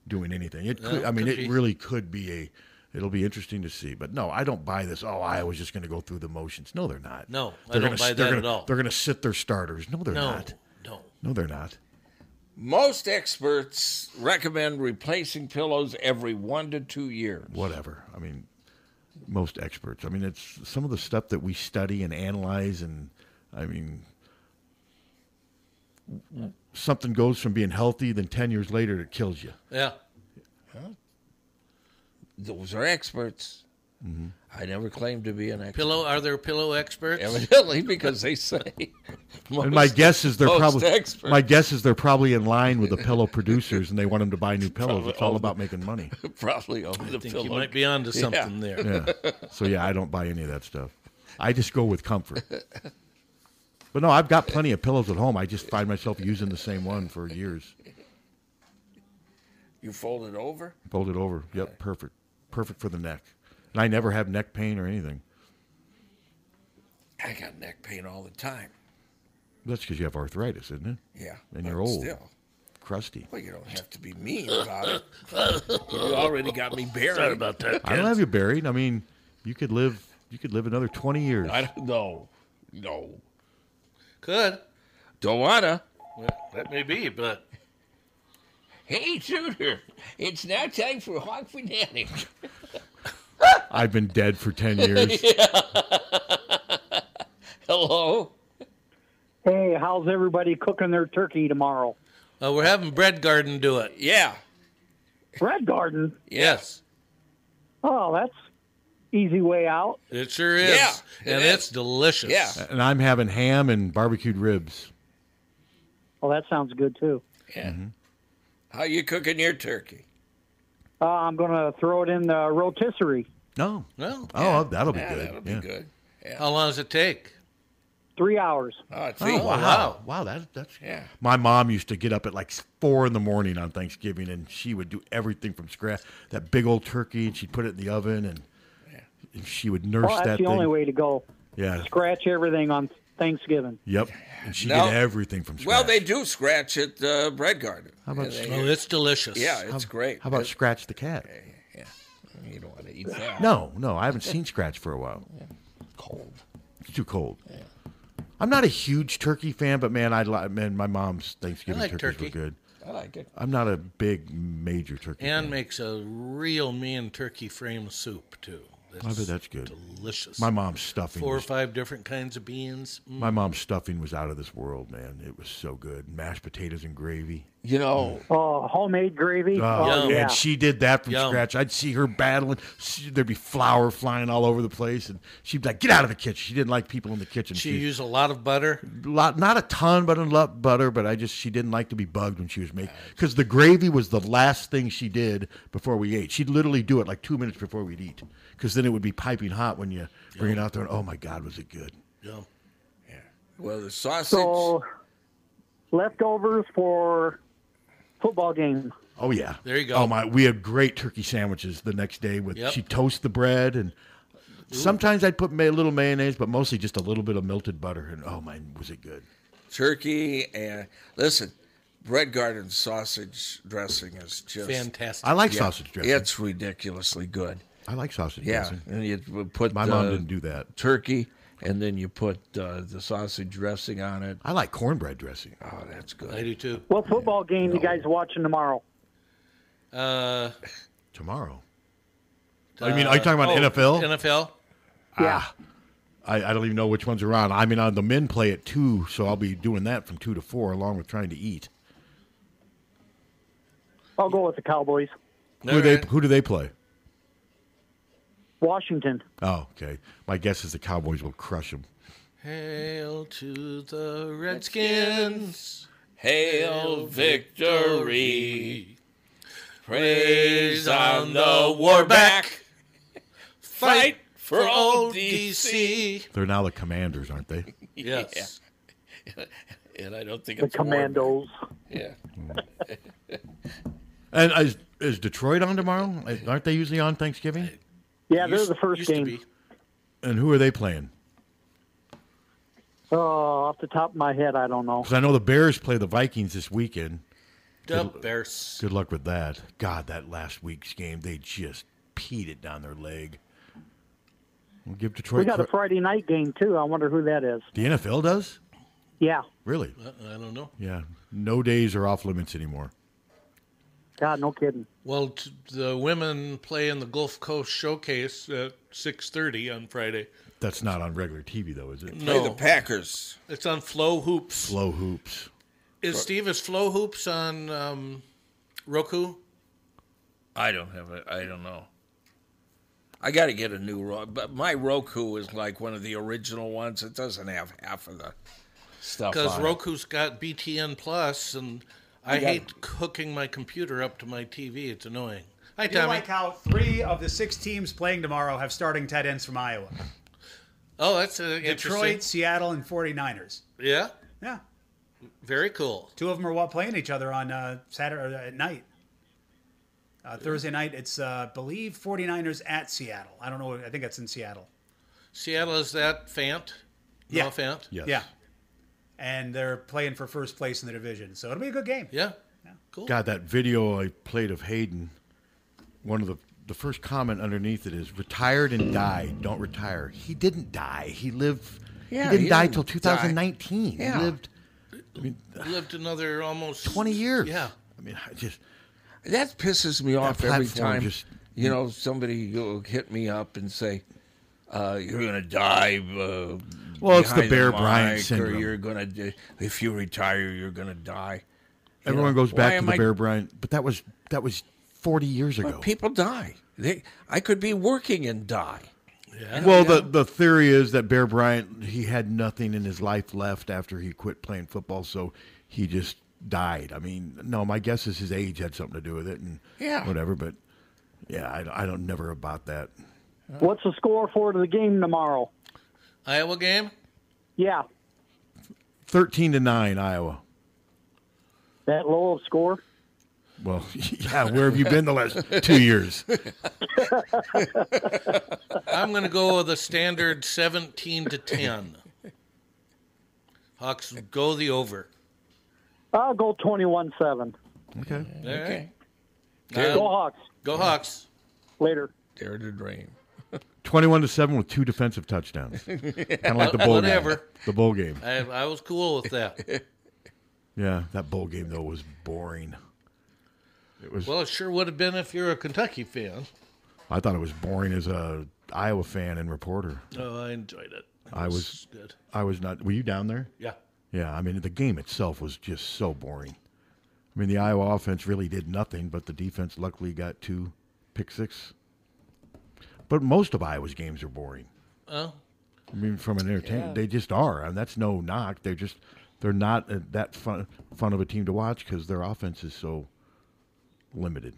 [SPEAKER 4] doing anything. It
[SPEAKER 3] Yeah,
[SPEAKER 4] could, I mean,
[SPEAKER 3] could
[SPEAKER 4] it
[SPEAKER 3] be.
[SPEAKER 4] really could be a. It'll be interesting to see. But no, I don't buy this. Oh, Iowa's just going to go through the motions. No, they're not.
[SPEAKER 3] No, I
[SPEAKER 4] They're
[SPEAKER 3] don't
[SPEAKER 4] gonna,
[SPEAKER 3] buy
[SPEAKER 4] they're
[SPEAKER 3] that
[SPEAKER 4] gonna,
[SPEAKER 3] at all.
[SPEAKER 4] They're going to sit their starters. No, they're
[SPEAKER 3] No,
[SPEAKER 4] not.
[SPEAKER 3] no.
[SPEAKER 4] No, they're not.
[SPEAKER 2] Most experts recommend replacing pillows every one to two years.
[SPEAKER 4] Whatever. I mean, most experts. I mean, it's some of the stuff that we study and analyze, and I mean, something goes from being healthy, then ten years later it kills you.
[SPEAKER 3] Yeah.
[SPEAKER 2] Those are experts.
[SPEAKER 3] Mm-hmm.
[SPEAKER 2] I never claimed to be an expert.
[SPEAKER 3] Pillow? Are there pillow experts?
[SPEAKER 2] Evidently, because they say.
[SPEAKER 4] and my
[SPEAKER 2] most-
[SPEAKER 4] guess is they're
[SPEAKER 2] most
[SPEAKER 4] probably
[SPEAKER 2] experts.
[SPEAKER 4] my guess is they're probably in line with the pillow producers, and they want them to buy new pillows.
[SPEAKER 2] Probably
[SPEAKER 4] it's all
[SPEAKER 2] all
[SPEAKER 4] about making money.
[SPEAKER 2] probably over the
[SPEAKER 3] think you
[SPEAKER 2] pillow.
[SPEAKER 3] might be onto
[SPEAKER 2] Yeah.
[SPEAKER 3] something there.
[SPEAKER 4] Yeah. So yeah, I don't buy any of that stuff. I just go with comfort. But no, I've got plenty of pillows at home. I just find myself using the same one for years.
[SPEAKER 2] You fold it over.
[SPEAKER 4] Fold it over. Yep, perfect. Perfect for the neck. And I never have neck pain or anything.
[SPEAKER 2] I got neck pain all the time.
[SPEAKER 4] That's because you have arthritis, isn't it?
[SPEAKER 2] Yeah,
[SPEAKER 4] And you're
[SPEAKER 2] but
[SPEAKER 4] old,
[SPEAKER 2] still.
[SPEAKER 4] crusty.
[SPEAKER 2] Well, you don't have to be mean about it. you already got me buried.
[SPEAKER 3] Sorry about that,
[SPEAKER 4] I don't have you buried. I mean, you could live. You could live another twenty years.
[SPEAKER 2] I don't know. No.
[SPEAKER 3] Could.
[SPEAKER 2] Don't wanna.
[SPEAKER 3] Well, that may be, but
[SPEAKER 2] Hey, Tudor, it's now time for Hawk Fanatic.
[SPEAKER 4] I've been dead for ten years.
[SPEAKER 2] Hello.
[SPEAKER 1] Hey, how's everybody cooking their turkey tomorrow?
[SPEAKER 3] uh, we're having Bread Garden do it.
[SPEAKER 2] Yeah.
[SPEAKER 1] Bread garden.
[SPEAKER 3] Yes,
[SPEAKER 1] Oh, that's easy way out.
[SPEAKER 3] it sure is.
[SPEAKER 1] Yeah,
[SPEAKER 3] and it's delicious.
[SPEAKER 1] Yeah.
[SPEAKER 4] and I'm having ham and barbecued ribs.
[SPEAKER 1] Well, that sounds good too.
[SPEAKER 2] Yeah.
[SPEAKER 4] Mm-hmm.
[SPEAKER 2] How you cooking your turkey?
[SPEAKER 1] Uh, I'm gonna throw it in the rotisserie.
[SPEAKER 4] No.
[SPEAKER 3] Well,
[SPEAKER 4] Oh, that'll be
[SPEAKER 2] Yeah,
[SPEAKER 4] good.
[SPEAKER 2] that'll be
[SPEAKER 4] Yeah.
[SPEAKER 2] good.
[SPEAKER 3] How long does it take?
[SPEAKER 1] Three hours.
[SPEAKER 2] Oh, it's
[SPEAKER 4] Oh,
[SPEAKER 2] easy.
[SPEAKER 4] wow. Wow, that, that's.
[SPEAKER 2] Yeah.
[SPEAKER 4] My mom used to get up at like four in the morning on Thanksgiving, and she would do everything from scratch. That big old turkey, and she'd put it in the oven, and, and she would nurse
[SPEAKER 1] well, that's
[SPEAKER 4] that
[SPEAKER 1] the
[SPEAKER 4] thing.
[SPEAKER 1] only way to go.
[SPEAKER 4] Yeah.
[SPEAKER 1] Scratch everything on Thanksgiving.
[SPEAKER 4] Yep. And she
[SPEAKER 2] Now-
[SPEAKER 4] did everything from scratch.
[SPEAKER 2] Well, they do scratch at uh, Bread Garden.
[SPEAKER 4] How about
[SPEAKER 2] And they-
[SPEAKER 4] Oh,
[SPEAKER 3] it's delicious.
[SPEAKER 2] Yeah, it's
[SPEAKER 4] How-
[SPEAKER 2] great.
[SPEAKER 4] How about
[SPEAKER 2] It-
[SPEAKER 4] scratch the cat?
[SPEAKER 2] yeah. You don't want to eat that.
[SPEAKER 4] No, no, I haven't seen scratch for a while.
[SPEAKER 2] Cold.
[SPEAKER 4] It's too cold. I'm not a huge turkey fan, but man, I li- man, my mom's Thanksgiving
[SPEAKER 3] like
[SPEAKER 4] turkeys
[SPEAKER 3] turkey.
[SPEAKER 4] were good.
[SPEAKER 2] I like it.
[SPEAKER 4] I'm not a big major turkey.
[SPEAKER 3] Ann makes a real mean turkey frame soup too.
[SPEAKER 4] I bet that's good.
[SPEAKER 3] Delicious.
[SPEAKER 4] My mom's stuffing
[SPEAKER 3] Four or
[SPEAKER 4] was-
[SPEAKER 3] five different kinds of beans. Mm.
[SPEAKER 4] My mom's stuffing was out of this world, man. It was so good. Mashed potatoes and gravy.
[SPEAKER 2] You know.
[SPEAKER 1] Oh, homemade gravy.
[SPEAKER 4] Oh,
[SPEAKER 1] oh, yeah.
[SPEAKER 4] And she did that from
[SPEAKER 1] Yum.
[SPEAKER 4] scratch. I'd see her battling. She, there'd be flour flying all over the place, and she'd be like, "Get out of the kitchen." She didn't like people in the kitchen.
[SPEAKER 3] She used a lot of butter.
[SPEAKER 4] lot, not a ton, but a lot butter. But I just she didn't like to be bugged when she was making because the gravy was the last thing she did before we ate. She'd literally do it like two minutes before we'd eat because then it would be piping hot when you bring it out there. And oh my God, was it good?
[SPEAKER 3] Yum.
[SPEAKER 2] Well, the sausage.
[SPEAKER 1] So leftovers for football game.
[SPEAKER 4] Oh yeah.
[SPEAKER 1] There you go.
[SPEAKER 4] Oh my, we had great turkey sandwiches the next day with
[SPEAKER 1] Yep.
[SPEAKER 4] she toast the bread and sometimes I'd put may, a little mayonnaise, but mostly just a little bit of melted butter and oh my, was it good.
[SPEAKER 2] turkey and listen, Bread Garden sausage dressing is just
[SPEAKER 4] Fantastic. I like
[SPEAKER 2] Yeah,
[SPEAKER 4] sausage dressing.
[SPEAKER 2] It's ridiculously good.
[SPEAKER 4] I like sausage
[SPEAKER 2] yeah,
[SPEAKER 4] dressing.
[SPEAKER 2] and you would put
[SPEAKER 4] My mom
[SPEAKER 2] uh,
[SPEAKER 4] didn't do that.
[SPEAKER 2] turkey, and then you put uh, the sausage dressing on it.
[SPEAKER 4] I like cornbread dressing.
[SPEAKER 2] Oh, that's good.
[SPEAKER 3] I do too.
[SPEAKER 1] What football game you guys watching tomorrow?
[SPEAKER 3] Uh,
[SPEAKER 4] Tomorrow. I mean, are you talking
[SPEAKER 3] oh,
[SPEAKER 4] about NFL?
[SPEAKER 3] NFL.
[SPEAKER 4] Yeah. I, I don't even know which ones are on. I mean, on the men play at two, so I'll be doing that from two to four, along with trying to eat.
[SPEAKER 1] I'll go with the Cowboys.
[SPEAKER 4] Who do they Who do they play?
[SPEAKER 1] Washington.
[SPEAKER 4] Oh, okay. My guess is the Cowboys will crush them.
[SPEAKER 3] Hail to the Redskins.
[SPEAKER 2] Hail victory.
[SPEAKER 3] Praise on the war back. Fight for old
[SPEAKER 2] DC.
[SPEAKER 4] They're now the Commanders, aren't they?
[SPEAKER 3] Yes.
[SPEAKER 2] and I don't think
[SPEAKER 1] The
[SPEAKER 2] it's warm.
[SPEAKER 1] Commandos.
[SPEAKER 2] Yeah.
[SPEAKER 4] Mm. And is, is Detroit on tomorrow? Aren't they usually on Thanksgiving?
[SPEAKER 1] Yeah, they're the first game.
[SPEAKER 4] And who are they playing?
[SPEAKER 1] Oh, off the top of my head, I don't know.
[SPEAKER 4] Because I know the Bears play the Vikings this weekend.
[SPEAKER 3] The Bears.
[SPEAKER 4] Good luck with that. God, that last week's game, they just peed it down their leg. We'll give Detroit.
[SPEAKER 1] We got a
[SPEAKER 4] cre-
[SPEAKER 1] Friday night game too. I wonder who that is.
[SPEAKER 4] the NFL does?
[SPEAKER 1] Yeah.
[SPEAKER 4] Really?
[SPEAKER 3] Uh,
[SPEAKER 2] Uh-uh.
[SPEAKER 3] I don't know.
[SPEAKER 4] Yeah. No days are off limits anymore.
[SPEAKER 1] God, no kidding.
[SPEAKER 3] Well, t- the women play in the Gulf Coast Showcase at six thirty on Friday.
[SPEAKER 4] That's not on regular TV, though, is it?
[SPEAKER 3] No.
[SPEAKER 2] Packers.
[SPEAKER 3] It's on Flow Hoops.
[SPEAKER 4] Slow hoops.
[SPEAKER 3] Is Steve is Flow Hoops on um, Roku?
[SPEAKER 2] I don't have it. I don't know. I got to get a new Roku. But my Roku is like one of the original ones. It doesn't have half of the stuff.
[SPEAKER 3] Because
[SPEAKER 2] on it.
[SPEAKER 3] Roku's got BTN Plus, and I
[SPEAKER 2] You got-
[SPEAKER 3] hate hooking my computer up to my TV. It's annoying. Hi,
[SPEAKER 15] I do
[SPEAKER 3] Tommy.
[SPEAKER 15] like how three of the six teams playing tomorrow have starting tight ends from Iowa.
[SPEAKER 3] Oh, that's uh,
[SPEAKER 15] Detroit,
[SPEAKER 3] interesting.
[SPEAKER 15] Seattle, and 49ers.
[SPEAKER 3] Yeah.
[SPEAKER 15] Yeah.
[SPEAKER 3] Very cool.
[SPEAKER 15] Two of them are what playing each other on uh, Saturday or at night. Uh, Thursday night, it's uh, believe 49ers at Seattle. I don't know. I think that's in Seattle.
[SPEAKER 3] Seattle is that Fant?
[SPEAKER 15] Yeah.
[SPEAKER 3] No Fant.
[SPEAKER 15] Yeah. And they're playing for first place in the division, so it'll be a good game.
[SPEAKER 3] Yeah. Cool.
[SPEAKER 4] God, that video I played of Hayden, one of the the first comment underneath it is retired and died. Don't retire. He didn't die. He lived.
[SPEAKER 3] Yeah,
[SPEAKER 4] he didn't
[SPEAKER 3] he
[SPEAKER 4] die
[SPEAKER 3] didn't
[SPEAKER 4] till
[SPEAKER 3] die.
[SPEAKER 4] 2019.
[SPEAKER 3] Yeah.
[SPEAKER 4] He lived. I mean,
[SPEAKER 3] Lived another almost
[SPEAKER 4] 20 years.
[SPEAKER 3] Yeah.
[SPEAKER 4] I mean, I just
[SPEAKER 2] that pisses me off every
[SPEAKER 4] platform
[SPEAKER 2] time.
[SPEAKER 4] just-
[SPEAKER 2] you know, somebody will hit me up and say, uh, "You're going to die." Uh,
[SPEAKER 4] Well, it's the
[SPEAKER 2] behind
[SPEAKER 4] Bear
[SPEAKER 2] mic,
[SPEAKER 4] Bryant
[SPEAKER 2] or
[SPEAKER 4] syndrome.
[SPEAKER 2] You're going to, if you retire, you're going to die. You
[SPEAKER 4] everyone
[SPEAKER 2] know,
[SPEAKER 4] goes
[SPEAKER 2] why
[SPEAKER 4] back to
[SPEAKER 2] am
[SPEAKER 4] the
[SPEAKER 2] I-
[SPEAKER 4] Bear Bryant, but that was that was 40 years ago.
[SPEAKER 2] But people die. They, I could be working and die. Yeah.
[SPEAKER 4] Well, the, the theory is that Bear Bryant he had nothing in his life left after he quit playing football, so he just died. I mean, no, my guess is his age had something to do with it and
[SPEAKER 1] Yeah.
[SPEAKER 4] whatever. But yeah, I, I don't never about that.
[SPEAKER 1] What's the score for the game tomorrow?
[SPEAKER 3] Iowa game.
[SPEAKER 1] Yeah,
[SPEAKER 4] Thirteen to nine, Iowa.
[SPEAKER 1] that low of score.
[SPEAKER 4] Well, yeah, where have you been the last two years?
[SPEAKER 3] I'm going to go with a standard 17 to 10. Hawks go the over.
[SPEAKER 1] I'll go 21 7.
[SPEAKER 4] Okay.
[SPEAKER 3] All right.
[SPEAKER 1] Go Hawks.
[SPEAKER 3] Go Hawks.
[SPEAKER 1] Later.
[SPEAKER 2] Dare to dream.
[SPEAKER 4] Twenty-one to seven with two defensive touchdowns, kind of like the bowl game.
[SPEAKER 3] Whatever.
[SPEAKER 4] The bowl game.
[SPEAKER 3] I, I was cool with that.
[SPEAKER 4] Yeah, that bowl game though was boring. It was.
[SPEAKER 3] Well, it sure would have been if you're a Kentucky fan.
[SPEAKER 4] I thought it was boring as a Iowa fan and reporter.
[SPEAKER 3] Oh, I enjoyed it.
[SPEAKER 4] I
[SPEAKER 3] It
[SPEAKER 4] was
[SPEAKER 3] good.
[SPEAKER 4] I was not. Were you down there?
[SPEAKER 3] Yeah.
[SPEAKER 4] Yeah. I mean, the game itself was just so boring. I mean, the Iowa offense really did nothing, but the defense luckily got two pick six. But most of Iowa's games are boring.
[SPEAKER 3] Oh.
[SPEAKER 4] I mean, from an entertainment,
[SPEAKER 3] Yeah.
[SPEAKER 4] they just are, and that's no knock. They're just they're not uh, that fun fun of a team to watch because their offense is so limited.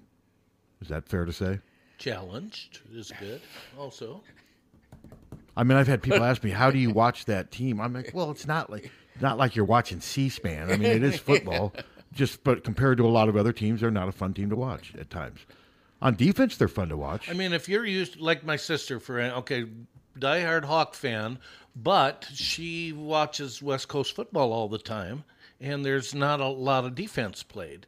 [SPEAKER 4] Is that fair to say?
[SPEAKER 3] Challenged is good also.
[SPEAKER 4] I mean, I've had people ask me, "How do you watch that team?" I'm like, "Well, it's not like not like you're watching C-SPAN. I mean, it is football. Just but compared to a lot of other teams, they're not a fun team to watch at times. On defense, they're fun to watch.
[SPEAKER 3] I mean, if you're used like my sister for okay, diehard Hawk fan, but she watches West Coast football all the time, and there's not a lot of defense played,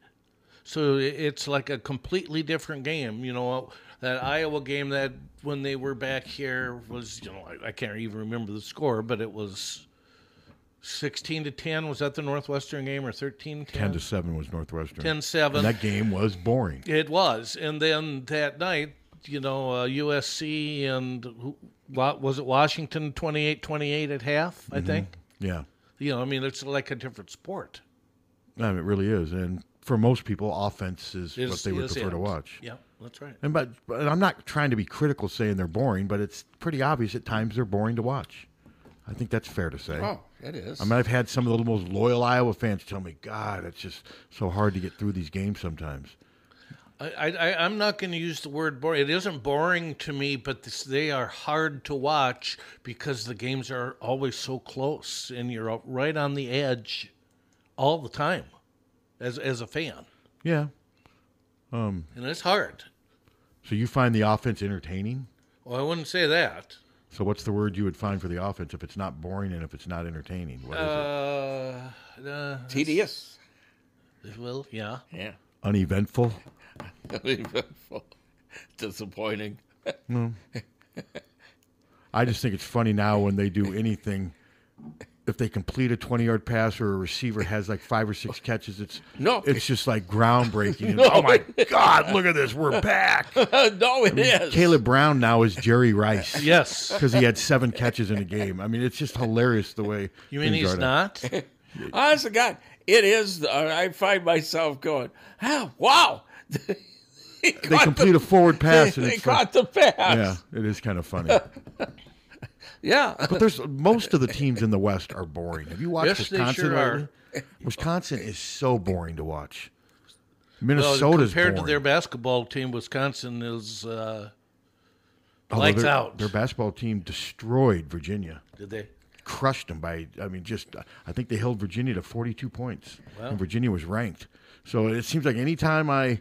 [SPEAKER 3] so i- it's like a completely different game. You know that Iowa game that when they were back here was you know I, I can't even remember the score, but it was. 16 to 10 was that the northwestern game or 13
[SPEAKER 4] Ten to seven was Northwestern.
[SPEAKER 3] 10-7.
[SPEAKER 4] And That game was boring.
[SPEAKER 3] it was, and then that night, you know, uh, USC and who- wa- was it Washington 28-28 at half? I
[SPEAKER 4] Mhm.
[SPEAKER 3] think.
[SPEAKER 4] Yeah,
[SPEAKER 3] You know, I mean, it's like a different sport.
[SPEAKER 4] I mean, it really is. And for most people, offense is
[SPEAKER 3] Is-
[SPEAKER 4] what they would
[SPEAKER 3] is
[SPEAKER 4] prefer
[SPEAKER 3] it.
[SPEAKER 4] to watch.
[SPEAKER 3] Yeah, that's right.
[SPEAKER 4] And but, but I'm not trying to be critical, saying they're boring, but it's pretty obvious at times they're boring to watch. I think that's fair to say.
[SPEAKER 2] Oh, it is.
[SPEAKER 4] I mean, I've had some of the most loyal Iowa fans tell me, "God, it's just so hard to get through these games sometimes."
[SPEAKER 3] I, I, I- I'm not going to use the word boring. It isn't boring to me, but this, they are hard to watch because the games are always so close, and you're out- right on the edge all the time, as as a fan,
[SPEAKER 4] Yeah. Um.
[SPEAKER 3] and it's hard.
[SPEAKER 4] So you find the offense entertaining?
[SPEAKER 3] Well, I wouldn't say that.
[SPEAKER 4] So what's the word you would find for the offense if it's not boring and if it's not entertaining? What is it?
[SPEAKER 3] Uh, uh,
[SPEAKER 2] Tedious.
[SPEAKER 3] Well, yeah.
[SPEAKER 2] Yeah.
[SPEAKER 4] Uneventful.
[SPEAKER 2] Disappointing.
[SPEAKER 4] No. Hmm. I just think it's funny now when they do anything. If they complete a twenty-yard pass or a receiver has like five or six catches, it's
[SPEAKER 2] No.
[SPEAKER 4] it's just like groundbreaking.
[SPEAKER 2] No.
[SPEAKER 4] Oh my God! Look at this, we're back.
[SPEAKER 2] no,
[SPEAKER 4] I
[SPEAKER 2] it
[SPEAKER 4] mean,
[SPEAKER 2] is.
[SPEAKER 4] Caleb Brown now is Jerry Rice.
[SPEAKER 3] Yes.
[SPEAKER 4] because he had seven catches in a game. I mean, it's just hilarious the way.
[SPEAKER 3] You mean
[SPEAKER 4] things
[SPEAKER 3] he's
[SPEAKER 4] are now.
[SPEAKER 3] not?
[SPEAKER 2] Honest to God, it is. uh, I find myself going, ah, wow.
[SPEAKER 4] they complete a forward pass.
[SPEAKER 2] They,
[SPEAKER 4] and
[SPEAKER 2] they
[SPEAKER 4] it's
[SPEAKER 2] caught
[SPEAKER 4] like-
[SPEAKER 2] the pass.
[SPEAKER 4] Yeah, it is kind of funny.
[SPEAKER 2] yeah,
[SPEAKER 4] but there's most of the teams in the West are boring. Have you watched
[SPEAKER 3] Yes, they
[SPEAKER 4] Wisconsin?
[SPEAKER 3] sure are.
[SPEAKER 4] lately? Wisconsin is so boring to watch. Minnesota's
[SPEAKER 3] compared
[SPEAKER 4] boring.
[SPEAKER 3] to their basketball team, Wisconsin is uh,
[SPEAKER 4] Although
[SPEAKER 3] lights
[SPEAKER 4] Oh, their,
[SPEAKER 3] out.
[SPEAKER 4] Their basketball team destroyed Virginia.
[SPEAKER 3] Did they?
[SPEAKER 4] Crushed them by, I mean, just, I think they held Virginia to 42 points.
[SPEAKER 3] Wow.
[SPEAKER 4] And Virginia was ranked. So it seems like anytime I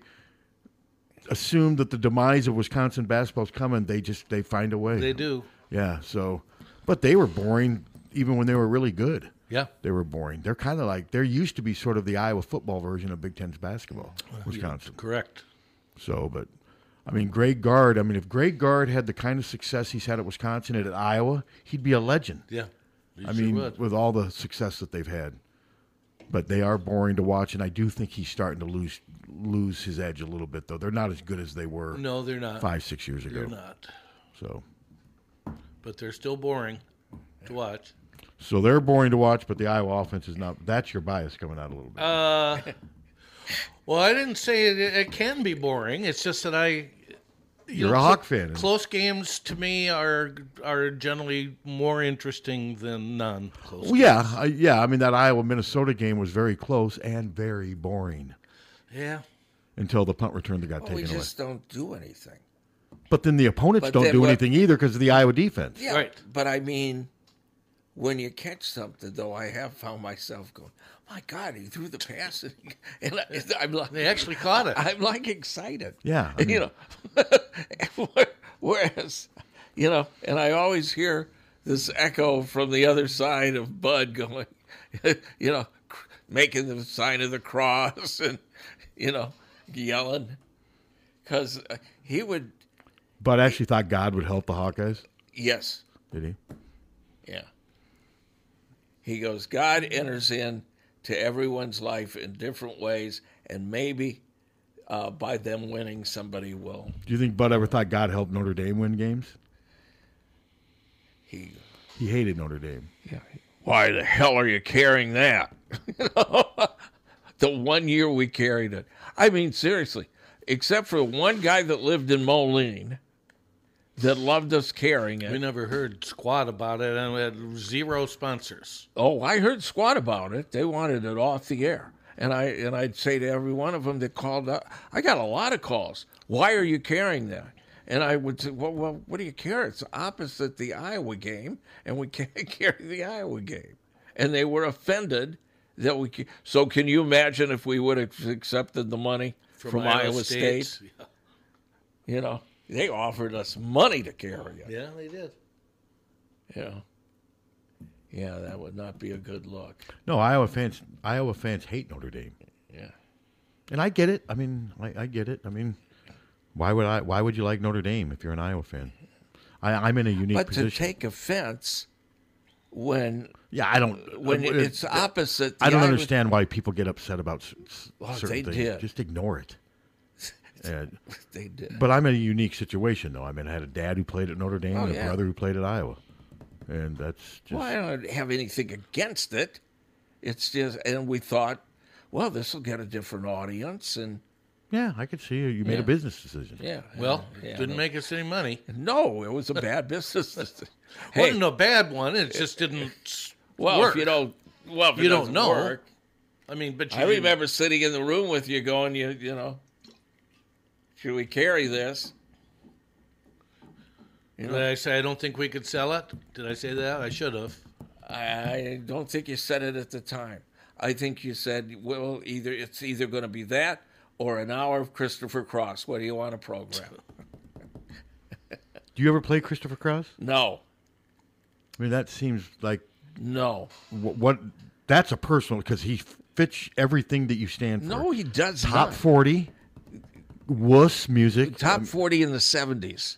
[SPEAKER 4] assume that the demise of Wisconsin basketball's coming, they just, they find a way.
[SPEAKER 3] They do.
[SPEAKER 4] Yeah. So, but they were boring even when they were really good.
[SPEAKER 3] Yeah.
[SPEAKER 4] They were boring. They're kind of like, there used to be sort of the Iowa football version of Big Ten's basketball, Wisconsin.
[SPEAKER 3] Correct.
[SPEAKER 4] So, but I mean, Greg Gard. I mean, if Greg Gard had the kind of success he's had at Wisconsin and at Iowa, he'd be a legend.
[SPEAKER 3] Yeah, he
[SPEAKER 4] I
[SPEAKER 3] sure
[SPEAKER 4] mean,
[SPEAKER 3] would.
[SPEAKER 4] with all the success that they've had, but they are boring to watch, and I do think he's starting to lose lose his edge a little bit. Though they're not as good as they were.
[SPEAKER 3] No, they're not.
[SPEAKER 4] Five six years ago.
[SPEAKER 3] They're not.
[SPEAKER 4] So,
[SPEAKER 3] But they're still boring to watch.
[SPEAKER 4] so they're boring to watch, but the Iowa offense is not. That's your bias coming out a little bit.
[SPEAKER 3] Uh, well, I didn't say it, it can be boring. It's just that I.
[SPEAKER 4] You're
[SPEAKER 3] know,
[SPEAKER 4] a
[SPEAKER 3] cl-
[SPEAKER 4] Hawk fan.
[SPEAKER 3] Close games to me are are generally more interesting than non. close
[SPEAKER 4] Well, yeah, I, yeah. I mean, that Iowa Minnesota game was very close and very boring
[SPEAKER 3] Yeah.
[SPEAKER 4] until the punt return that got
[SPEAKER 2] Well, we
[SPEAKER 4] taken away.
[SPEAKER 2] just don't do anything.
[SPEAKER 4] But then the opponents
[SPEAKER 2] But
[SPEAKER 4] don't
[SPEAKER 2] then
[SPEAKER 4] do
[SPEAKER 2] what-
[SPEAKER 4] anything either because of the Iowa defense.
[SPEAKER 2] Yeah, right. But I mean, when you catch something, though, I have found myself going, "My God, he threw the pass!" And, and I, am like,
[SPEAKER 3] they actually caught it.
[SPEAKER 2] I'm like excited.
[SPEAKER 4] Yeah, I
[SPEAKER 2] you know. Whereas, you know, and I always hear this echo from the other side of Bud going, you know, cr- making the sign of the cross and you know, yelling because he would.
[SPEAKER 4] But I actually thought God would help the Hawkeyes.
[SPEAKER 2] Yes.
[SPEAKER 4] Did he?
[SPEAKER 2] Yeah. He goes, God enters in to everyone's life in different ways, and maybe uh, by them winning, somebody will.
[SPEAKER 4] Do you think Bud ever thought God helped Notre Dame win games?
[SPEAKER 2] He
[SPEAKER 4] He hated Notre Dame.
[SPEAKER 2] Yeah. Why the hell are you carrying that? You know? the one year we carried it. I mean, seriously, except for one guy that lived in Moline that loved us carrying it.
[SPEAKER 3] We never heard squat about it, and we had zero sponsors.
[SPEAKER 2] Oh, I heard squat about it. They wanted it off the air, and I and I'd say to every one of them that called up, I got a lot of calls. Why are you carrying that? And I would say, well, well what do you care? It's opposite the Iowa game, and we can't carry the Iowa game. And they were offended that we. ca- So can you imagine if we would have accepted the money from, Iowa, State? You know, they offered us money to carry it.
[SPEAKER 3] Yeah, they did.
[SPEAKER 2] Yeah. Yeah, that would not be a good look.
[SPEAKER 4] No, Iowa fans. Iowa fans hate Notre Dame.
[SPEAKER 2] Yeah.
[SPEAKER 4] And I get it. I mean, I, I get it. I mean, why would I? Why would you like Notre Dame if you're an Iowa fan? I, I'm in a unique
[SPEAKER 2] but
[SPEAKER 4] position.
[SPEAKER 2] to take offense when
[SPEAKER 4] yeah, I don't.
[SPEAKER 2] when
[SPEAKER 4] uh,
[SPEAKER 2] it's
[SPEAKER 4] uh,
[SPEAKER 2] opposite.
[SPEAKER 4] I
[SPEAKER 2] the
[SPEAKER 4] don't
[SPEAKER 2] Iowa-
[SPEAKER 4] understand why people get upset about s- s-
[SPEAKER 2] Well,
[SPEAKER 4] certain
[SPEAKER 2] they
[SPEAKER 4] things.
[SPEAKER 2] did.
[SPEAKER 4] Just ignore it. And-
[SPEAKER 2] They did.
[SPEAKER 4] But I'm in a unique situation, though. I mean, I had a dad who played at Notre Dame
[SPEAKER 2] Oh,
[SPEAKER 4] and a
[SPEAKER 2] yeah.
[SPEAKER 4] brother who played at Iowa, and that's just
[SPEAKER 2] Well, I don't have anything against it. It's just, and we thought, well, this will get a different audience, and
[SPEAKER 4] yeah. I could see you, you made
[SPEAKER 2] Yeah.
[SPEAKER 4] a business decision.
[SPEAKER 2] yeah.
[SPEAKER 3] Well,
[SPEAKER 2] yeah,
[SPEAKER 3] didn't
[SPEAKER 2] no-
[SPEAKER 3] make us any money.
[SPEAKER 2] No, it was a bad business. decision.
[SPEAKER 3] wasn't a bad one. It just didn't. s-
[SPEAKER 2] Well,
[SPEAKER 3] work.
[SPEAKER 2] if you don't, well, if it
[SPEAKER 3] you don't
[SPEAKER 2] doesn't
[SPEAKER 3] know.
[SPEAKER 2] work-
[SPEAKER 3] I mean, but you
[SPEAKER 2] I remember sitting in the room with you, going, you, you know, should we carry this? You know?
[SPEAKER 3] Did I say I don't think we could sell it? Did I say that? I should have.
[SPEAKER 2] I don't think you said it at the time. I think you said, "Well, either it's either going to be that or an hour of Christopher Cross." What do you want to program?
[SPEAKER 4] Do you ever play Christopher Cross?
[SPEAKER 2] No,
[SPEAKER 4] I mean, that seems like
[SPEAKER 2] no.
[SPEAKER 4] What, what that's a personal because he fits everything that you stand for.
[SPEAKER 2] No, he does
[SPEAKER 4] Top
[SPEAKER 2] not.
[SPEAKER 4] forty, wuss music. um,
[SPEAKER 2] top forty in the seventies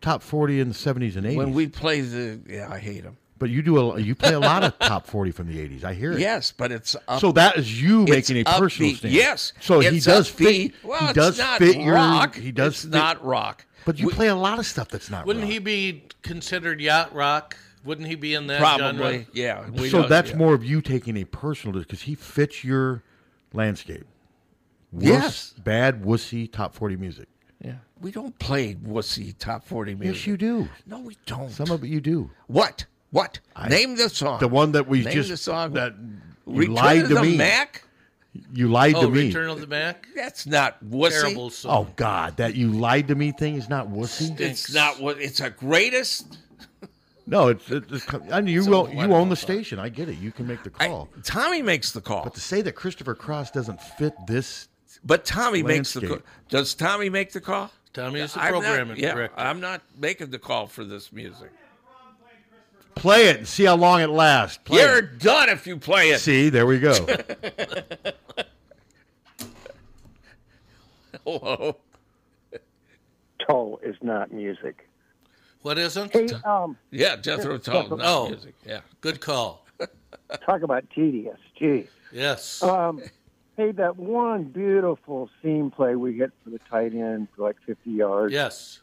[SPEAKER 4] Top forty in the seventies and eighties.
[SPEAKER 2] when we play the. Yeah, I hate him.
[SPEAKER 4] but you do a you play a lot of top forty from the eighties. I hear it.
[SPEAKER 2] Yes, but it's up-
[SPEAKER 4] so that is you
[SPEAKER 2] it's
[SPEAKER 4] making a personal
[SPEAKER 2] upbeat.
[SPEAKER 4] stand.
[SPEAKER 2] Yes,
[SPEAKER 4] So he
[SPEAKER 2] it's
[SPEAKER 4] does
[SPEAKER 2] upbeat.
[SPEAKER 4] fit.
[SPEAKER 2] Well,
[SPEAKER 4] he
[SPEAKER 2] it's
[SPEAKER 4] does
[SPEAKER 2] not
[SPEAKER 4] fit your.
[SPEAKER 2] rock.
[SPEAKER 4] He does
[SPEAKER 2] It's
[SPEAKER 4] fit-
[SPEAKER 2] not rock.
[SPEAKER 4] But you play a lot of stuff that's not.
[SPEAKER 3] Wouldn't he be considered yacht rock? Wouldn't he be in that genre?
[SPEAKER 2] Probably, yeah. we
[SPEAKER 4] so
[SPEAKER 2] don't-
[SPEAKER 4] that's
[SPEAKER 2] yeah.
[SPEAKER 4] more of you taking a personal because he fits your landscape. Wuss,
[SPEAKER 2] Yes.
[SPEAKER 4] Bad wussy top 40 music.
[SPEAKER 2] Yeah. We don't play wussy top 40 music.
[SPEAKER 4] Yes, you do.
[SPEAKER 2] No, we don't.
[SPEAKER 4] Some of it you do.
[SPEAKER 2] What? What? Name the song.
[SPEAKER 4] The one that we
[SPEAKER 2] Name
[SPEAKER 4] just-
[SPEAKER 2] the song.
[SPEAKER 4] that you
[SPEAKER 2] Return
[SPEAKER 4] lied
[SPEAKER 2] of
[SPEAKER 4] to
[SPEAKER 2] the
[SPEAKER 4] me.
[SPEAKER 2] Mac?
[SPEAKER 4] You lied
[SPEAKER 3] oh,
[SPEAKER 4] to me.
[SPEAKER 3] Return of the Mac.
[SPEAKER 2] That's not wussy.
[SPEAKER 3] Terrible
[SPEAKER 4] Oh
[SPEAKER 3] song.
[SPEAKER 4] God, that you lied to me thing is not wussy.
[SPEAKER 2] It's not what. It's a greatest.
[SPEAKER 4] No, it's, it's, it's I mean, you
[SPEAKER 2] It's a
[SPEAKER 4] own, you own the station. I get it. You can make the
[SPEAKER 2] I-
[SPEAKER 4] call.
[SPEAKER 2] Tommy makes the call.
[SPEAKER 4] But to say that Christopher Cross doesn't fit this,
[SPEAKER 2] But Tommy makes the call.
[SPEAKER 4] Landscape.
[SPEAKER 2] Does Tommy make the call? Tommy
[SPEAKER 3] is the programming
[SPEAKER 2] yeah,
[SPEAKER 3] director.
[SPEAKER 2] I'm not making the call for this music.
[SPEAKER 4] play it and see how long it lasts. Play
[SPEAKER 2] You're
[SPEAKER 4] it.
[SPEAKER 2] done if you play it.
[SPEAKER 4] See, there we go.
[SPEAKER 2] Hello.
[SPEAKER 5] Toe is not music.
[SPEAKER 3] What isn't?
[SPEAKER 5] um,
[SPEAKER 2] Yeah, Jethro Tull.
[SPEAKER 5] Jethro-
[SPEAKER 2] not
[SPEAKER 3] Oh.
[SPEAKER 2] music. Yeah.
[SPEAKER 3] Good call.
[SPEAKER 5] Talk about tedious. Gee.
[SPEAKER 3] Yes.
[SPEAKER 5] Um, hey, that one beautiful seam play we hit for the tight end for like 50 yards.
[SPEAKER 3] Yes.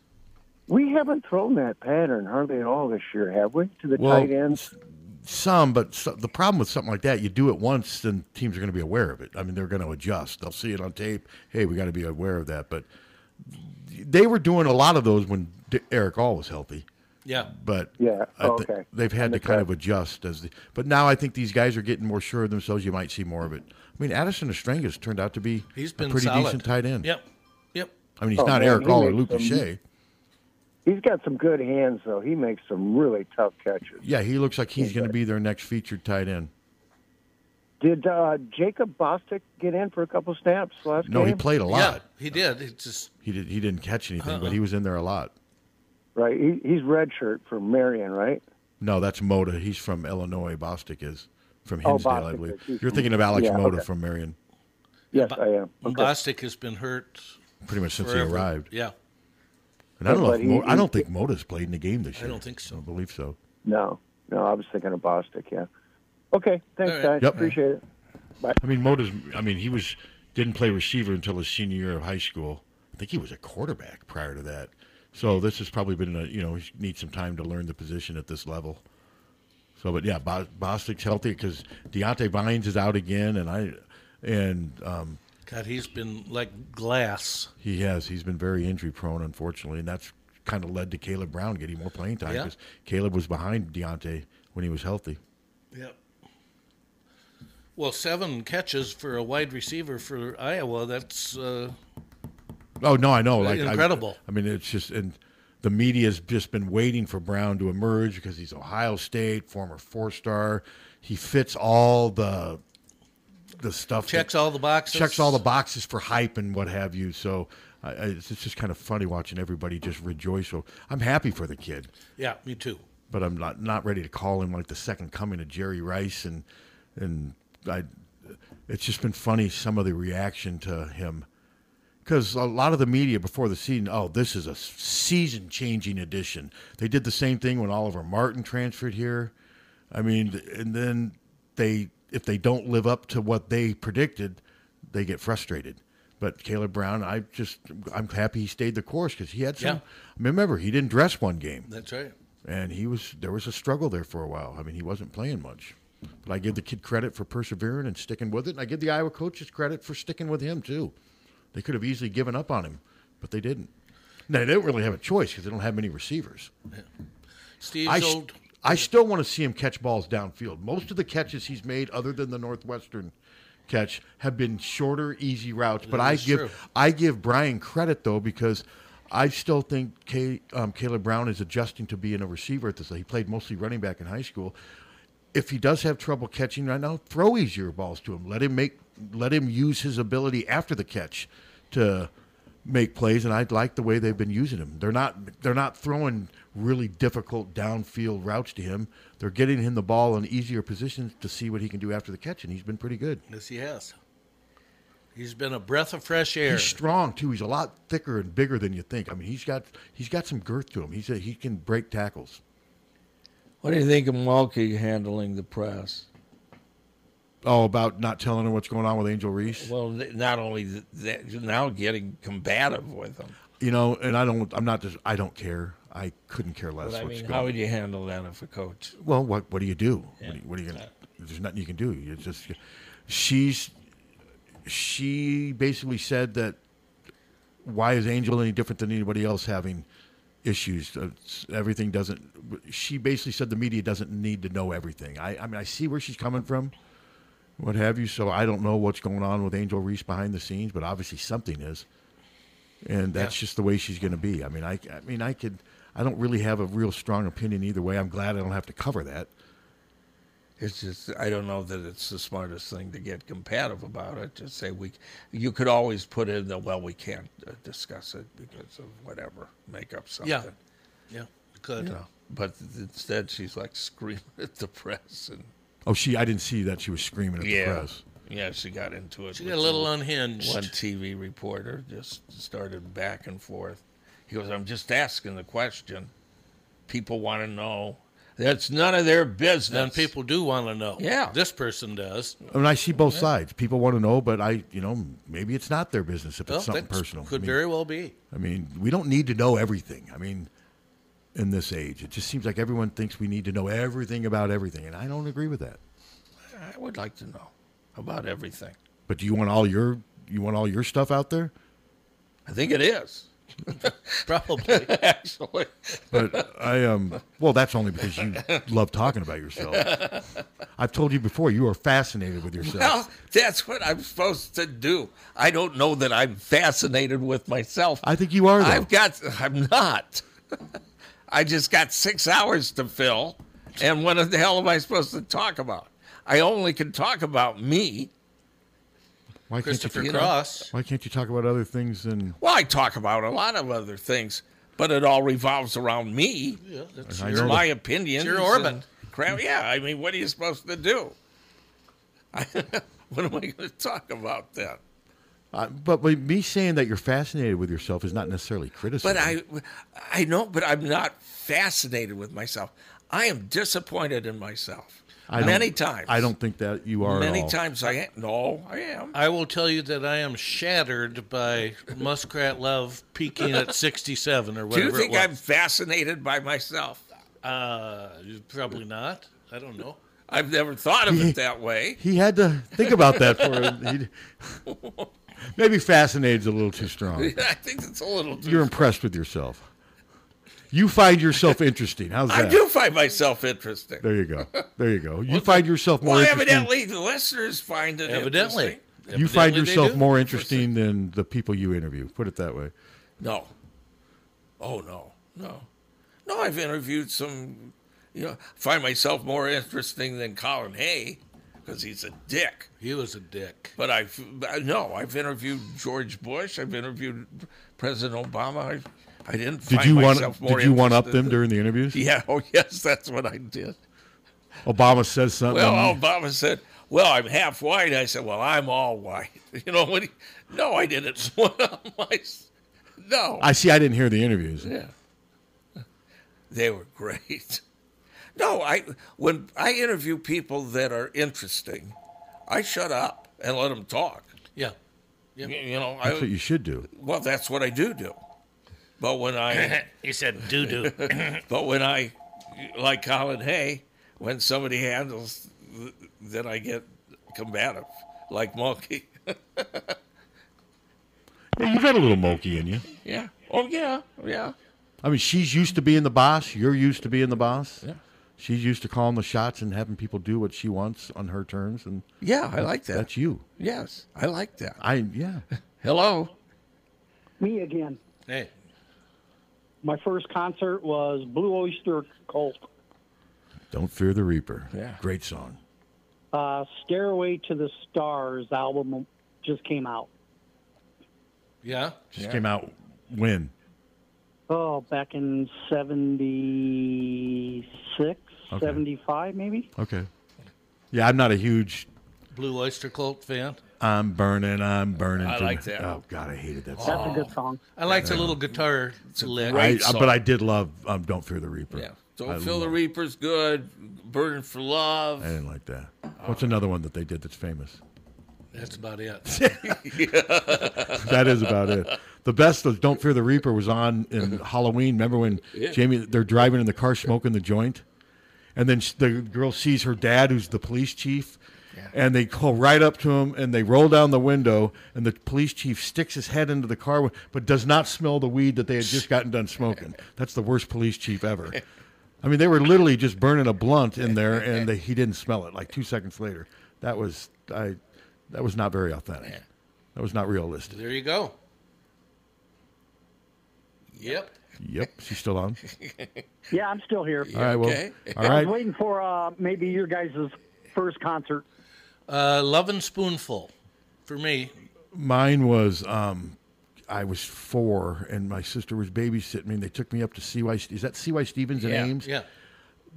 [SPEAKER 5] We haven't thrown that pattern hardly at all this year, have we? To the
[SPEAKER 4] Well,
[SPEAKER 5] tight ends?
[SPEAKER 4] Some, but so, the problem with something like that, you do it once, then teams are going to be aware of it. I mean, they're going to adjust. They'll see it on tape. Hey, we got to be aware of that. But they were doing a lot of those when D- Eric All was healthy.
[SPEAKER 3] Yeah.
[SPEAKER 4] But
[SPEAKER 5] Yeah, oh,
[SPEAKER 4] I thi-
[SPEAKER 5] okay.
[SPEAKER 4] they've had to kind of adjust as the. But now I think these guys are getting more sure of themselves. You might see more of it. I mean, Addison Estranga's turned out to be
[SPEAKER 3] He's
[SPEAKER 4] a
[SPEAKER 3] been
[SPEAKER 4] pretty
[SPEAKER 3] solid.
[SPEAKER 4] decent tight end.
[SPEAKER 3] Yep. Yep.
[SPEAKER 4] I mean, he's
[SPEAKER 5] Oh,
[SPEAKER 4] not
[SPEAKER 5] man,
[SPEAKER 4] Eric
[SPEAKER 5] he
[SPEAKER 4] All or Luke
[SPEAKER 5] makes some-
[SPEAKER 4] Pichet.
[SPEAKER 5] He's got some good hands, though. He makes some really tough catches.
[SPEAKER 4] Yeah, he looks like he's going to be their next featured tight end.
[SPEAKER 5] Did uh, Jacob Bostic get in for a couple snaps last
[SPEAKER 4] No,
[SPEAKER 5] game?
[SPEAKER 4] he played a
[SPEAKER 3] Yeah,
[SPEAKER 4] lot.
[SPEAKER 3] he did. It just
[SPEAKER 4] He did. He didn't catch anything,
[SPEAKER 3] Uh-uh.
[SPEAKER 4] but he was in there a lot.
[SPEAKER 5] Right. He, he's redshirt from Marion, right?
[SPEAKER 4] No, that's Moda. He's from Illinois. Bostic is from
[SPEAKER 5] Oh,
[SPEAKER 4] Hinsdale, I
[SPEAKER 5] Bostic
[SPEAKER 4] believe.
[SPEAKER 5] is. He's
[SPEAKER 4] You're
[SPEAKER 5] from-
[SPEAKER 4] thinking of Alex
[SPEAKER 5] yeah,
[SPEAKER 4] Moda
[SPEAKER 5] okay.
[SPEAKER 4] from Marion.
[SPEAKER 5] Yes, I am. Okay.
[SPEAKER 3] Bostic has been hurt
[SPEAKER 4] Pretty much since he
[SPEAKER 3] forever.
[SPEAKER 4] arrived.
[SPEAKER 3] Yeah.
[SPEAKER 4] And I don't know. If
[SPEAKER 5] But he-
[SPEAKER 4] Mo- I
[SPEAKER 5] he-
[SPEAKER 4] don't think Moda's played in the game this
[SPEAKER 3] I
[SPEAKER 4] year.
[SPEAKER 3] don't think so.
[SPEAKER 4] I believe so.
[SPEAKER 5] No, no, I was thinking of Bostic, yeah. Okay, thanks,
[SPEAKER 3] All right.
[SPEAKER 5] guys.
[SPEAKER 4] Yep.
[SPEAKER 5] Appreciate it.
[SPEAKER 4] I mean, Moda's. I mean, he was didn't play receiver until his senior year of high school. I think he was a quarterback prior to that. So this has probably been a you know he needs some time to learn the position at this level. So, but yeah, Bo- Bostic's healthy because Deontay Vines is out again, and I and um,
[SPEAKER 3] God, he's been like glass.
[SPEAKER 4] He has. He's been very injury prone, unfortunately, and that's kind of led to Caleb Brown getting more playing time
[SPEAKER 3] Yeah.
[SPEAKER 4] because Caleb was behind Deontay when he was healthy.
[SPEAKER 3] Yep. Well, seven catches for a wide receiver for Iowa. That's uh,
[SPEAKER 4] Oh no, I know,
[SPEAKER 3] Uh,
[SPEAKER 4] like I-
[SPEAKER 3] incredible.
[SPEAKER 4] I, mean, it's just and the media's just been waiting for Brown to emerge because he's Ohio State former four star. He fits all the the stuff.
[SPEAKER 3] Checks all the boxes.
[SPEAKER 4] Checks all the boxes for hype and what have you. So. I, I- it's it's just kind of funny watching everybody just rejoice. So I'm happy for the kid.
[SPEAKER 3] yeah, me too.
[SPEAKER 4] but I'm not not ready to call him like the second coming of Jerry Rice and and I it's just been funny some of the reaction to him because a lot of the media before the season oh this is a season changing edition they did the same thing when Oliver Martin transferred here I mean and then they if they don't live up to what they predicted they get frustrated but Caleb Brown I just I'm happy he stayed the course because he had some
[SPEAKER 3] Yeah.
[SPEAKER 4] remember he didn't dress one game
[SPEAKER 3] That's right.
[SPEAKER 4] and he was there was a struggle there for a while. I mean, he wasn't playing much, but I give the kid credit for persevering and sticking with it, and I give the Iowa coaches credit for sticking with him too. They could have easily given up on him, but they didn't. Now they don't really have a choice because they don't have many receivers.
[SPEAKER 3] Steve's
[SPEAKER 4] I, s-
[SPEAKER 3] old.
[SPEAKER 4] I still want to see him catch balls downfield. Most of the catches he's made, other than the Northwestern catch, have been shorter, easy routes. But
[SPEAKER 3] That
[SPEAKER 4] I
[SPEAKER 3] is
[SPEAKER 4] give
[SPEAKER 3] true.
[SPEAKER 4] I give Brian credit though because I still think K, um, Caleb Brown is adjusting to being a receiver at this. He played mostly running back in high school. If he does have trouble catching right now, throw easier balls to him. Let him make let him use his ability after the catch to make plays, and I like the way they've been using him. They're not they're not throwing really difficult downfield routes to him. They're getting him the ball in easier positions to see what he can do after the catch, and he's been pretty good.
[SPEAKER 3] Yes, he has. He's been a breath of fresh air.
[SPEAKER 4] He's strong too. He's a lot thicker and bigger than you think. I mean, he's got he's got some girth to him. He's a, he can break tackles.
[SPEAKER 2] What do you think of Mulkey handling the press?
[SPEAKER 4] Oh, about not telling her what's going on with Angel Reese.
[SPEAKER 2] Well, th- not only th- that, you're now getting combative with them.
[SPEAKER 4] You know, and I don't. I'm not. Just, I don't care. I couldn't care less.
[SPEAKER 2] But I
[SPEAKER 4] what's
[SPEAKER 2] mean,
[SPEAKER 4] going
[SPEAKER 2] how
[SPEAKER 4] on.
[SPEAKER 2] would you handle that if a coach?
[SPEAKER 4] well, what what do you do?
[SPEAKER 2] Yeah.
[SPEAKER 4] What, do you, what are you gonna? There's nothing you can do. You just she's she basically said that why is Angel any different than anybody else having issues? Uh, s- Everything doesn't. She basically said the media doesn't need to know everything. I, I mean, I see where she's coming from, what have you. So I don't know what's going on with Angel Reese behind the scenes, but obviously something is, and that's just the way she's going to be. I mean, I, I mean, I could. I don't really have a real strong opinion either way. I'm glad I don't have to cover that.
[SPEAKER 2] It's just I don't know that it's the smartest thing to get combative about it. Just say we, you could always put in the well we can't uh, discuss it because of whatever, make up something.
[SPEAKER 3] Yeah. Yeah. Good.
[SPEAKER 2] You know, but instead she's like screaming at the press and
[SPEAKER 4] Oh, she. I didn't see that she was screaming at
[SPEAKER 2] yeah,
[SPEAKER 4] the press.
[SPEAKER 2] yeah, she got into it.
[SPEAKER 3] She got
[SPEAKER 2] with
[SPEAKER 3] a little
[SPEAKER 2] some-
[SPEAKER 3] unhinged.
[SPEAKER 2] One TV reporter just started back and forth. He goes, "I'm just asking the question. People want to know. That's none of their business."
[SPEAKER 3] Then people do want to know.
[SPEAKER 2] Yeah.
[SPEAKER 3] This person does.
[SPEAKER 4] I mean, I see both sides. People want to know, but I, you know, maybe it's not their business if it's
[SPEAKER 3] Well,
[SPEAKER 4] something
[SPEAKER 3] that
[SPEAKER 4] personal.
[SPEAKER 3] Could
[SPEAKER 4] I mean,
[SPEAKER 3] very well be.
[SPEAKER 4] I mean, we don't need to know everything. I mean, in this age, it just seems like everyone thinks we need to know everything about everything, and I don't agree with that.
[SPEAKER 2] I would like to know about everything.
[SPEAKER 4] But do you want all your you want all your stuff out there?
[SPEAKER 2] I think it is.
[SPEAKER 3] Probably.
[SPEAKER 2] Actually.
[SPEAKER 4] But I um well, that's only because you love talking about yourself. I've told you before, you are fascinated with yourself.
[SPEAKER 2] Well, that's what I'm supposed to do. I don't know that I'm fascinated with myself.
[SPEAKER 4] I think you are. Though.
[SPEAKER 2] I've got, I'm not. I just got six hours to fill. And what the hell am I supposed to talk about? I only can talk about me.
[SPEAKER 4] Why
[SPEAKER 2] Christopher
[SPEAKER 4] you, you know,
[SPEAKER 2] Cross.
[SPEAKER 4] why can't you talk about other things than
[SPEAKER 2] Well, I talk about a lot of other things, but it all revolves around me. Yeah,
[SPEAKER 4] that's
[SPEAKER 2] that's
[SPEAKER 4] I your- know
[SPEAKER 2] my
[SPEAKER 4] that.
[SPEAKER 2] opinion.
[SPEAKER 3] It's your orbit.
[SPEAKER 2] Crap. Yeah, I mean, what are you supposed to do? what am I going to talk about then?
[SPEAKER 4] Uh, but by me saying that you're fascinated with yourself is not necessarily criticism.
[SPEAKER 2] But I, I know, but I'm not fascinated with myself. I am disappointed in myself
[SPEAKER 4] I don't-
[SPEAKER 2] many times.
[SPEAKER 4] I don't think that you are. at
[SPEAKER 2] many
[SPEAKER 4] all.
[SPEAKER 2] times I am. No, I am.
[SPEAKER 3] I will tell you that I am shattered by Muskrat Love peaking at 67 or
[SPEAKER 2] Do
[SPEAKER 3] whatever
[SPEAKER 2] you think
[SPEAKER 3] it was.
[SPEAKER 2] I'm fascinated by myself?
[SPEAKER 3] Uh, probably not. I don't know.
[SPEAKER 2] I've never thought of it that way.
[SPEAKER 4] He had to think about that for him. He- maybe fascinated's a little too strong.
[SPEAKER 2] I think it's a little. Too
[SPEAKER 4] You're impressed with yourself. You find yourself interesting. How's that?
[SPEAKER 2] I do find myself interesting.
[SPEAKER 4] There you go. There you go. You find yourself more
[SPEAKER 2] Well,
[SPEAKER 4] interesting.
[SPEAKER 2] evidently the listeners find it
[SPEAKER 3] Evidently.
[SPEAKER 2] interesting.
[SPEAKER 4] You find yourself more interesting than the people you interview. Put it that way.
[SPEAKER 2] No. Oh no, no, no. I've interviewed some. You know, find myself more interesting than Colin Hay because he's a dick.
[SPEAKER 3] He was a dick.
[SPEAKER 2] But I've but no. I've interviewed George Bush. I've interviewed President Obama. I, I didn't.
[SPEAKER 4] Did
[SPEAKER 2] find
[SPEAKER 4] you one?
[SPEAKER 2] myself more
[SPEAKER 4] Did you one up
[SPEAKER 2] interested
[SPEAKER 4] them
[SPEAKER 2] than-
[SPEAKER 4] during the interviews?
[SPEAKER 2] Yeah. Oh yes, that's what I did.
[SPEAKER 4] Obama says something.
[SPEAKER 2] Well, Obama said, "Well, I'm half white." I said, "Well, I'm all white." You know what? he- No, I didn't. My- no,
[SPEAKER 4] I see. I didn't hear the interviews.
[SPEAKER 2] Yeah. they were great. No, I when I interview people that are interesting, I shut up and let them talk.
[SPEAKER 3] Yeah,
[SPEAKER 2] You, you know,
[SPEAKER 4] That's
[SPEAKER 2] I,
[SPEAKER 4] what you should do.
[SPEAKER 2] well, that's what I do do. But when I
[SPEAKER 3] he said doo doo.
[SPEAKER 2] but when I like Colin Hay, when somebody handles, th- then I get combative, like Monkey.
[SPEAKER 4] Yeah, you've had a little mokey in you.
[SPEAKER 2] yeah. Oh yeah. Yeah.
[SPEAKER 4] I mean, she's used to being the boss. You're used to being the boss. Yeah. She's used to calling the shots and having people do what she wants on her terms. And
[SPEAKER 2] Yeah, I like that.
[SPEAKER 4] That's you.
[SPEAKER 2] Yes, I like that.
[SPEAKER 4] I yeah.
[SPEAKER 2] Hello.
[SPEAKER 1] Me again.
[SPEAKER 3] Hey.
[SPEAKER 1] My first concert was Blue Oyster Cult,
[SPEAKER 4] Don't fear the reaper.
[SPEAKER 1] Yeah.
[SPEAKER 4] Great song.
[SPEAKER 1] uh, Stairway to the Stars album just came out.
[SPEAKER 3] Yeah.
[SPEAKER 4] Just came out when.
[SPEAKER 1] Oh, back in 76,
[SPEAKER 4] Okay.
[SPEAKER 1] 75 maybe?
[SPEAKER 4] Okay. Yeah, I'm not a huge.
[SPEAKER 3] Blue Oyster Cult fan.
[SPEAKER 4] I'm burning. I'm burning.
[SPEAKER 3] I
[SPEAKER 4] to-
[SPEAKER 3] like that.
[SPEAKER 4] Oh God, I hated that
[SPEAKER 3] Oh.
[SPEAKER 4] song.
[SPEAKER 1] That's a good song.
[SPEAKER 3] I like the little guitar lick.
[SPEAKER 4] I, I- but I did love um, "Don't Fear the Reaper."
[SPEAKER 2] Yeah. Don't
[SPEAKER 4] I
[SPEAKER 2] feel the reaper's good. Burning for love.
[SPEAKER 4] I didn't like that. What's another one that they did that's famous?
[SPEAKER 3] That's about it.
[SPEAKER 4] that is about it. The best of "Don't Fear the Reaper" was on in Halloween. Remember when
[SPEAKER 3] Yeah.
[SPEAKER 4] Jamie? They're driving in the car, smoking the joint, and then sh- the girl sees her dad, who's the police chief, And they go right up to him and they roll down the window. And the police chief sticks his head into the car, but does not smell the weed that they had just gotten done smoking. That's the worst police chief ever. I mean, they were literally just burning a blunt in there, and they, he didn't smell it. Like two seconds later, that was I. That was not very authentic. That was not realistic.
[SPEAKER 3] There you go. Yep.
[SPEAKER 4] Yep, she's still on.
[SPEAKER 1] Yeah, I'm still here.
[SPEAKER 4] All right, well, Okay. all
[SPEAKER 1] I
[SPEAKER 4] right.
[SPEAKER 1] was waiting for uh, maybe your guys' first concert.
[SPEAKER 3] Uh, Love and Spoonful for me.
[SPEAKER 4] Mine was um, I was four, and my sister was babysitting me, and they took me up to CY. Is that CY Stevens in
[SPEAKER 3] Yeah,
[SPEAKER 4] Ames?
[SPEAKER 3] yeah.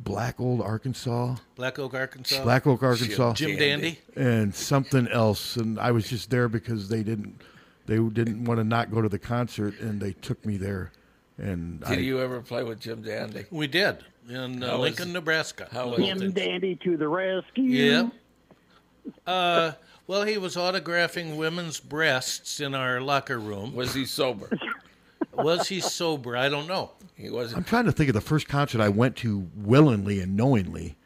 [SPEAKER 4] Black Old Arkansas.
[SPEAKER 3] Black Oak, Arkansas.
[SPEAKER 4] Black Oak, Arkansas.
[SPEAKER 3] Jim Dandy.
[SPEAKER 4] And something else, and I was just there because they didn't they didn't want to not go to the concert, and they took me there. And I,
[SPEAKER 2] Did you ever play with Jim Dandy?
[SPEAKER 3] We did in
[SPEAKER 2] How
[SPEAKER 3] uh,
[SPEAKER 2] was
[SPEAKER 3] Lincoln,
[SPEAKER 2] it?
[SPEAKER 3] Nebraska.
[SPEAKER 2] How was
[SPEAKER 1] Jim Dandy to the rescue.
[SPEAKER 3] Yeah. Uh, well, he was autographing women's breasts in our locker room.
[SPEAKER 2] Was he sober?
[SPEAKER 3] was he sober? I don't know.
[SPEAKER 2] He wasn't.
[SPEAKER 4] I'm trying to think of the first concert I went to willingly and knowingly.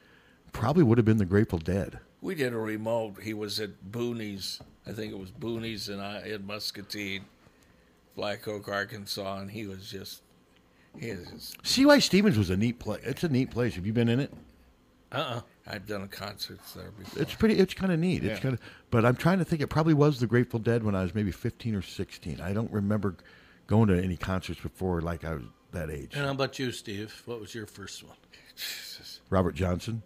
[SPEAKER 4] Probably would have been the Grateful Dead.
[SPEAKER 2] We did a remote. He was at Booney's. I think it was Booney's and I in Muscatine, Black Oak, Arkansas, and he was just he is just
[SPEAKER 4] CY Stevens was a neat place. It's a neat place. Have you been in it?
[SPEAKER 2] uh uh-uh. uh. i have done a concert there before.
[SPEAKER 4] It's pretty. It's kind of neat.
[SPEAKER 2] Yeah.
[SPEAKER 4] It's kind of. But I'm trying to think. It probably was the Grateful Dead when I was maybe 15 or 16. I don't remember going to any concerts before like I was that age.
[SPEAKER 3] And how about you, Steve? What was your first one?
[SPEAKER 4] Robert Johnson.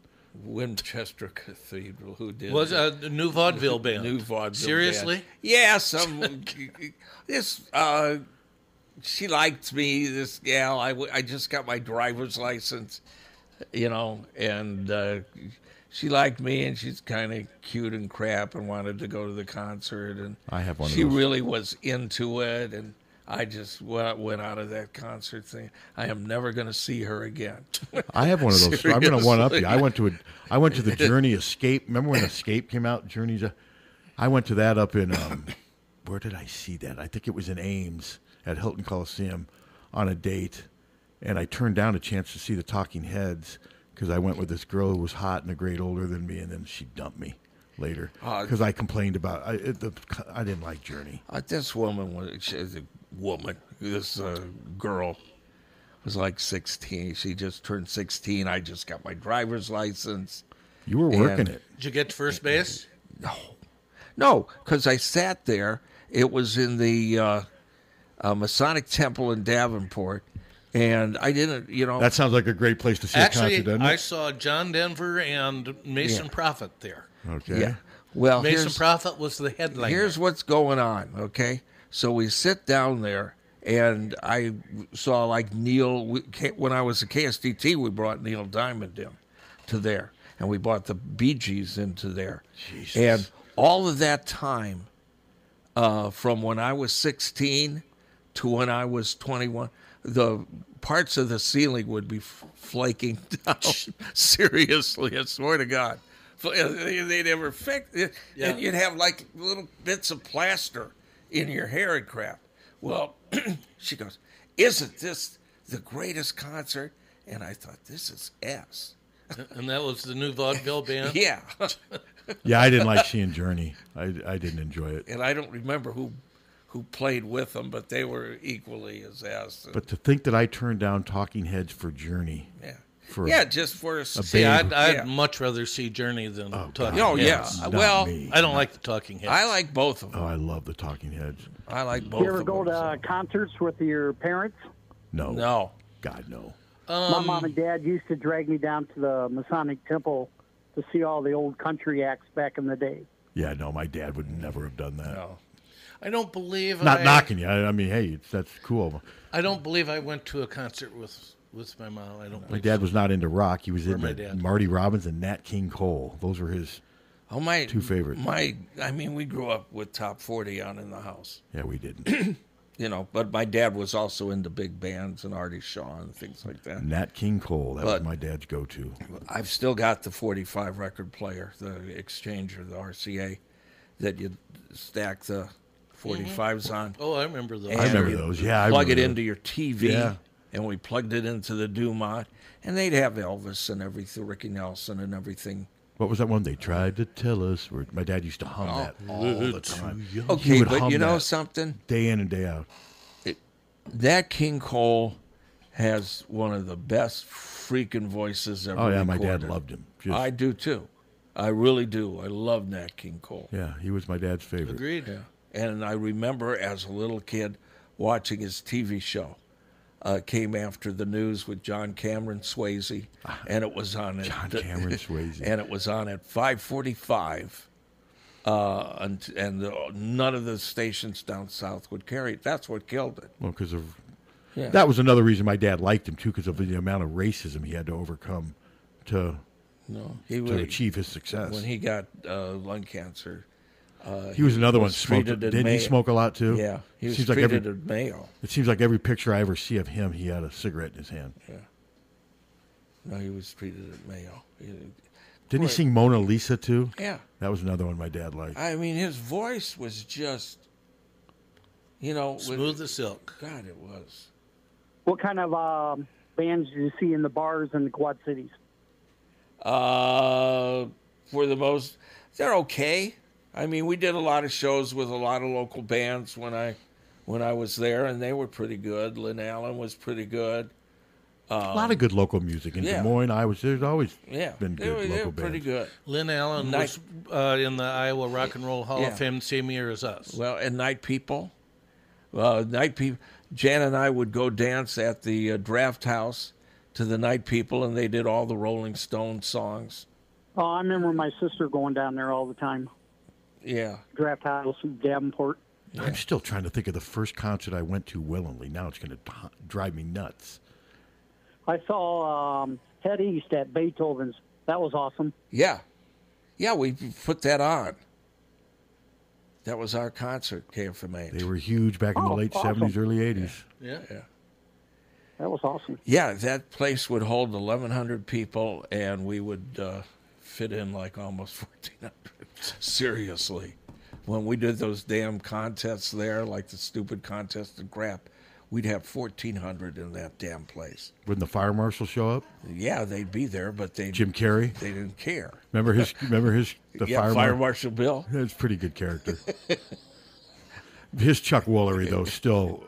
[SPEAKER 2] Winchester Cathedral. Who did
[SPEAKER 3] Was
[SPEAKER 2] it?
[SPEAKER 3] a new vaudeville band.
[SPEAKER 2] New vaudeville.
[SPEAKER 3] Seriously?
[SPEAKER 2] band. Yeah. Some this. Uh, she liked me. This gal. I, w- I just got my driver's license. You know, and uh, she liked me, and she's kind of cute and crap, and wanted to go to the concert. And
[SPEAKER 4] I have one of
[SPEAKER 2] She
[SPEAKER 4] those.
[SPEAKER 2] really was into it, and I just went, went out of that concert thing. I am never going to see her again.
[SPEAKER 4] I have one of those. I'm going to one up you. I
[SPEAKER 2] Seriously.
[SPEAKER 4] went to a, I went to the Journey Escape. Remember when Escape came out? Journey's. A, I went to that up in. Um, where did I see that? I think it was in Ames at Hilton Coliseum, on a date, and I turned down a chance to see the Talking Heads because I went with this girl who was hot and a grade older than me, and then she dumped me later
[SPEAKER 2] Oh.
[SPEAKER 4] because I complained about I it, the, I didn't like Journey.
[SPEAKER 2] Uh, this woman was she was a woman. This uh, girl was like 16. She just turned 16. I just got my driver's license.
[SPEAKER 4] You were working it.
[SPEAKER 3] Did you get to first base?
[SPEAKER 2] No, because I sat there. It was in the uh, uh, Masonic Temple in Davenport, and I didn't. You know
[SPEAKER 4] That sounds like a great place to see
[SPEAKER 3] Actually,
[SPEAKER 4] a concert, doesn't
[SPEAKER 3] I
[SPEAKER 4] it?
[SPEAKER 3] saw John Denver and Mason
[SPEAKER 2] Yeah.
[SPEAKER 3] Prophet there.
[SPEAKER 4] Okay.
[SPEAKER 2] Yeah. Well,
[SPEAKER 3] Mason
[SPEAKER 2] here's-
[SPEAKER 3] Prophet was the headliner.
[SPEAKER 2] Here's what's going on, okay? So we sit down there, and I saw like Neil. we- When I was at KSDT, we brought Neil Diamond in to there, and we brought the Bee Gees into there. And all of that time, uh, from when I was 16 to when I was 21, the parts of the ceiling would be f- flaking down. Seriously, I swear to God. F- uh, They, they never fixed it.
[SPEAKER 3] Yeah.
[SPEAKER 2] And you'd have like little bits of plaster in your hair and crap. Well, she goes, Isn't this the greatest concert? And I thought, This is ass.
[SPEAKER 3] and that was the new vaudeville band?
[SPEAKER 2] Yeah.
[SPEAKER 4] yeah, I didn't like seeing Journey. I I didn't enjoy it.
[SPEAKER 2] and I don't remember who who played with them, but they were equally as ass.
[SPEAKER 4] But to think that I turned down Talking Heads for Journey.
[SPEAKER 2] Yeah.
[SPEAKER 4] For
[SPEAKER 2] Yeah, just for a s-
[SPEAKER 3] See, I'd,
[SPEAKER 4] band-
[SPEAKER 3] I'd much rather see Journey than Talking
[SPEAKER 2] Oh, yeah.
[SPEAKER 3] Heads.
[SPEAKER 2] Not Well, me.
[SPEAKER 3] I don't like the Talking Heads.
[SPEAKER 2] I like both of them.
[SPEAKER 4] Oh, I love the Talking Heads.
[SPEAKER 2] I like
[SPEAKER 1] you ever go to concerts with your parents?
[SPEAKER 4] No.
[SPEAKER 2] No.
[SPEAKER 4] God no.
[SPEAKER 1] My
[SPEAKER 2] Um,
[SPEAKER 1] mom and dad used to drag me down to the Masonic Temple to see all the old country acts back in the day.
[SPEAKER 4] Yeah, no, my dad would never have done that.
[SPEAKER 3] I don't believe
[SPEAKER 4] Not
[SPEAKER 3] I,
[SPEAKER 4] knocking you. I, I mean, hey, it's, that's cool.
[SPEAKER 3] I don't believe I went to a concert with with my mom. I don't.
[SPEAKER 4] My
[SPEAKER 3] Believe
[SPEAKER 4] dad was not into rock. He was
[SPEAKER 3] Or my
[SPEAKER 4] into
[SPEAKER 3] dad.
[SPEAKER 4] Marty Robbins and Nat King Cole. Those were his
[SPEAKER 2] Oh my
[SPEAKER 4] two favorites.
[SPEAKER 2] My I mean we grew up with top 40 on in the house.
[SPEAKER 4] yeah, we didn't.
[SPEAKER 2] You know, but my dad was also into big bands and Artie Shaw and things like that.
[SPEAKER 4] Nat King Cole. That
[SPEAKER 2] But-
[SPEAKER 4] was my dad's go-to.
[SPEAKER 2] I've still got the 45 record player, the exchanger, the RCA that you stack the 45s on.
[SPEAKER 3] Oh, I remember those.
[SPEAKER 4] I remember
[SPEAKER 2] you
[SPEAKER 4] those. Yeah, I
[SPEAKER 2] plug it
[SPEAKER 4] remember
[SPEAKER 2] into
[SPEAKER 4] those.
[SPEAKER 2] your TV.
[SPEAKER 4] Yeah.
[SPEAKER 2] And we plugged it into the Dumont, and they'd have Elvis and everything, Ricky Nelson and everything
[SPEAKER 4] What was that one? They tried to tell us. Where my dad used to hum
[SPEAKER 2] Oh.
[SPEAKER 4] that all the
[SPEAKER 2] Too
[SPEAKER 4] time.
[SPEAKER 2] young.
[SPEAKER 4] He
[SPEAKER 2] Okay,
[SPEAKER 4] would
[SPEAKER 2] but
[SPEAKER 4] hum
[SPEAKER 2] you know
[SPEAKER 4] that
[SPEAKER 2] something?
[SPEAKER 4] Day in and day out.
[SPEAKER 2] That King Cole has one of the best freaking voices ever.
[SPEAKER 4] Oh, yeah, my dad
[SPEAKER 2] recorded.
[SPEAKER 4] loved him. Just-
[SPEAKER 2] I do too. I really do. I love Nat King Cole.
[SPEAKER 4] Yeah, he was my dad's favorite.
[SPEAKER 2] Yeah. And I remember as a little kid watching his TV show. Uh, came after the news with John Cameron Swayze, and it was on at John
[SPEAKER 4] Ah. Cameron Swayze,
[SPEAKER 2] and it was on at five forty-five, uh, and, and the, none of the stations down south would carry it. That's what killed it.
[SPEAKER 4] Well, because of
[SPEAKER 2] Yeah.
[SPEAKER 4] that was another reason my dad liked him too, because of the amount of racism he had to overcome to
[SPEAKER 2] No, he
[SPEAKER 4] to
[SPEAKER 2] was,
[SPEAKER 4] achieve his success.
[SPEAKER 2] When he got uh, lung cancer, uh,
[SPEAKER 4] He was another one. Smoked,
[SPEAKER 2] treated at
[SPEAKER 4] didn't he
[SPEAKER 2] Mayo.
[SPEAKER 4] smoke a lot too?
[SPEAKER 2] Yeah, he was
[SPEAKER 4] Seems like
[SPEAKER 2] treated
[SPEAKER 4] every-
[SPEAKER 2] at Mayo.
[SPEAKER 4] It seems like every picture I ever see of him, he had a cigarette in his hand.
[SPEAKER 2] Yeah. No, he was treated at Mayo. He-
[SPEAKER 4] Didn't
[SPEAKER 2] Boy,
[SPEAKER 4] he sing Mona Lisa too?
[SPEAKER 2] Yeah.
[SPEAKER 4] that was another one my dad liked.
[SPEAKER 2] I mean, his voice was just, you know,
[SPEAKER 3] smooth as silk.
[SPEAKER 2] God, it was.
[SPEAKER 1] What kind of um, bands do you see in the bars in the Quad Cities?
[SPEAKER 2] Uh, for the most, they're okay. I mean, we did a lot of shows with a lot of local bands when I, when I was there, and they were pretty good. Lynn Allen was pretty good. Um,
[SPEAKER 4] a lot of good local music in
[SPEAKER 2] yeah.
[SPEAKER 4] Des Moines, Iowa. There's always
[SPEAKER 2] Um, Yeah,
[SPEAKER 4] been
[SPEAKER 2] they
[SPEAKER 4] good
[SPEAKER 2] were- they
[SPEAKER 4] local
[SPEAKER 2] were pretty
[SPEAKER 4] bands.
[SPEAKER 2] good.
[SPEAKER 3] Lynn Allen
[SPEAKER 2] Nice.
[SPEAKER 3] was uh, in the Iowa Rock and Roll Hall
[SPEAKER 2] Yeah.
[SPEAKER 3] of Fame same year as us.
[SPEAKER 2] Well, and night people, uh, night people. Jan and I would go dance at the uh, Draft House to the night people, and they did all the Rolling Stones songs.
[SPEAKER 1] Oh, I remember my sister going down there all the time.
[SPEAKER 2] Yeah,
[SPEAKER 1] Draft House, Davenport.
[SPEAKER 4] I'm still trying to think of the first concert I went to willingly. Now it's going to drive me nuts.
[SPEAKER 1] I saw um, Head East at Beethoven's. That was awesome.
[SPEAKER 2] yeah, yeah. We put that on. That was our concert, KFMA.
[SPEAKER 4] They were huge back in the
[SPEAKER 2] Oh,
[SPEAKER 4] late
[SPEAKER 2] awesome.
[SPEAKER 4] 70s, early 80s.
[SPEAKER 3] Yeah.
[SPEAKER 2] yeah.
[SPEAKER 1] That was awesome.
[SPEAKER 2] Yeah, that place would hold 1,100 people, and we would uh, fit in like almost 1,400. Seriously. When we did those damn contests there, like the stupid contest and crap, we'd have 1,400 in that damn place.
[SPEAKER 4] Wouldn't the fire marshal show up?
[SPEAKER 2] Yeah, they'd be there, but they
[SPEAKER 4] Jim Carrey?
[SPEAKER 2] They didn't care.
[SPEAKER 4] Remember his? Remember his? The
[SPEAKER 2] Yeah,
[SPEAKER 4] fire,
[SPEAKER 2] Fire
[SPEAKER 4] mar-
[SPEAKER 2] Marshal Bill.
[SPEAKER 4] That's a pretty good character. his Chuck Woolery though, still.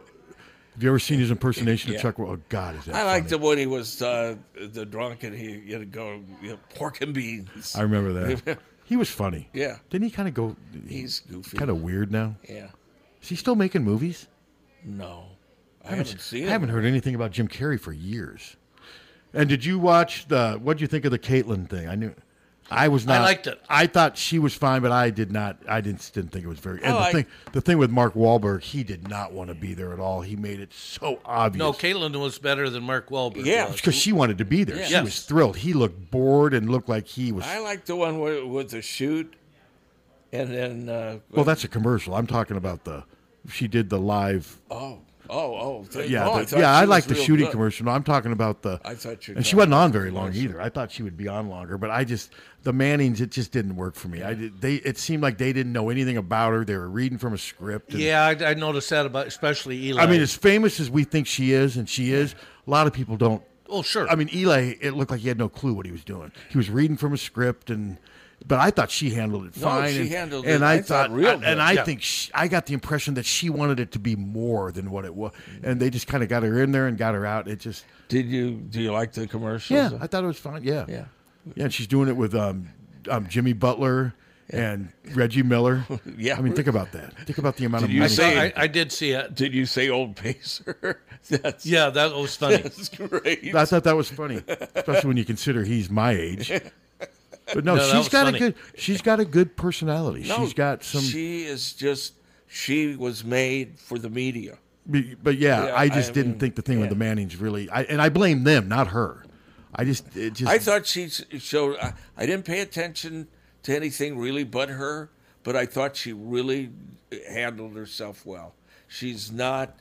[SPEAKER 4] Have you ever seen his impersonation
[SPEAKER 2] Yeah.
[SPEAKER 4] of Chuck? Woolery? Oh God, is that?
[SPEAKER 2] I liked it when he was uh, the drunk and he you know, go you know, pork and beans.
[SPEAKER 4] I remember that. he was funny.
[SPEAKER 2] Yeah.
[SPEAKER 4] Didn't he kind of go?
[SPEAKER 2] He's goofy.
[SPEAKER 4] Kind of weird now.
[SPEAKER 2] Yeah.
[SPEAKER 4] Is he still making movies?
[SPEAKER 2] no, I
[SPEAKER 4] haven't-
[SPEAKER 2] haven't seen
[SPEAKER 4] I haven't
[SPEAKER 2] him.
[SPEAKER 4] heard anything about Jim Carrey for years. And did you watch the? What did you think of the Caitlyn thing? I knew, I was
[SPEAKER 3] I
[SPEAKER 4] not.
[SPEAKER 3] liked it.
[SPEAKER 4] I thought she was fine, but I did not. I didn't didn't think it was very.
[SPEAKER 3] Oh, I
[SPEAKER 4] And the
[SPEAKER 3] like-
[SPEAKER 4] thing, the thing with Mark Wahlberg, he did not want to be there at all. He made it so Oh, obvious.
[SPEAKER 3] No, Caitlin was better than Mark Wahlberg. was.
[SPEAKER 4] because she wanted to be there.
[SPEAKER 3] Yeah.
[SPEAKER 4] She
[SPEAKER 3] Yes.
[SPEAKER 4] was thrilled. He looked bored and looked like he was.
[SPEAKER 2] I like the one with, with the shoot, and then uh,
[SPEAKER 4] well, that's a commercial. I'm talking about the. She did the live.
[SPEAKER 2] oh oh oh th-
[SPEAKER 4] yeah,
[SPEAKER 2] oh,
[SPEAKER 4] the-
[SPEAKER 2] thought
[SPEAKER 4] yeah.
[SPEAKER 2] she
[SPEAKER 4] I
[SPEAKER 2] was
[SPEAKER 4] like the
[SPEAKER 2] real
[SPEAKER 4] shooting
[SPEAKER 2] good.
[SPEAKER 4] commercial. No, I'm talking about the.
[SPEAKER 2] I thought you were
[SPEAKER 4] And she
[SPEAKER 2] talking
[SPEAKER 4] wasn't
[SPEAKER 2] about
[SPEAKER 4] on
[SPEAKER 2] the
[SPEAKER 4] very long
[SPEAKER 2] commercial.
[SPEAKER 4] either. I thought she would be on longer, but I just the Mannings. It just didn't work for me. I did, they. It seemed like they didn't know anything about her. They were reading from a script. and-
[SPEAKER 3] Yeah, I, I noticed that about especially Eli.
[SPEAKER 4] I mean, as famous as we think she is, and she is, a lot of people don't.
[SPEAKER 3] Oh, sure.
[SPEAKER 4] I mean, Eli, it looked like he had no clue what he was doing. He was reading from a script, and but I thought she handled it
[SPEAKER 2] No,
[SPEAKER 4] fine.
[SPEAKER 2] she
[SPEAKER 4] and,
[SPEAKER 2] handled
[SPEAKER 4] and
[SPEAKER 2] it,
[SPEAKER 4] I,
[SPEAKER 2] I thought,
[SPEAKER 4] thought,
[SPEAKER 2] real
[SPEAKER 4] I-
[SPEAKER 2] good.
[SPEAKER 4] and I
[SPEAKER 2] Yeah.
[SPEAKER 4] think she, I got the impression that she wanted it to be more than what it was, and they just kind of got her in there and got her out. It just
[SPEAKER 2] Did you do you like the commercial?
[SPEAKER 4] yeah, I thought it was fine. Yeah,
[SPEAKER 2] yeah,
[SPEAKER 4] yeah. And she's doing it with um, um Jimmy Butler. And Reggie Miller.
[SPEAKER 2] Yeah.
[SPEAKER 4] I mean, think about that. Think about the amount
[SPEAKER 2] Did
[SPEAKER 4] of
[SPEAKER 2] you
[SPEAKER 4] money.
[SPEAKER 2] say-
[SPEAKER 3] I, I did see it.
[SPEAKER 2] Did you say old Pacer? that's
[SPEAKER 3] Yeah, that was funny.
[SPEAKER 2] That's great.
[SPEAKER 4] I thought that was funny, especially when you consider he's my age. But no,
[SPEAKER 2] No, that
[SPEAKER 4] she's
[SPEAKER 2] was
[SPEAKER 4] got
[SPEAKER 2] funny.
[SPEAKER 4] a good. She's got a good personality.
[SPEAKER 2] No,
[SPEAKER 4] she's got some.
[SPEAKER 2] She is just. She was made for the media.
[SPEAKER 4] but yeah,
[SPEAKER 2] Yeah,
[SPEAKER 4] I just
[SPEAKER 2] I
[SPEAKER 4] didn't
[SPEAKER 2] mean,
[SPEAKER 4] think the thing with the Mannings really. I, and I blame them, not her. I just it just.
[SPEAKER 2] I thought she s- showed. I, I didn't pay attention to anything really but her, but I thought she really uh, handled herself well. She's not,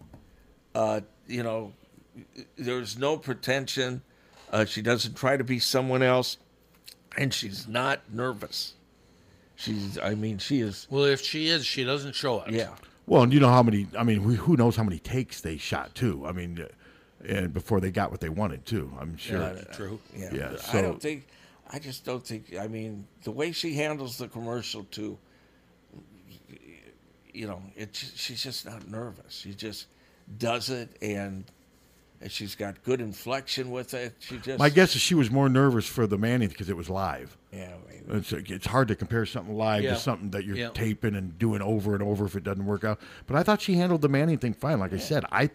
[SPEAKER 2] uh, you know, there's no pretension. Uh, she doesn't try to be someone else, and she's not nervous. She's. I mean, she is.
[SPEAKER 3] Well, if she is, she doesn't show it.
[SPEAKER 2] Yeah.
[SPEAKER 4] well, and you know how many? I mean, who- who knows how many takes they shot too? I mean, uh, and before they got what they wanted too. I'm sure.
[SPEAKER 2] Yeah, I- I- Yeah.
[SPEAKER 4] Yeah.
[SPEAKER 2] I
[SPEAKER 4] So
[SPEAKER 2] don't think. I just don't think. I mean, the way she handles the commercial too. You know, it. She's just not nervous. She just does it, and, and she's got good inflection with it. She just.
[SPEAKER 4] My guess is she was more nervous for the Manning because it was live.
[SPEAKER 2] Yeah,
[SPEAKER 4] It's, it's hard to compare something live
[SPEAKER 2] Yeah.
[SPEAKER 4] to something that you're
[SPEAKER 2] Yeah.
[SPEAKER 4] taping and doing over and over if it doesn't work out. But I thought she handled the Manning thing fine. Like I said, I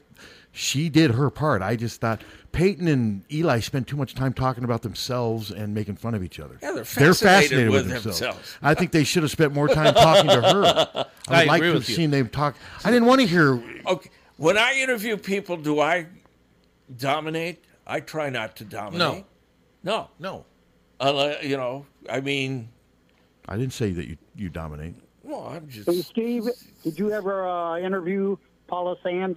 [SPEAKER 4] she did her part. I just thought Peyton and Eli spent too much time talking about themselves and making fun of each other.
[SPEAKER 2] Yeah, they're fascinated with themselves.
[SPEAKER 4] I think they should have spent more time talking to her. I
[SPEAKER 2] I
[SPEAKER 4] would like
[SPEAKER 2] agree
[SPEAKER 4] to have
[SPEAKER 2] with you.
[SPEAKER 4] seen them talk. I didn't want to hear
[SPEAKER 2] Okay. When I interview people, do I dominate? I try not to dominate. No.
[SPEAKER 3] No.
[SPEAKER 2] Unless, you know, I mean,
[SPEAKER 4] I didn't say that you, you dominate.
[SPEAKER 2] well, I'm just.
[SPEAKER 1] Hey, Steve, did you ever uh, interview Paula Sands?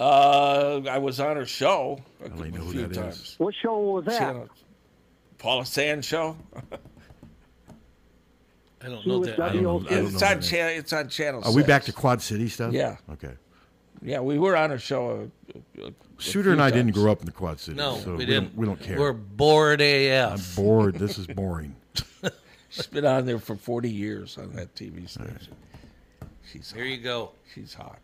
[SPEAKER 2] Uh, I was on her show a, a few
[SPEAKER 1] that is.
[SPEAKER 2] times.
[SPEAKER 1] What show was that?
[SPEAKER 2] Channel- Paula Sand show.
[SPEAKER 3] I don't
[SPEAKER 1] She know was that.
[SPEAKER 4] I don't know- I don't
[SPEAKER 2] it's
[SPEAKER 4] know
[SPEAKER 2] on
[SPEAKER 4] that.
[SPEAKER 2] channel. It's on channel.
[SPEAKER 4] Are we
[SPEAKER 2] Oh, six.
[SPEAKER 4] back to Quad City stuff?
[SPEAKER 2] Yeah.
[SPEAKER 4] Okay.
[SPEAKER 2] Yeah, we were on her show. A, a, a
[SPEAKER 4] Shooter and I didn't grow up in the Quad City.
[SPEAKER 3] No,
[SPEAKER 4] so
[SPEAKER 3] we
[SPEAKER 4] we,
[SPEAKER 3] didn't.
[SPEAKER 4] Don't, we don't care.
[SPEAKER 3] We're bored AF.
[SPEAKER 4] I'm bored. This is boring.
[SPEAKER 2] She's been on there for forty years on that TV station. She's
[SPEAKER 3] There you go.
[SPEAKER 2] She's hot.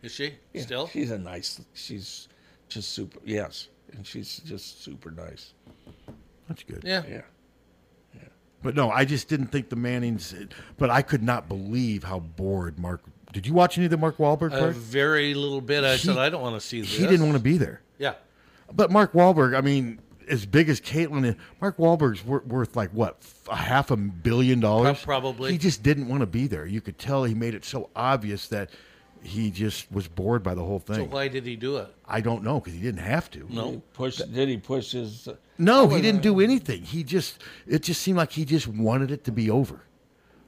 [SPEAKER 3] Is she
[SPEAKER 2] Yeah,
[SPEAKER 3] still?
[SPEAKER 2] She's a nice. She's just super. Yes, and she's just super nice.
[SPEAKER 4] That's good.
[SPEAKER 3] Yeah.
[SPEAKER 2] Yeah.
[SPEAKER 4] But no, I just didn't think the Mannings. But I could not believe how bored Mark. Did you watch any of the Mark Wahlberg
[SPEAKER 3] A
[SPEAKER 4] part?
[SPEAKER 3] very little bit. I said I don't want to see this.
[SPEAKER 4] He didn't want to be there.
[SPEAKER 3] Yeah.
[SPEAKER 4] But Mark Wahlberg, I mean, as big as Caitlin, is, Mark Wahlberg's wor- worth like what f- a half a billion dollars.
[SPEAKER 3] Prob- probably.
[SPEAKER 4] He just didn't want to be there. You could tell he made it so obvious that he just was bored by the whole
[SPEAKER 3] So
[SPEAKER 4] thing.
[SPEAKER 3] why did he do it?
[SPEAKER 4] I don't know because he didn't have to.
[SPEAKER 2] He pushed- Did he push his?
[SPEAKER 4] No, he
[SPEAKER 2] wasn't-
[SPEAKER 4] didn't do anything. He just it just seemed like he just wanted it to be over.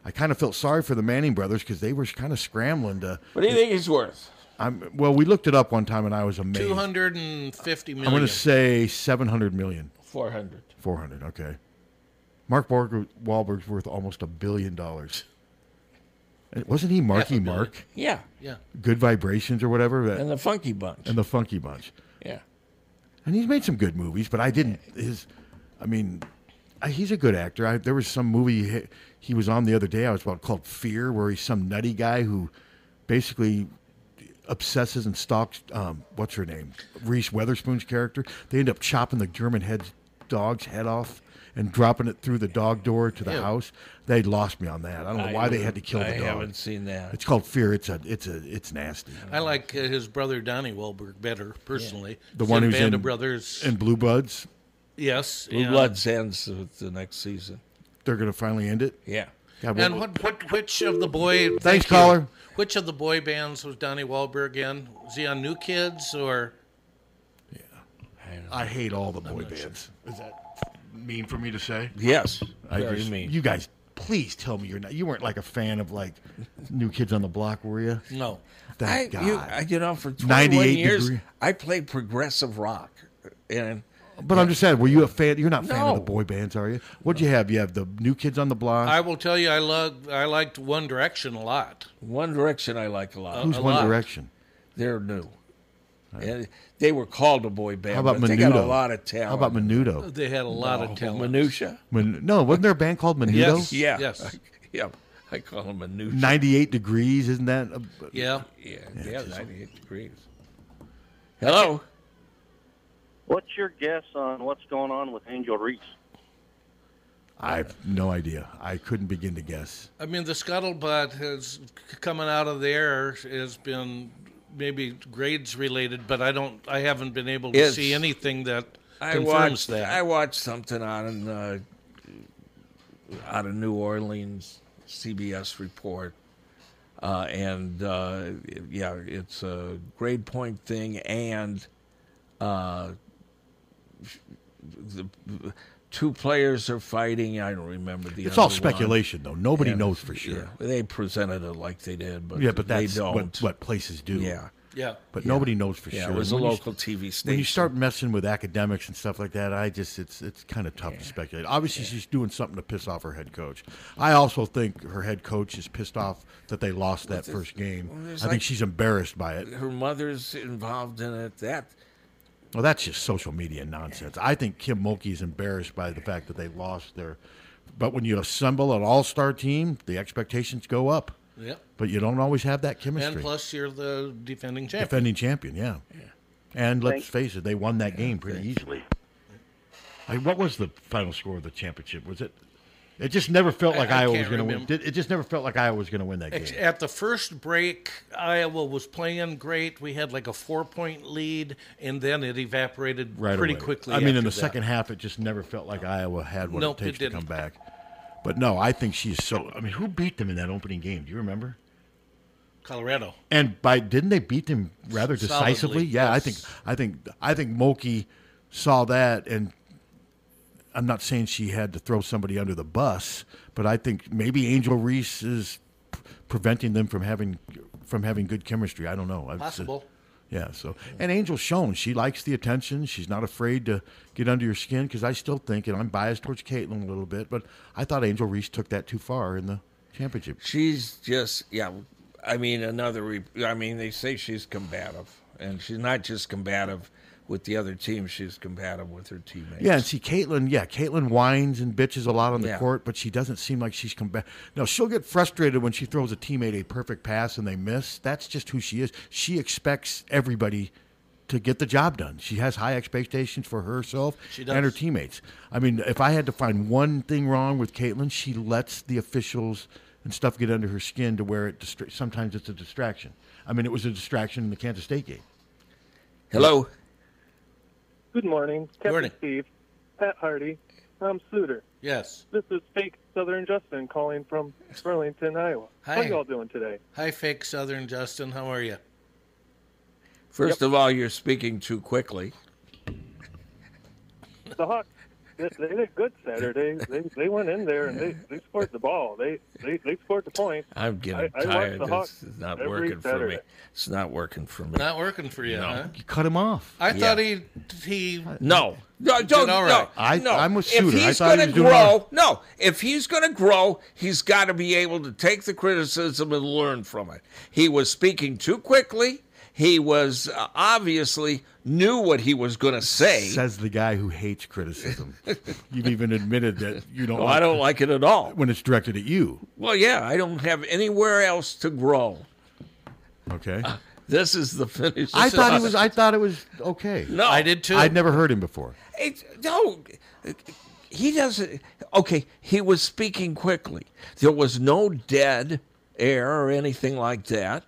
[SPEAKER 4] I kind of felt sorry for the Manning brothers because they were kind of scrambling to.
[SPEAKER 2] What do you think he's worth?
[SPEAKER 4] I'm well. We looked it up one time and I was amazed.
[SPEAKER 3] Two hundred and fifty
[SPEAKER 4] I'm going
[SPEAKER 3] million.
[SPEAKER 4] to say seven hundred million.
[SPEAKER 2] Four hundred.
[SPEAKER 4] Four hundred. Okay. Mark Wahlberg, Wahlberg's worth almost a billion dollars. And Wasn't he Marky Mark?
[SPEAKER 2] Yeah. Yeah.
[SPEAKER 4] Good vibrations or whatever. that-
[SPEAKER 2] And the Funky Bunch.
[SPEAKER 4] And the Funky Bunch.
[SPEAKER 2] Yeah.
[SPEAKER 4] and he's made some good movies, but I didn't. His, I mean, I, he's a good actor. I, there was some movie he, he was on the other day. I was about called Fear, where he's some nutty guy who basically obsesses and stalks. Um, what's her name? Reese Witherspoon's character. They end up chopping the German head's dog's head off. And dropping it through the dog door to the
[SPEAKER 2] Ew.
[SPEAKER 4] house, they lost me on that. I don't know
[SPEAKER 2] I
[SPEAKER 4] why they had to kill the
[SPEAKER 2] haven't- I
[SPEAKER 4] dog.
[SPEAKER 2] haven't seen that.
[SPEAKER 4] It's called Fear. It's a, it's a, it's nasty.
[SPEAKER 3] I like uh, his brother Donnie Wahlberg better personally.
[SPEAKER 4] The one
[SPEAKER 3] in
[SPEAKER 4] who's
[SPEAKER 3] Band
[SPEAKER 4] in
[SPEAKER 3] of Brothers.
[SPEAKER 4] and Blue Buds.
[SPEAKER 3] Yes,
[SPEAKER 2] Blue
[SPEAKER 3] yeah.
[SPEAKER 2] Bloods ends with the next season.
[SPEAKER 4] They're gonna finally end it.
[SPEAKER 2] Yeah.
[SPEAKER 4] God,
[SPEAKER 3] and what, what which of the boy?
[SPEAKER 4] Thanks,
[SPEAKER 3] thank you.
[SPEAKER 4] caller.
[SPEAKER 3] Which of the boy bands was Donnie Wahlberg in? Was he on New Kids or?
[SPEAKER 4] I hate all the boy bands. Is that mean for me to say?
[SPEAKER 2] Yes,
[SPEAKER 4] I
[SPEAKER 2] very
[SPEAKER 4] just,
[SPEAKER 2] mean.
[SPEAKER 4] You guys, please tell me you're not. You weren't like a fan of like New Kids on the Block, were you?
[SPEAKER 2] No. I,
[SPEAKER 4] Thank God.
[SPEAKER 2] You, I, you know, for 21
[SPEAKER 4] 98
[SPEAKER 2] years,
[SPEAKER 4] degree-
[SPEAKER 2] I played progressive rock. And
[SPEAKER 4] but I'm just saying, were you a fan? You're not a fan of the
[SPEAKER 2] No.
[SPEAKER 4] boy bands, are you? What'd you have? You have the New Kids on the Block.
[SPEAKER 3] I will tell you, I love I liked One Direction a lot.
[SPEAKER 2] One Direction I like a lot.
[SPEAKER 4] Who's
[SPEAKER 2] a
[SPEAKER 4] One
[SPEAKER 2] lot.
[SPEAKER 4] Direction?
[SPEAKER 2] They're new. And they were called a boy band.
[SPEAKER 4] How about
[SPEAKER 2] but
[SPEAKER 4] Menudo?
[SPEAKER 2] They got a lot of talent. Oh,
[SPEAKER 4] How about Menudo?
[SPEAKER 3] They had a lot of talent.
[SPEAKER 2] Minutia.
[SPEAKER 4] Men- no, wasn't there a band called Menudo?
[SPEAKER 2] Yeah. Yes. yeah. I call them Minutia.
[SPEAKER 4] 98 degrees, isn't that? A,
[SPEAKER 3] Yeah.
[SPEAKER 2] Yeah. Yeah. 98 degrees. Hello.
[SPEAKER 24] What's your guess on what's going on with Angel Reese?
[SPEAKER 4] I have no idea. I couldn't begin to guess.
[SPEAKER 3] I mean, the scuttlebutt has coming out of there has been maybe grades related, but I don't. I haven't been able to
[SPEAKER 2] Yes.
[SPEAKER 3] see anything that
[SPEAKER 2] I
[SPEAKER 3] confirms
[SPEAKER 2] watched
[SPEAKER 3] that.
[SPEAKER 2] I watched something on uh, out of New Orleans CBS report, uh, and uh, yeah, it's a grade point thing, and uh, the two players are fighting. I don't remember the.
[SPEAKER 4] It's all
[SPEAKER 2] other one.
[SPEAKER 4] speculation, though. Nobody
[SPEAKER 2] And-
[SPEAKER 4] knows for sure.
[SPEAKER 2] yeah, they presented it like they did, but
[SPEAKER 4] yeah, but
[SPEAKER 2] they
[SPEAKER 4] that's
[SPEAKER 2] don't.
[SPEAKER 4] what, what places do.
[SPEAKER 2] Yeah. Yeah.
[SPEAKER 4] But
[SPEAKER 2] Yeah.
[SPEAKER 4] nobody knows for
[SPEAKER 2] Yeah, it
[SPEAKER 4] sure.
[SPEAKER 2] was
[SPEAKER 4] And
[SPEAKER 2] a
[SPEAKER 4] when you-
[SPEAKER 2] local TV
[SPEAKER 4] When you
[SPEAKER 2] station.
[SPEAKER 4] start messing with academics and stuff like that, I just it's it's kind of tough to speculate. Obviously, she's doing something to piss off her head coach. I also think her head coach is pissed off that they lost that
[SPEAKER 2] there's-
[SPEAKER 4] first game.
[SPEAKER 2] well,
[SPEAKER 4] I
[SPEAKER 2] there's
[SPEAKER 4] think
[SPEAKER 2] like-
[SPEAKER 4] she's embarrassed by it.
[SPEAKER 2] her mother's involved in it. That
[SPEAKER 4] Well, that's just social media nonsense. I think Kim Mulkey is embarrassed by the fact that they lost their. But when you assemble an all-star team, the expectations go up.
[SPEAKER 3] Yep.
[SPEAKER 4] But you don't always have that chemistry.
[SPEAKER 3] And plus, you're the defending champion.
[SPEAKER 4] Defending champion, yeah. And let's
[SPEAKER 3] Thank-
[SPEAKER 4] face it, they won that game pretty easily. Like, what was the final score of the championship? Was it? It just never felt
[SPEAKER 3] I-
[SPEAKER 4] like
[SPEAKER 3] I
[SPEAKER 4] Iowa was
[SPEAKER 3] can't
[SPEAKER 4] going to win.
[SPEAKER 3] remember.
[SPEAKER 4] Did- It just never felt like Iowa was going to win that game.
[SPEAKER 3] Ex- At the first break, Iowa was playing great. We had like a four point lead, and then it evaporated
[SPEAKER 4] right
[SPEAKER 3] pretty
[SPEAKER 4] away.
[SPEAKER 3] quickly.
[SPEAKER 4] I mean, in the
[SPEAKER 3] after that.
[SPEAKER 4] second half, it just never felt like Iowa had what
[SPEAKER 3] Nope,
[SPEAKER 4] it
[SPEAKER 3] it
[SPEAKER 4] takes to
[SPEAKER 3] didn't.
[SPEAKER 4] come back. But no, I think she's so. I mean, who beat them in that opening game? Do you remember?
[SPEAKER 3] Colorado.
[SPEAKER 4] And by didn't they beat them rather
[SPEAKER 3] Solidly,
[SPEAKER 4] decisively? yeah, I think I think I think Mulkey saw that, and I'm not saying she had to throw somebody under the bus, but I think maybe Angel Reese is p- preventing them from having from having good chemistry. I don't know. I've-
[SPEAKER 3] Possible.
[SPEAKER 4] yeah. So and Angel's shown she likes the attention. She's not afraid to get under your skin because I still think, and I'm biased towards Caitlin a little bit, but I thought Angel Reese took that too far in the championship.
[SPEAKER 2] She's just yeah. I mean, another. Re- I mean, they say she's combative, and she's not just combative with the other team. She's combative with her teammates.
[SPEAKER 4] Yeah, and see, Caitlin, yeah, Caitlin whines and bitches a lot on the
[SPEAKER 2] Yeah.
[SPEAKER 4] court, but she doesn't seem like she's come back. No, she'll get frustrated when she throws a teammate a perfect pass and they miss. That's just who she is. She expects everybody to get the job done. She has high expectations for herself
[SPEAKER 3] She
[SPEAKER 4] and her
[SPEAKER 3] does.
[SPEAKER 4] teammates. I mean, if I had to find one thing wrong with Caitlin, she lets the officials and stuff get under her skin to where it distra- sometimes it's a distraction. I mean, it was a distraction in the Kansas State game.
[SPEAKER 2] Hello.
[SPEAKER 6] Good morning, Captain
[SPEAKER 4] Morning.
[SPEAKER 6] Steve, Pat Hardy, Tom Suter.
[SPEAKER 3] Yes.
[SPEAKER 6] This is fake Southern Justin calling from Burlington, Iowa. How
[SPEAKER 3] Hi.
[SPEAKER 6] y'all doing today?
[SPEAKER 3] Hi, fake Southern Justin. How are you?
[SPEAKER 2] First of all, you're speaking too quickly.
[SPEAKER 6] The Hawks, they, they did good Saturday. They they went in there and they, they scored the ball. They they, they scored the point.
[SPEAKER 2] I'm getting
[SPEAKER 6] I- I watch
[SPEAKER 2] tired.
[SPEAKER 6] the
[SPEAKER 2] This
[SPEAKER 6] Hawks
[SPEAKER 2] is not
[SPEAKER 6] every
[SPEAKER 2] working for me.
[SPEAKER 6] Saturday.
[SPEAKER 2] It's not working for me.
[SPEAKER 3] Not working for you, huh?
[SPEAKER 4] You cut him off.
[SPEAKER 3] I
[SPEAKER 2] Yeah.
[SPEAKER 3] thought he he
[SPEAKER 2] No, no,
[SPEAKER 3] Did
[SPEAKER 2] don't.
[SPEAKER 3] all
[SPEAKER 2] No,
[SPEAKER 3] right. I-
[SPEAKER 2] no.
[SPEAKER 3] I'm with
[SPEAKER 2] If
[SPEAKER 3] Suter. I
[SPEAKER 2] he's
[SPEAKER 3] thought he
[SPEAKER 2] going to
[SPEAKER 3] was doing
[SPEAKER 2] grow,
[SPEAKER 3] all
[SPEAKER 2] no. If he's going to grow, he's got to be able to take the criticism and learn from it. He was speaking too quickly. He was uh, obviously knew what he was going to say.
[SPEAKER 4] Says the guy who hates criticism. You've even admitted that you don't.
[SPEAKER 2] No, I don't like it at all
[SPEAKER 4] when it's directed at you.
[SPEAKER 2] Well, yeah, I don't have anywhere else to grow.
[SPEAKER 4] Okay.
[SPEAKER 2] This is the finish.
[SPEAKER 4] I
[SPEAKER 2] This
[SPEAKER 4] thought he
[SPEAKER 2] is-
[SPEAKER 4] was. I thought it was okay.
[SPEAKER 2] No. I did too.
[SPEAKER 4] I'd never heard him before.
[SPEAKER 2] It's, no, he doesn't. Okay, he was speaking quickly. There was no dead air or anything like that.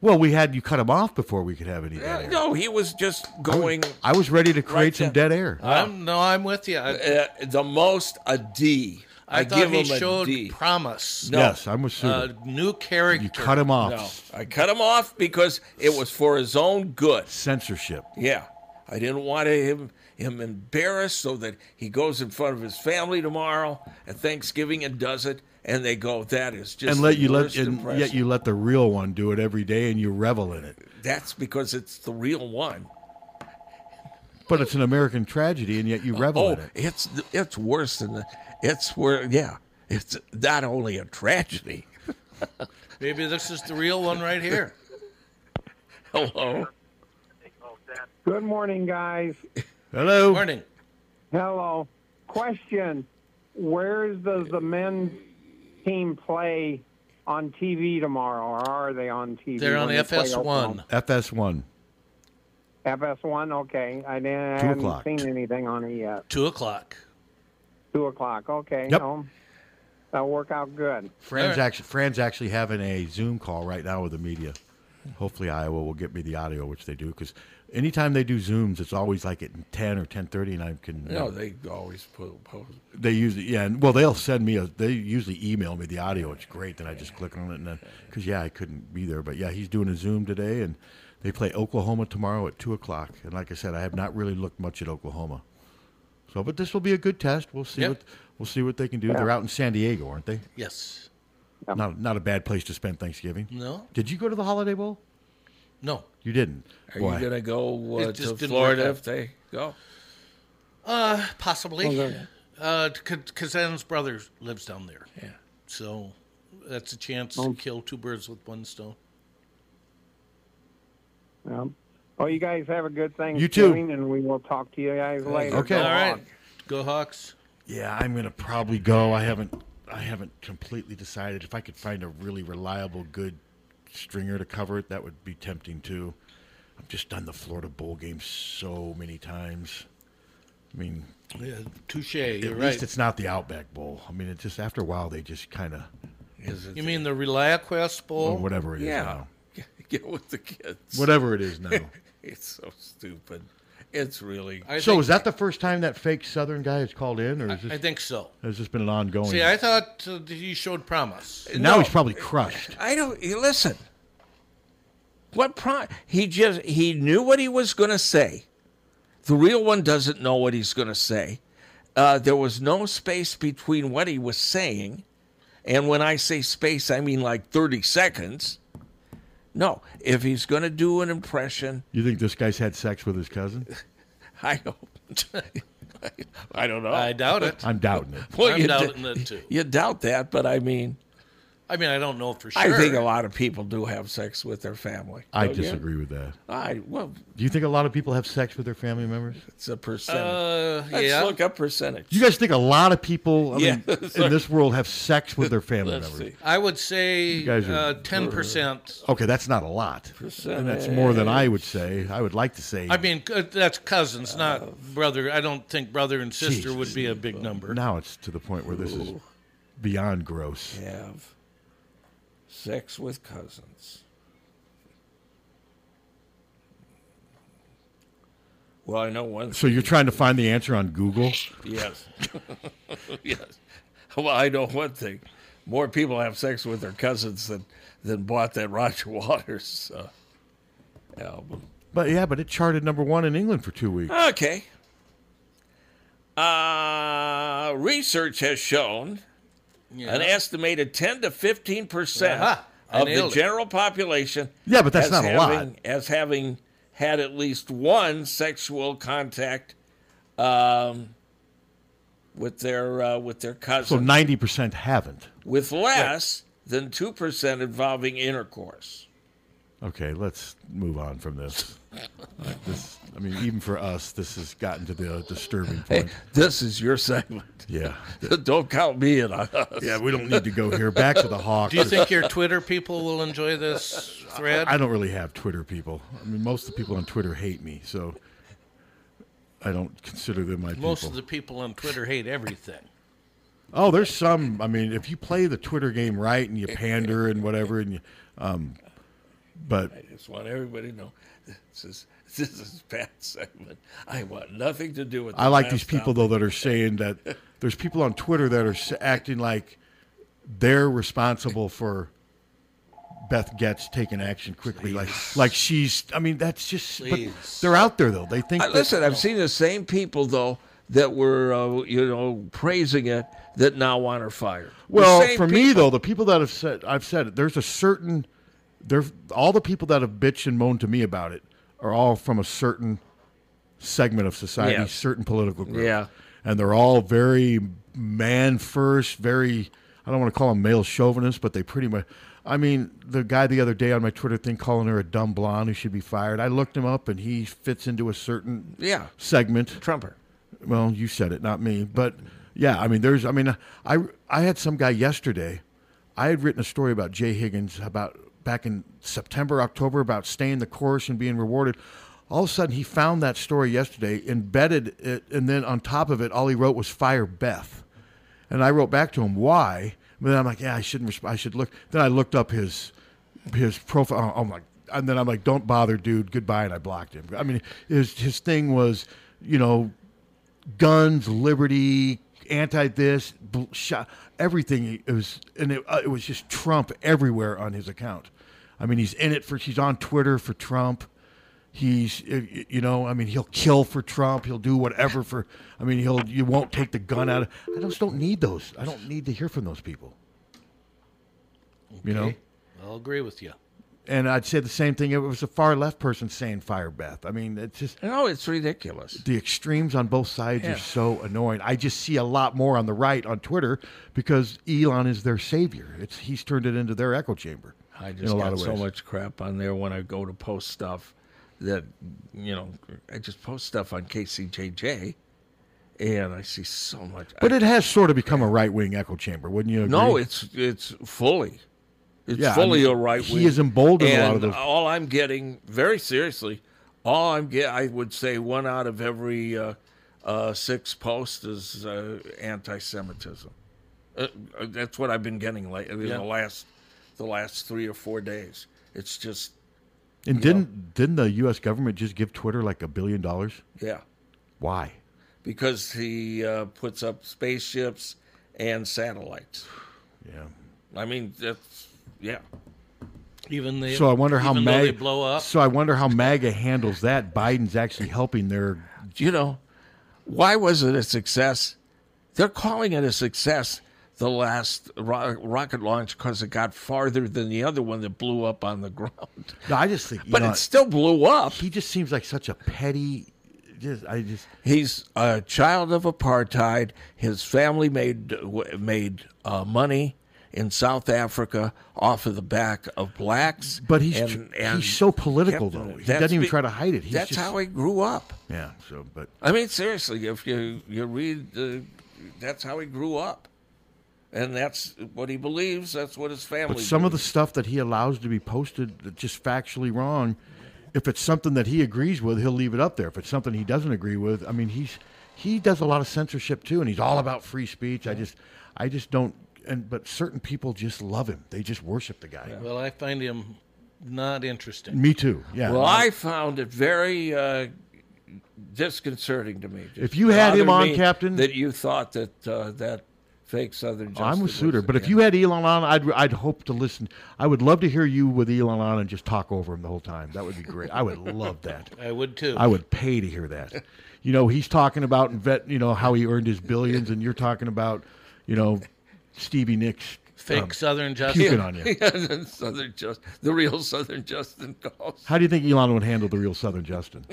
[SPEAKER 4] Well, we had you cut him off before we could have any. dead air.
[SPEAKER 2] No, he was just going.
[SPEAKER 4] I was ready to create
[SPEAKER 2] Right
[SPEAKER 4] some
[SPEAKER 2] there.
[SPEAKER 4] dead air.
[SPEAKER 3] I'm no, I'm with you. I,
[SPEAKER 2] uh, the most a D.
[SPEAKER 3] I
[SPEAKER 2] I
[SPEAKER 3] thought
[SPEAKER 2] give
[SPEAKER 3] he
[SPEAKER 2] him a
[SPEAKER 3] showed
[SPEAKER 2] D.
[SPEAKER 3] promise.
[SPEAKER 2] No. Yes,
[SPEAKER 4] I'm with
[SPEAKER 3] uh,
[SPEAKER 4] Suter.
[SPEAKER 3] new character. You
[SPEAKER 4] cut him off.
[SPEAKER 2] No, I cut him off because it was for his own good.
[SPEAKER 4] Censorship.
[SPEAKER 2] Yeah, I didn't want him him embarrassed so that he goes in front of his family tomorrow at Thanksgiving and does it, and they go, "That is just
[SPEAKER 4] and let
[SPEAKER 2] the
[SPEAKER 4] you let
[SPEAKER 2] worst
[SPEAKER 4] and
[SPEAKER 2] impression."
[SPEAKER 4] yet you let the real one do it every day, and you revel in it.
[SPEAKER 2] That's because it's the real one.
[SPEAKER 4] But it's an American tragedy, and yet you revel
[SPEAKER 2] oh,
[SPEAKER 4] in it.
[SPEAKER 2] it's it's worse than the, it's where yeah, it's not only a tragedy.
[SPEAKER 3] Maybe this is the real one right here.
[SPEAKER 2] Hello.
[SPEAKER 7] Good morning, guys.
[SPEAKER 4] Hello.
[SPEAKER 3] Morning.
[SPEAKER 7] Hello. Question Where's does the men's team play on TV tomorrow, or are they on TV?
[SPEAKER 3] They're on
[SPEAKER 7] when they play
[SPEAKER 3] FS1.
[SPEAKER 4] FS1.
[SPEAKER 7] Oklahoma? FS1, okay. I, didn't, I
[SPEAKER 4] Two
[SPEAKER 7] haven't
[SPEAKER 4] o'clock.
[SPEAKER 7] seen anything on it yet.
[SPEAKER 3] Two o'clock.
[SPEAKER 7] 2 o'clock, okay.
[SPEAKER 4] Yep.
[SPEAKER 7] No, that'll work out good.
[SPEAKER 4] Fran's actually Fran's actually having a Zoom call right now with the media. Hopefully Iowa will get me the audio, which they do, because anytime they do Zooms, it's always like at ten or ten thirty, and I can.
[SPEAKER 2] No, they always po- post.
[SPEAKER 4] They usually yeah, and well they'll send me a they usually email me the audio. It's great. Then I just click on it and then because yeah I couldn't be there, but yeah he's doing a Zoom today and they play Oklahoma tomorrow at two o'clock. And like I said, I have not really looked much at Oklahoma. So, but this will be a good test. We'll see
[SPEAKER 3] Yeah.
[SPEAKER 4] what we'll see what they can do.
[SPEAKER 3] Yeah.
[SPEAKER 4] They're out in San Diego, aren't they?
[SPEAKER 3] Yes.
[SPEAKER 4] Not not a bad place to spend Thanksgiving.
[SPEAKER 3] No.
[SPEAKER 4] Did you go to the Holiday Bowl?
[SPEAKER 3] No.
[SPEAKER 4] You didn't.
[SPEAKER 2] Are
[SPEAKER 4] Boy.
[SPEAKER 2] you gonna go uh,
[SPEAKER 3] It just
[SPEAKER 2] to
[SPEAKER 3] didn't
[SPEAKER 2] Florida
[SPEAKER 3] work out.
[SPEAKER 2] if they go?
[SPEAKER 3] Uh,
[SPEAKER 1] Oh,
[SPEAKER 3] possibly.
[SPEAKER 2] Well, there-
[SPEAKER 3] Uh, Ka- Kazan's brother lives down there. Yeah. So that's a chance
[SPEAKER 7] Oh.
[SPEAKER 3] to kill two birds with one stone.
[SPEAKER 7] Yep. Well, you guys have a good thing.
[SPEAKER 4] You too.
[SPEAKER 7] and we will talk to you guys later.
[SPEAKER 4] Okay. All right.
[SPEAKER 3] Go Hawks.
[SPEAKER 4] Yeah, I'm gonna probably go. I haven't I haven't completely decided if I could find a really reliable, good stringer to cover it. That would be tempting too. I've just done the Florida Bowl game so many times. I mean,
[SPEAKER 3] Yeah, touche.
[SPEAKER 4] at
[SPEAKER 3] You're
[SPEAKER 4] least
[SPEAKER 3] right.
[SPEAKER 4] it's not the Outback Bowl. I mean, it just after a while they just kind of
[SPEAKER 3] You mean the ReliaQuest Bowl?
[SPEAKER 4] Or whatever it is Yeah. now.
[SPEAKER 2] Get with the kids.
[SPEAKER 4] Whatever it is now.
[SPEAKER 2] it's so stupid. It's really.
[SPEAKER 4] so is that the first time that fake Southern guy has called in, or is
[SPEAKER 3] I
[SPEAKER 4] this,
[SPEAKER 3] think so.
[SPEAKER 4] Has this been an ongoing?
[SPEAKER 3] See, I thought uh, he showed promise.
[SPEAKER 4] And now he's probably crushed.
[SPEAKER 2] I don't. you Listen. What pro? He just he knew what he was going to say. The real one doesn't know what he's going to say. Uh, there was no space between what he was saying, and when I say space, I mean like thirty seconds. No, if he's going to do an impression,
[SPEAKER 4] You think this guy's had sex with his cousin?
[SPEAKER 2] I hope. I don't know.
[SPEAKER 3] I doubt it.
[SPEAKER 4] I'm doubting it.
[SPEAKER 2] Well,
[SPEAKER 3] I'm
[SPEAKER 2] you
[SPEAKER 3] doubting
[SPEAKER 2] d-
[SPEAKER 3] it too.
[SPEAKER 2] You doubt that, but I mean,
[SPEAKER 3] I mean, I don't know for sure.
[SPEAKER 2] I think a lot of people do have sex with their family.
[SPEAKER 4] I
[SPEAKER 2] don't you?
[SPEAKER 4] disagree with that.
[SPEAKER 2] I well,
[SPEAKER 4] Do you think a lot of people have sex with their family members?
[SPEAKER 2] it's a percentage.
[SPEAKER 3] Uh,
[SPEAKER 2] Let's
[SPEAKER 3] yeah.
[SPEAKER 2] look up percentage.
[SPEAKER 4] Do you guys think a lot of people I
[SPEAKER 2] Yeah,
[SPEAKER 4] mean,
[SPEAKER 2] sorry.
[SPEAKER 4] in this world have sex with their family
[SPEAKER 2] Let's
[SPEAKER 4] members?
[SPEAKER 3] I would say uh,
[SPEAKER 4] You guys are-
[SPEAKER 3] ten percent.
[SPEAKER 4] Okay, that's not a lot. And that's more than I would say. I would like to say.
[SPEAKER 3] I mean, uh, that's cousins,
[SPEAKER 2] Uh,
[SPEAKER 3] not brother. I don't think brother and sister would be a big number.
[SPEAKER 4] Now it's to the point where this is beyond gross.
[SPEAKER 2] Have sex with cousins. Well, I know one.
[SPEAKER 4] So you're trying to find the answer on Google?
[SPEAKER 2] Yes. yes. Well, I know one thing. More people have sex with their cousins than than bought that Roger Waters uh, album.
[SPEAKER 4] But yeah, but it charted number one in England for two weeks.
[SPEAKER 2] Okay. Uh, research has shown an estimated 10 to 15 percent
[SPEAKER 4] Aha, I
[SPEAKER 2] of the
[SPEAKER 4] nailed it.
[SPEAKER 2] general population.
[SPEAKER 4] Yeah, but that's
[SPEAKER 2] as
[SPEAKER 4] not a lot.
[SPEAKER 2] having- As having had at least one sexual contact um, with their uh, with their
[SPEAKER 4] So
[SPEAKER 2] cousin,
[SPEAKER 4] ninety percent haven't.
[SPEAKER 2] with less than two percent involving intercourse.
[SPEAKER 4] Okay, let's move on from this. this, I mean, even for us, this has gotten to the disturbing point.
[SPEAKER 2] This is your segment.
[SPEAKER 4] Yeah.
[SPEAKER 2] don't count me in on us.
[SPEAKER 4] Yeah, we don't need to go here. Back to the Hawks.
[SPEAKER 3] Do you think your Twitter people will enjoy this thread?
[SPEAKER 4] I don't really have Twitter people. I mean, most of the people on Twitter hate me, so I don't consider them my
[SPEAKER 3] Most
[SPEAKER 4] people.
[SPEAKER 3] of the people on Twitter hate everything.
[SPEAKER 4] Oh, there's some. I mean, if you play the Twitter game right and you pander and whatever, and you, um, but
[SPEAKER 2] I just want everybody to know this is this is Pat's segment. I want nothing to do with.
[SPEAKER 4] I
[SPEAKER 2] the
[SPEAKER 4] like these
[SPEAKER 2] last
[SPEAKER 4] people though that are saying that there's people on Twitter that are s- acting like they're responsible for Beth Getz taking action quickly, like like she's. I mean, that's just. But
[SPEAKER 2] Please.
[SPEAKER 4] they're out there though. They think.
[SPEAKER 2] I,
[SPEAKER 4] that-
[SPEAKER 2] listen, I've seen the same people though that were uh, you know praising it that now want her fired. The
[SPEAKER 4] Well,
[SPEAKER 2] same
[SPEAKER 4] for
[SPEAKER 2] people-
[SPEAKER 4] me though, the people that have said I've said it, there's a certain there all the people that have bitched and moaned to me about it are all from a certain segment of society,
[SPEAKER 2] Yes.
[SPEAKER 4] certain political group.
[SPEAKER 2] Yeah.
[SPEAKER 4] And they're all very man first, very I don't want to call them male chauvinists, but they pretty much I mean, the guy the other day on my Twitter thing calling her a dumb blonde who should be fired. I looked him up and he fits into a certain
[SPEAKER 2] Yeah.
[SPEAKER 4] segment.
[SPEAKER 2] Trumper.
[SPEAKER 4] Well, you said it, not me. But yeah, I mean, there's, I mean, I, I had some guy yesterday. I had written a story about Jay Higgins about back in September, October about staying the course and being rewarded. All of a sudden, he found that story yesterday, embedded it, and then on top of it, all he wrote was "fire Beth," and I wrote back to him, "Why?" But then I'm like, "Yeah, I shouldn't. Resp- I should look." Then I looked up his his profile. I'm like, and then I'm like, "Don't bother, dude. Goodbye," and I blocked him. I mean, his his thing was, you know, guns, liberty, anti this, bl- shot, everything. It was and it, uh, it was just Trump everywhere on his account. I mean, he's in it for he's on Twitter for Trump. He's uh, y- you know, I mean, he'll kill for Trump. He'll do whatever for. I mean, he'll you won't take the gun out. of I just don't need those. I don't need to hear from those people. You know.
[SPEAKER 3] Okay. I'll agree with you.
[SPEAKER 4] And I'd say the same thing. if It was a far left person saying "fire Beth." I mean, it's just
[SPEAKER 2] No, it's ridiculous.
[SPEAKER 4] the extremes on both sides
[SPEAKER 2] Yeah.
[SPEAKER 4] are so annoying. I just see a lot more on the right on Twitter because Elon is their savior. It's he's turned it into their echo chamber.
[SPEAKER 2] I
[SPEAKER 4] in
[SPEAKER 2] just
[SPEAKER 4] a lot
[SPEAKER 2] got
[SPEAKER 4] of
[SPEAKER 2] so
[SPEAKER 4] ways.
[SPEAKER 2] much crap on there when I go to post stuff that you know I just post stuff on KCJJ, and I see so much.
[SPEAKER 4] But it has sort of become a right wing echo chamber, wouldn't you? Agree?
[SPEAKER 2] No, it's it's fully, it's
[SPEAKER 4] Yeah, I
[SPEAKER 2] fully
[SPEAKER 4] mean,
[SPEAKER 2] a right
[SPEAKER 4] he
[SPEAKER 2] wing.
[SPEAKER 4] has emboldened a lot
[SPEAKER 2] And
[SPEAKER 4] of those-
[SPEAKER 2] All I'm getting very seriously, all I'm get, I would say one out of every uh, uh, six posts is uh, anti-Semitism. Uh, uh, that's what I've been getting like in
[SPEAKER 4] Yeah.
[SPEAKER 2] the last the last three or four days. It's just
[SPEAKER 4] and didn't didn't the U.S. government just give Twitter like a billion dollars?
[SPEAKER 2] yeah.
[SPEAKER 4] Why?
[SPEAKER 2] because he uh, puts up spaceships and satellites.
[SPEAKER 4] Yeah.
[SPEAKER 2] I mean, that's, yeah.
[SPEAKER 3] Even they,
[SPEAKER 4] So I wonder how
[SPEAKER 3] even though they
[SPEAKER 4] MAGA
[SPEAKER 3] blow up.
[SPEAKER 4] So I wonder how MAGA handles that. Biden's actually helping their.
[SPEAKER 2] You know, why was it a success? They're calling it a success the last ro- rocket launch because it got farther than the other one that blew up on the ground.
[SPEAKER 4] No, I just think, you
[SPEAKER 2] but
[SPEAKER 4] know,
[SPEAKER 2] it still blew up.
[SPEAKER 4] He just seems like such a petty. Just I just
[SPEAKER 2] He's a child of apartheid. His family made w- made uh, money in South Africa off of the back of blacks.
[SPEAKER 4] But he's
[SPEAKER 2] and-
[SPEAKER 4] tr-
[SPEAKER 2] and
[SPEAKER 4] he's so political
[SPEAKER 2] kept-
[SPEAKER 4] though. He
[SPEAKER 2] that's
[SPEAKER 4] doesn't even
[SPEAKER 2] be-
[SPEAKER 4] try to hide it. He's
[SPEAKER 2] that's
[SPEAKER 4] just-
[SPEAKER 2] how he grew up.
[SPEAKER 4] Yeah. So, but
[SPEAKER 2] I mean, seriously, if you you read, uh, that's how he grew up, and that's what he believes. That's what his family.
[SPEAKER 4] but some of the
[SPEAKER 2] believes.
[SPEAKER 4] stuff that he allows to be posted that's just factually wrong. If it's something that he agrees with, he'll leave it up there. If it's something he doesn't agree with, I mean, he's he does a lot of censorship too, and he's all about free speech. I just, I just don't. And but certain people just love him. They just worship the guy.
[SPEAKER 3] Well, I find him not interesting.
[SPEAKER 4] Me too, yeah.
[SPEAKER 2] Well, I found it very uh, disconcerting to me.
[SPEAKER 4] If you had him
[SPEAKER 2] Bothered
[SPEAKER 4] on,
[SPEAKER 2] me
[SPEAKER 4] Captain-
[SPEAKER 2] that you thought that uh, that fake Southern.
[SPEAKER 4] Oh, I'm with
[SPEAKER 2] justice
[SPEAKER 4] Suter,
[SPEAKER 2] was-
[SPEAKER 4] but if you had Elon on, I'd I'd hope to listen. I would love to hear you with Elon on and just talk over him the whole time. That would be great. I would love that.
[SPEAKER 3] I would too.
[SPEAKER 4] I would pay to hear that. You know, he's talking about invet, you know how he earned his billions, and you're talking about, you know, Stevie Nicks
[SPEAKER 3] Fake
[SPEAKER 4] um,
[SPEAKER 3] Southern justice.
[SPEAKER 4] puking on you.
[SPEAKER 2] Southern just the real Southern Justin calls.
[SPEAKER 4] How do you think Elon would handle the real Southern Justin?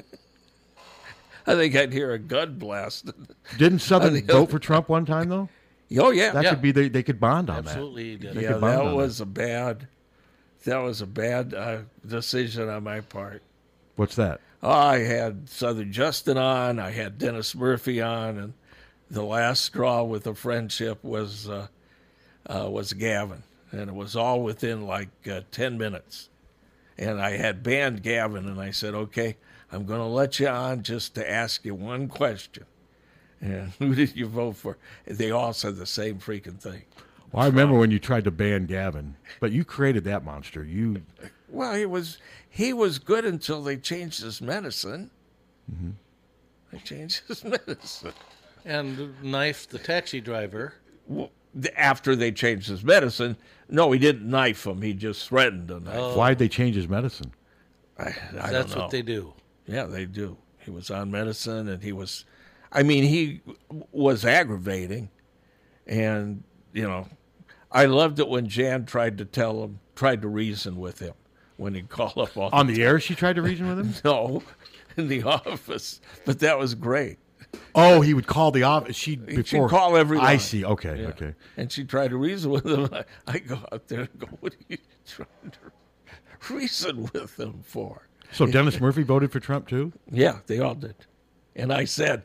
[SPEAKER 2] I think I'd hear a gun blast.
[SPEAKER 4] Didn't
[SPEAKER 2] I
[SPEAKER 4] Southern
[SPEAKER 2] think-
[SPEAKER 4] vote for Trump one time though?
[SPEAKER 2] Oh, yeah.
[SPEAKER 4] that
[SPEAKER 2] Yeah.
[SPEAKER 4] could be they, they could bond on
[SPEAKER 2] Absolutely,
[SPEAKER 4] that. They
[SPEAKER 2] Yeah,
[SPEAKER 4] could bond
[SPEAKER 2] that
[SPEAKER 4] on
[SPEAKER 2] was a bad. That was a bad uh, decision on my part.
[SPEAKER 4] What's that?
[SPEAKER 2] I had Southern Justin on. I had Dennis Murphy on, and the last straw with the friendship was uh, uh, was Gavin, and it was all within like uh, ten minutes. And I had banned Gavin, and I said, "Okay, I'm going to let you on just to ask you one question." And who did you vote for? They all said the same freaking thing.
[SPEAKER 4] Well, I remember when you tried to ban Gavin, but you created that monster. You
[SPEAKER 2] Well, he was he was good until they changed his medicine.
[SPEAKER 4] Mhm.
[SPEAKER 2] They changed his medicine.
[SPEAKER 3] And knifed the taxi driver.
[SPEAKER 2] Well, th- after they changed his medicine, no, he didn't knife him. He just threatened to knife.
[SPEAKER 3] Oh.
[SPEAKER 2] him.
[SPEAKER 4] why'd they change his medicine?
[SPEAKER 2] I, I
[SPEAKER 3] That's
[SPEAKER 2] don't know.
[SPEAKER 3] what they do.
[SPEAKER 2] Yeah, they do. He was on medicine, and he was. I mean, he w- was aggravating, and you know, I loved it when Jan tried to tell him, tried to reason with him when he'd call up on
[SPEAKER 4] On the air, she tried to reason with him.
[SPEAKER 2] no, in the office. But that was great.
[SPEAKER 4] Oh, he would call the office. She
[SPEAKER 2] She'd
[SPEAKER 4] before
[SPEAKER 2] call every
[SPEAKER 4] I
[SPEAKER 2] line.
[SPEAKER 4] see. Okay,
[SPEAKER 2] Yeah.
[SPEAKER 4] okay.
[SPEAKER 2] And she tried to reason with him. I, I go out there and go, "What are you trying to reason with them for?"
[SPEAKER 4] So Dennis Murphy voted for Trump too.
[SPEAKER 2] Yeah, they all did. And I said,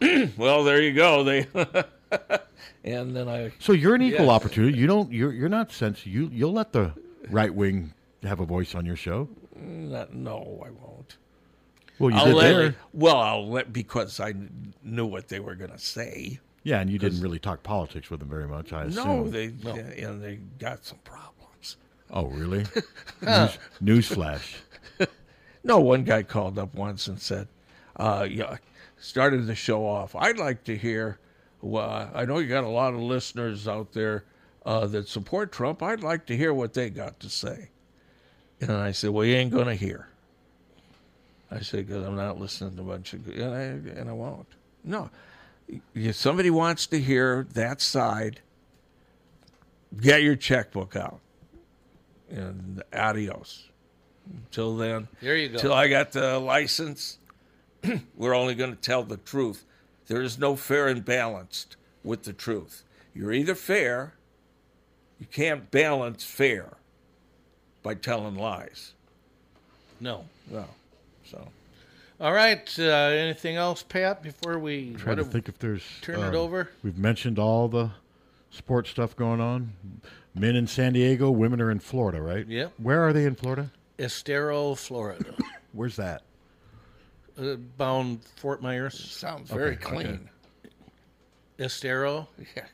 [SPEAKER 2] "Well, there you go." They. and then I.
[SPEAKER 4] So you're an equal
[SPEAKER 2] Yeah.
[SPEAKER 4] opportunity. You don't. You're you're not sense. You you'll let the right wing have a voice on your show.
[SPEAKER 2] Not, no, I won't.
[SPEAKER 4] Well, you
[SPEAKER 2] I'll
[SPEAKER 4] did
[SPEAKER 2] let-
[SPEAKER 4] there.
[SPEAKER 2] Well, I'll let because I kn- knew what they were going to say.
[SPEAKER 4] Yeah, and you didn't really talk politics with them very much. I assume.
[SPEAKER 2] No, they and they got some problems.
[SPEAKER 4] Oh, really? News, newsflash.
[SPEAKER 2] No, one guy called up once and said, uh, yeah, started the show off. I'd like to hear, well, I know you got a lot of listeners out there uh, that support Trump. I'd like to hear what they got to say. And I said, well, you ain't going to hear. I said, because I'm not listening to a bunch of, and I, and I won't. No. If somebody wants to hear that side, get your checkbook out. And adios. Until then,
[SPEAKER 3] There you go.
[SPEAKER 2] Till I got the license, we're only going to tell the truth. There is no fair and balanced with the truth. You're either fair, you can't balance fair by telling lies.
[SPEAKER 3] No.
[SPEAKER 2] No.
[SPEAKER 3] So, all right. Uh, anything else, Pat? Before we
[SPEAKER 4] Trying to
[SPEAKER 3] what do-
[SPEAKER 4] think if there's.
[SPEAKER 3] turn it
[SPEAKER 4] um,
[SPEAKER 3] over.
[SPEAKER 4] We've mentioned all the sports stuff going on. Men in San Diego, women are in Florida, right?
[SPEAKER 3] Yep.
[SPEAKER 4] Where are they in Florida?
[SPEAKER 3] Estero, Florida,
[SPEAKER 4] Where's that?
[SPEAKER 3] uh, bound Fort Myers. Sounds
[SPEAKER 4] very Okay, okay. clean.
[SPEAKER 3] Estero.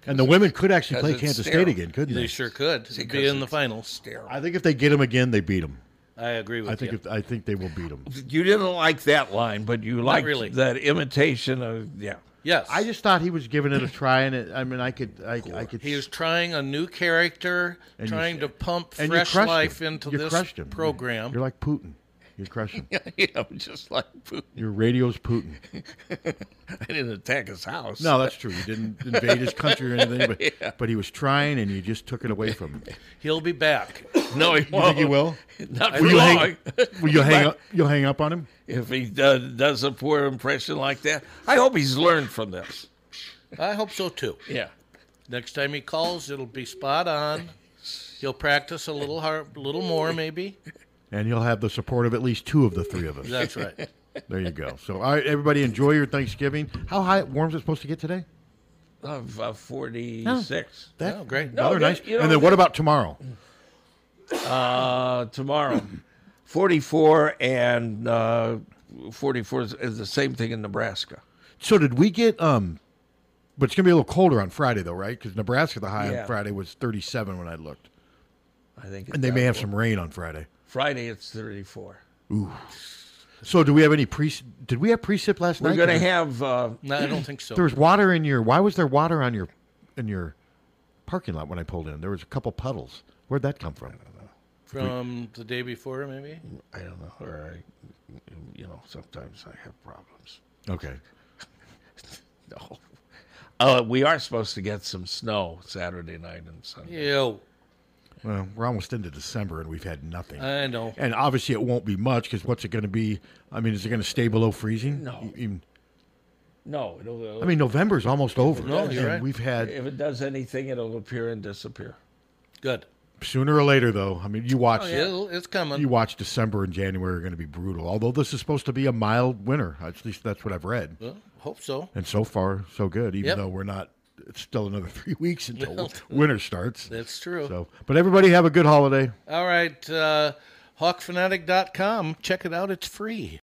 [SPEAKER 4] And the women could actually play Kansas State again, couldn't they?
[SPEAKER 3] They sure could.
[SPEAKER 4] See,
[SPEAKER 3] They'd
[SPEAKER 4] 'cause
[SPEAKER 3] be in the finals.
[SPEAKER 4] I think if they get them again, they beat them.
[SPEAKER 3] I agree with
[SPEAKER 4] I think
[SPEAKER 3] you.
[SPEAKER 4] If, I think they will beat them.
[SPEAKER 2] You didn't like that line, but you liked
[SPEAKER 3] really.
[SPEAKER 2] that imitation of uh, yeah.
[SPEAKER 3] Yes.
[SPEAKER 4] I just thought he was giving it a try, and it, I mean, I could, I, I could.
[SPEAKER 3] He was trying a new character,
[SPEAKER 4] And you-
[SPEAKER 3] trying to pump
[SPEAKER 4] and you
[SPEAKER 3] fresh
[SPEAKER 4] crushed
[SPEAKER 3] life
[SPEAKER 4] him.
[SPEAKER 3] into
[SPEAKER 4] You
[SPEAKER 3] this
[SPEAKER 4] crushed him.
[SPEAKER 3] program.
[SPEAKER 4] You're like Putin. You're crushing.
[SPEAKER 2] yeah, I'm just like Putin.
[SPEAKER 4] Your radio's Putin.
[SPEAKER 2] I didn't attack his house.
[SPEAKER 4] No, that's true. You didn't invade his country or anything, but
[SPEAKER 2] Yeah.
[SPEAKER 4] but he was trying, and you just took it away from him.
[SPEAKER 3] He'll be back.
[SPEAKER 2] No, he
[SPEAKER 4] You think he will?
[SPEAKER 2] Not
[SPEAKER 4] will
[SPEAKER 2] for
[SPEAKER 4] you
[SPEAKER 2] long.
[SPEAKER 4] hang, will you hang
[SPEAKER 2] But-
[SPEAKER 4] up? You'll hang up on him.
[SPEAKER 2] if he do- does a poor impression like that. I hope he's learned from this.
[SPEAKER 3] I hope so too.
[SPEAKER 2] Yeah.
[SPEAKER 3] Next time he calls, it'll be spot on. He'll practice a little hard, a little more maybe.
[SPEAKER 4] And he'll have the support of at least two of the three of us.
[SPEAKER 3] That's right.
[SPEAKER 4] There you go. So, all right, everybody, enjoy your Thanksgiving. How high warm is it supposed to get today?
[SPEAKER 2] Of uh, 46.
[SPEAKER 4] That's
[SPEAKER 2] great.
[SPEAKER 4] Oh, Another nice. and then what about tomorrow?
[SPEAKER 2] Uh, tomorrow. 44 and uh, 44 is, is the same thing in Nebraska.
[SPEAKER 4] So did we get um but it's going to be a little colder on Friday though, right? Cuz Nebraska the high
[SPEAKER 2] Yeah.
[SPEAKER 4] on Friday was 37 when I looked.
[SPEAKER 2] I think.
[SPEAKER 4] And they may have some rain on Friday.
[SPEAKER 2] Friday, it's 34.
[SPEAKER 4] Ooh. So do we have any pre did we have precip last
[SPEAKER 2] We're
[SPEAKER 4] night?
[SPEAKER 2] going to
[SPEAKER 4] Or-
[SPEAKER 2] have. Uh,
[SPEAKER 3] No, I don't think so.
[SPEAKER 4] There was water in your Why was there water on your in your parking lot when I pulled in? There was a couple puddles. Where'd that come from?
[SPEAKER 3] From the day before, maybe.
[SPEAKER 2] I don't know. Or I, you know, sometimes I have problems.
[SPEAKER 4] Okay.
[SPEAKER 2] no. Uh, we are supposed to get some snow Saturday night and Sunday.
[SPEAKER 3] Ew.
[SPEAKER 4] Well, we're almost into December and we've had nothing.
[SPEAKER 3] I know.
[SPEAKER 4] And obviously it won't be much cuz what's it going to be? I mean, is it going to stay below freezing? No. Even,
[SPEAKER 2] No, it'll,
[SPEAKER 4] I mean, November's almost over.
[SPEAKER 2] No, you're
[SPEAKER 4] and
[SPEAKER 2] right.
[SPEAKER 4] We've had
[SPEAKER 2] If it does anything, it'll appear and disappear.
[SPEAKER 3] Good.
[SPEAKER 4] Sooner or later, though, I mean, you watch.
[SPEAKER 3] Oh, yeah, it'll- it's coming.
[SPEAKER 4] You watch December and January are going to be brutal. Although this is supposed to be a mild winter, at least that's what I've read.
[SPEAKER 3] Well, hope so.
[SPEAKER 4] And so far, so good. Even
[SPEAKER 3] Yep.
[SPEAKER 4] though we're not, it's still another three weeks until
[SPEAKER 3] Well,
[SPEAKER 4] winter starts.
[SPEAKER 3] that's true.
[SPEAKER 4] So, but everybody have a good holiday.
[SPEAKER 3] All right, uh, hawkfanatic.com. Check it out. It's free.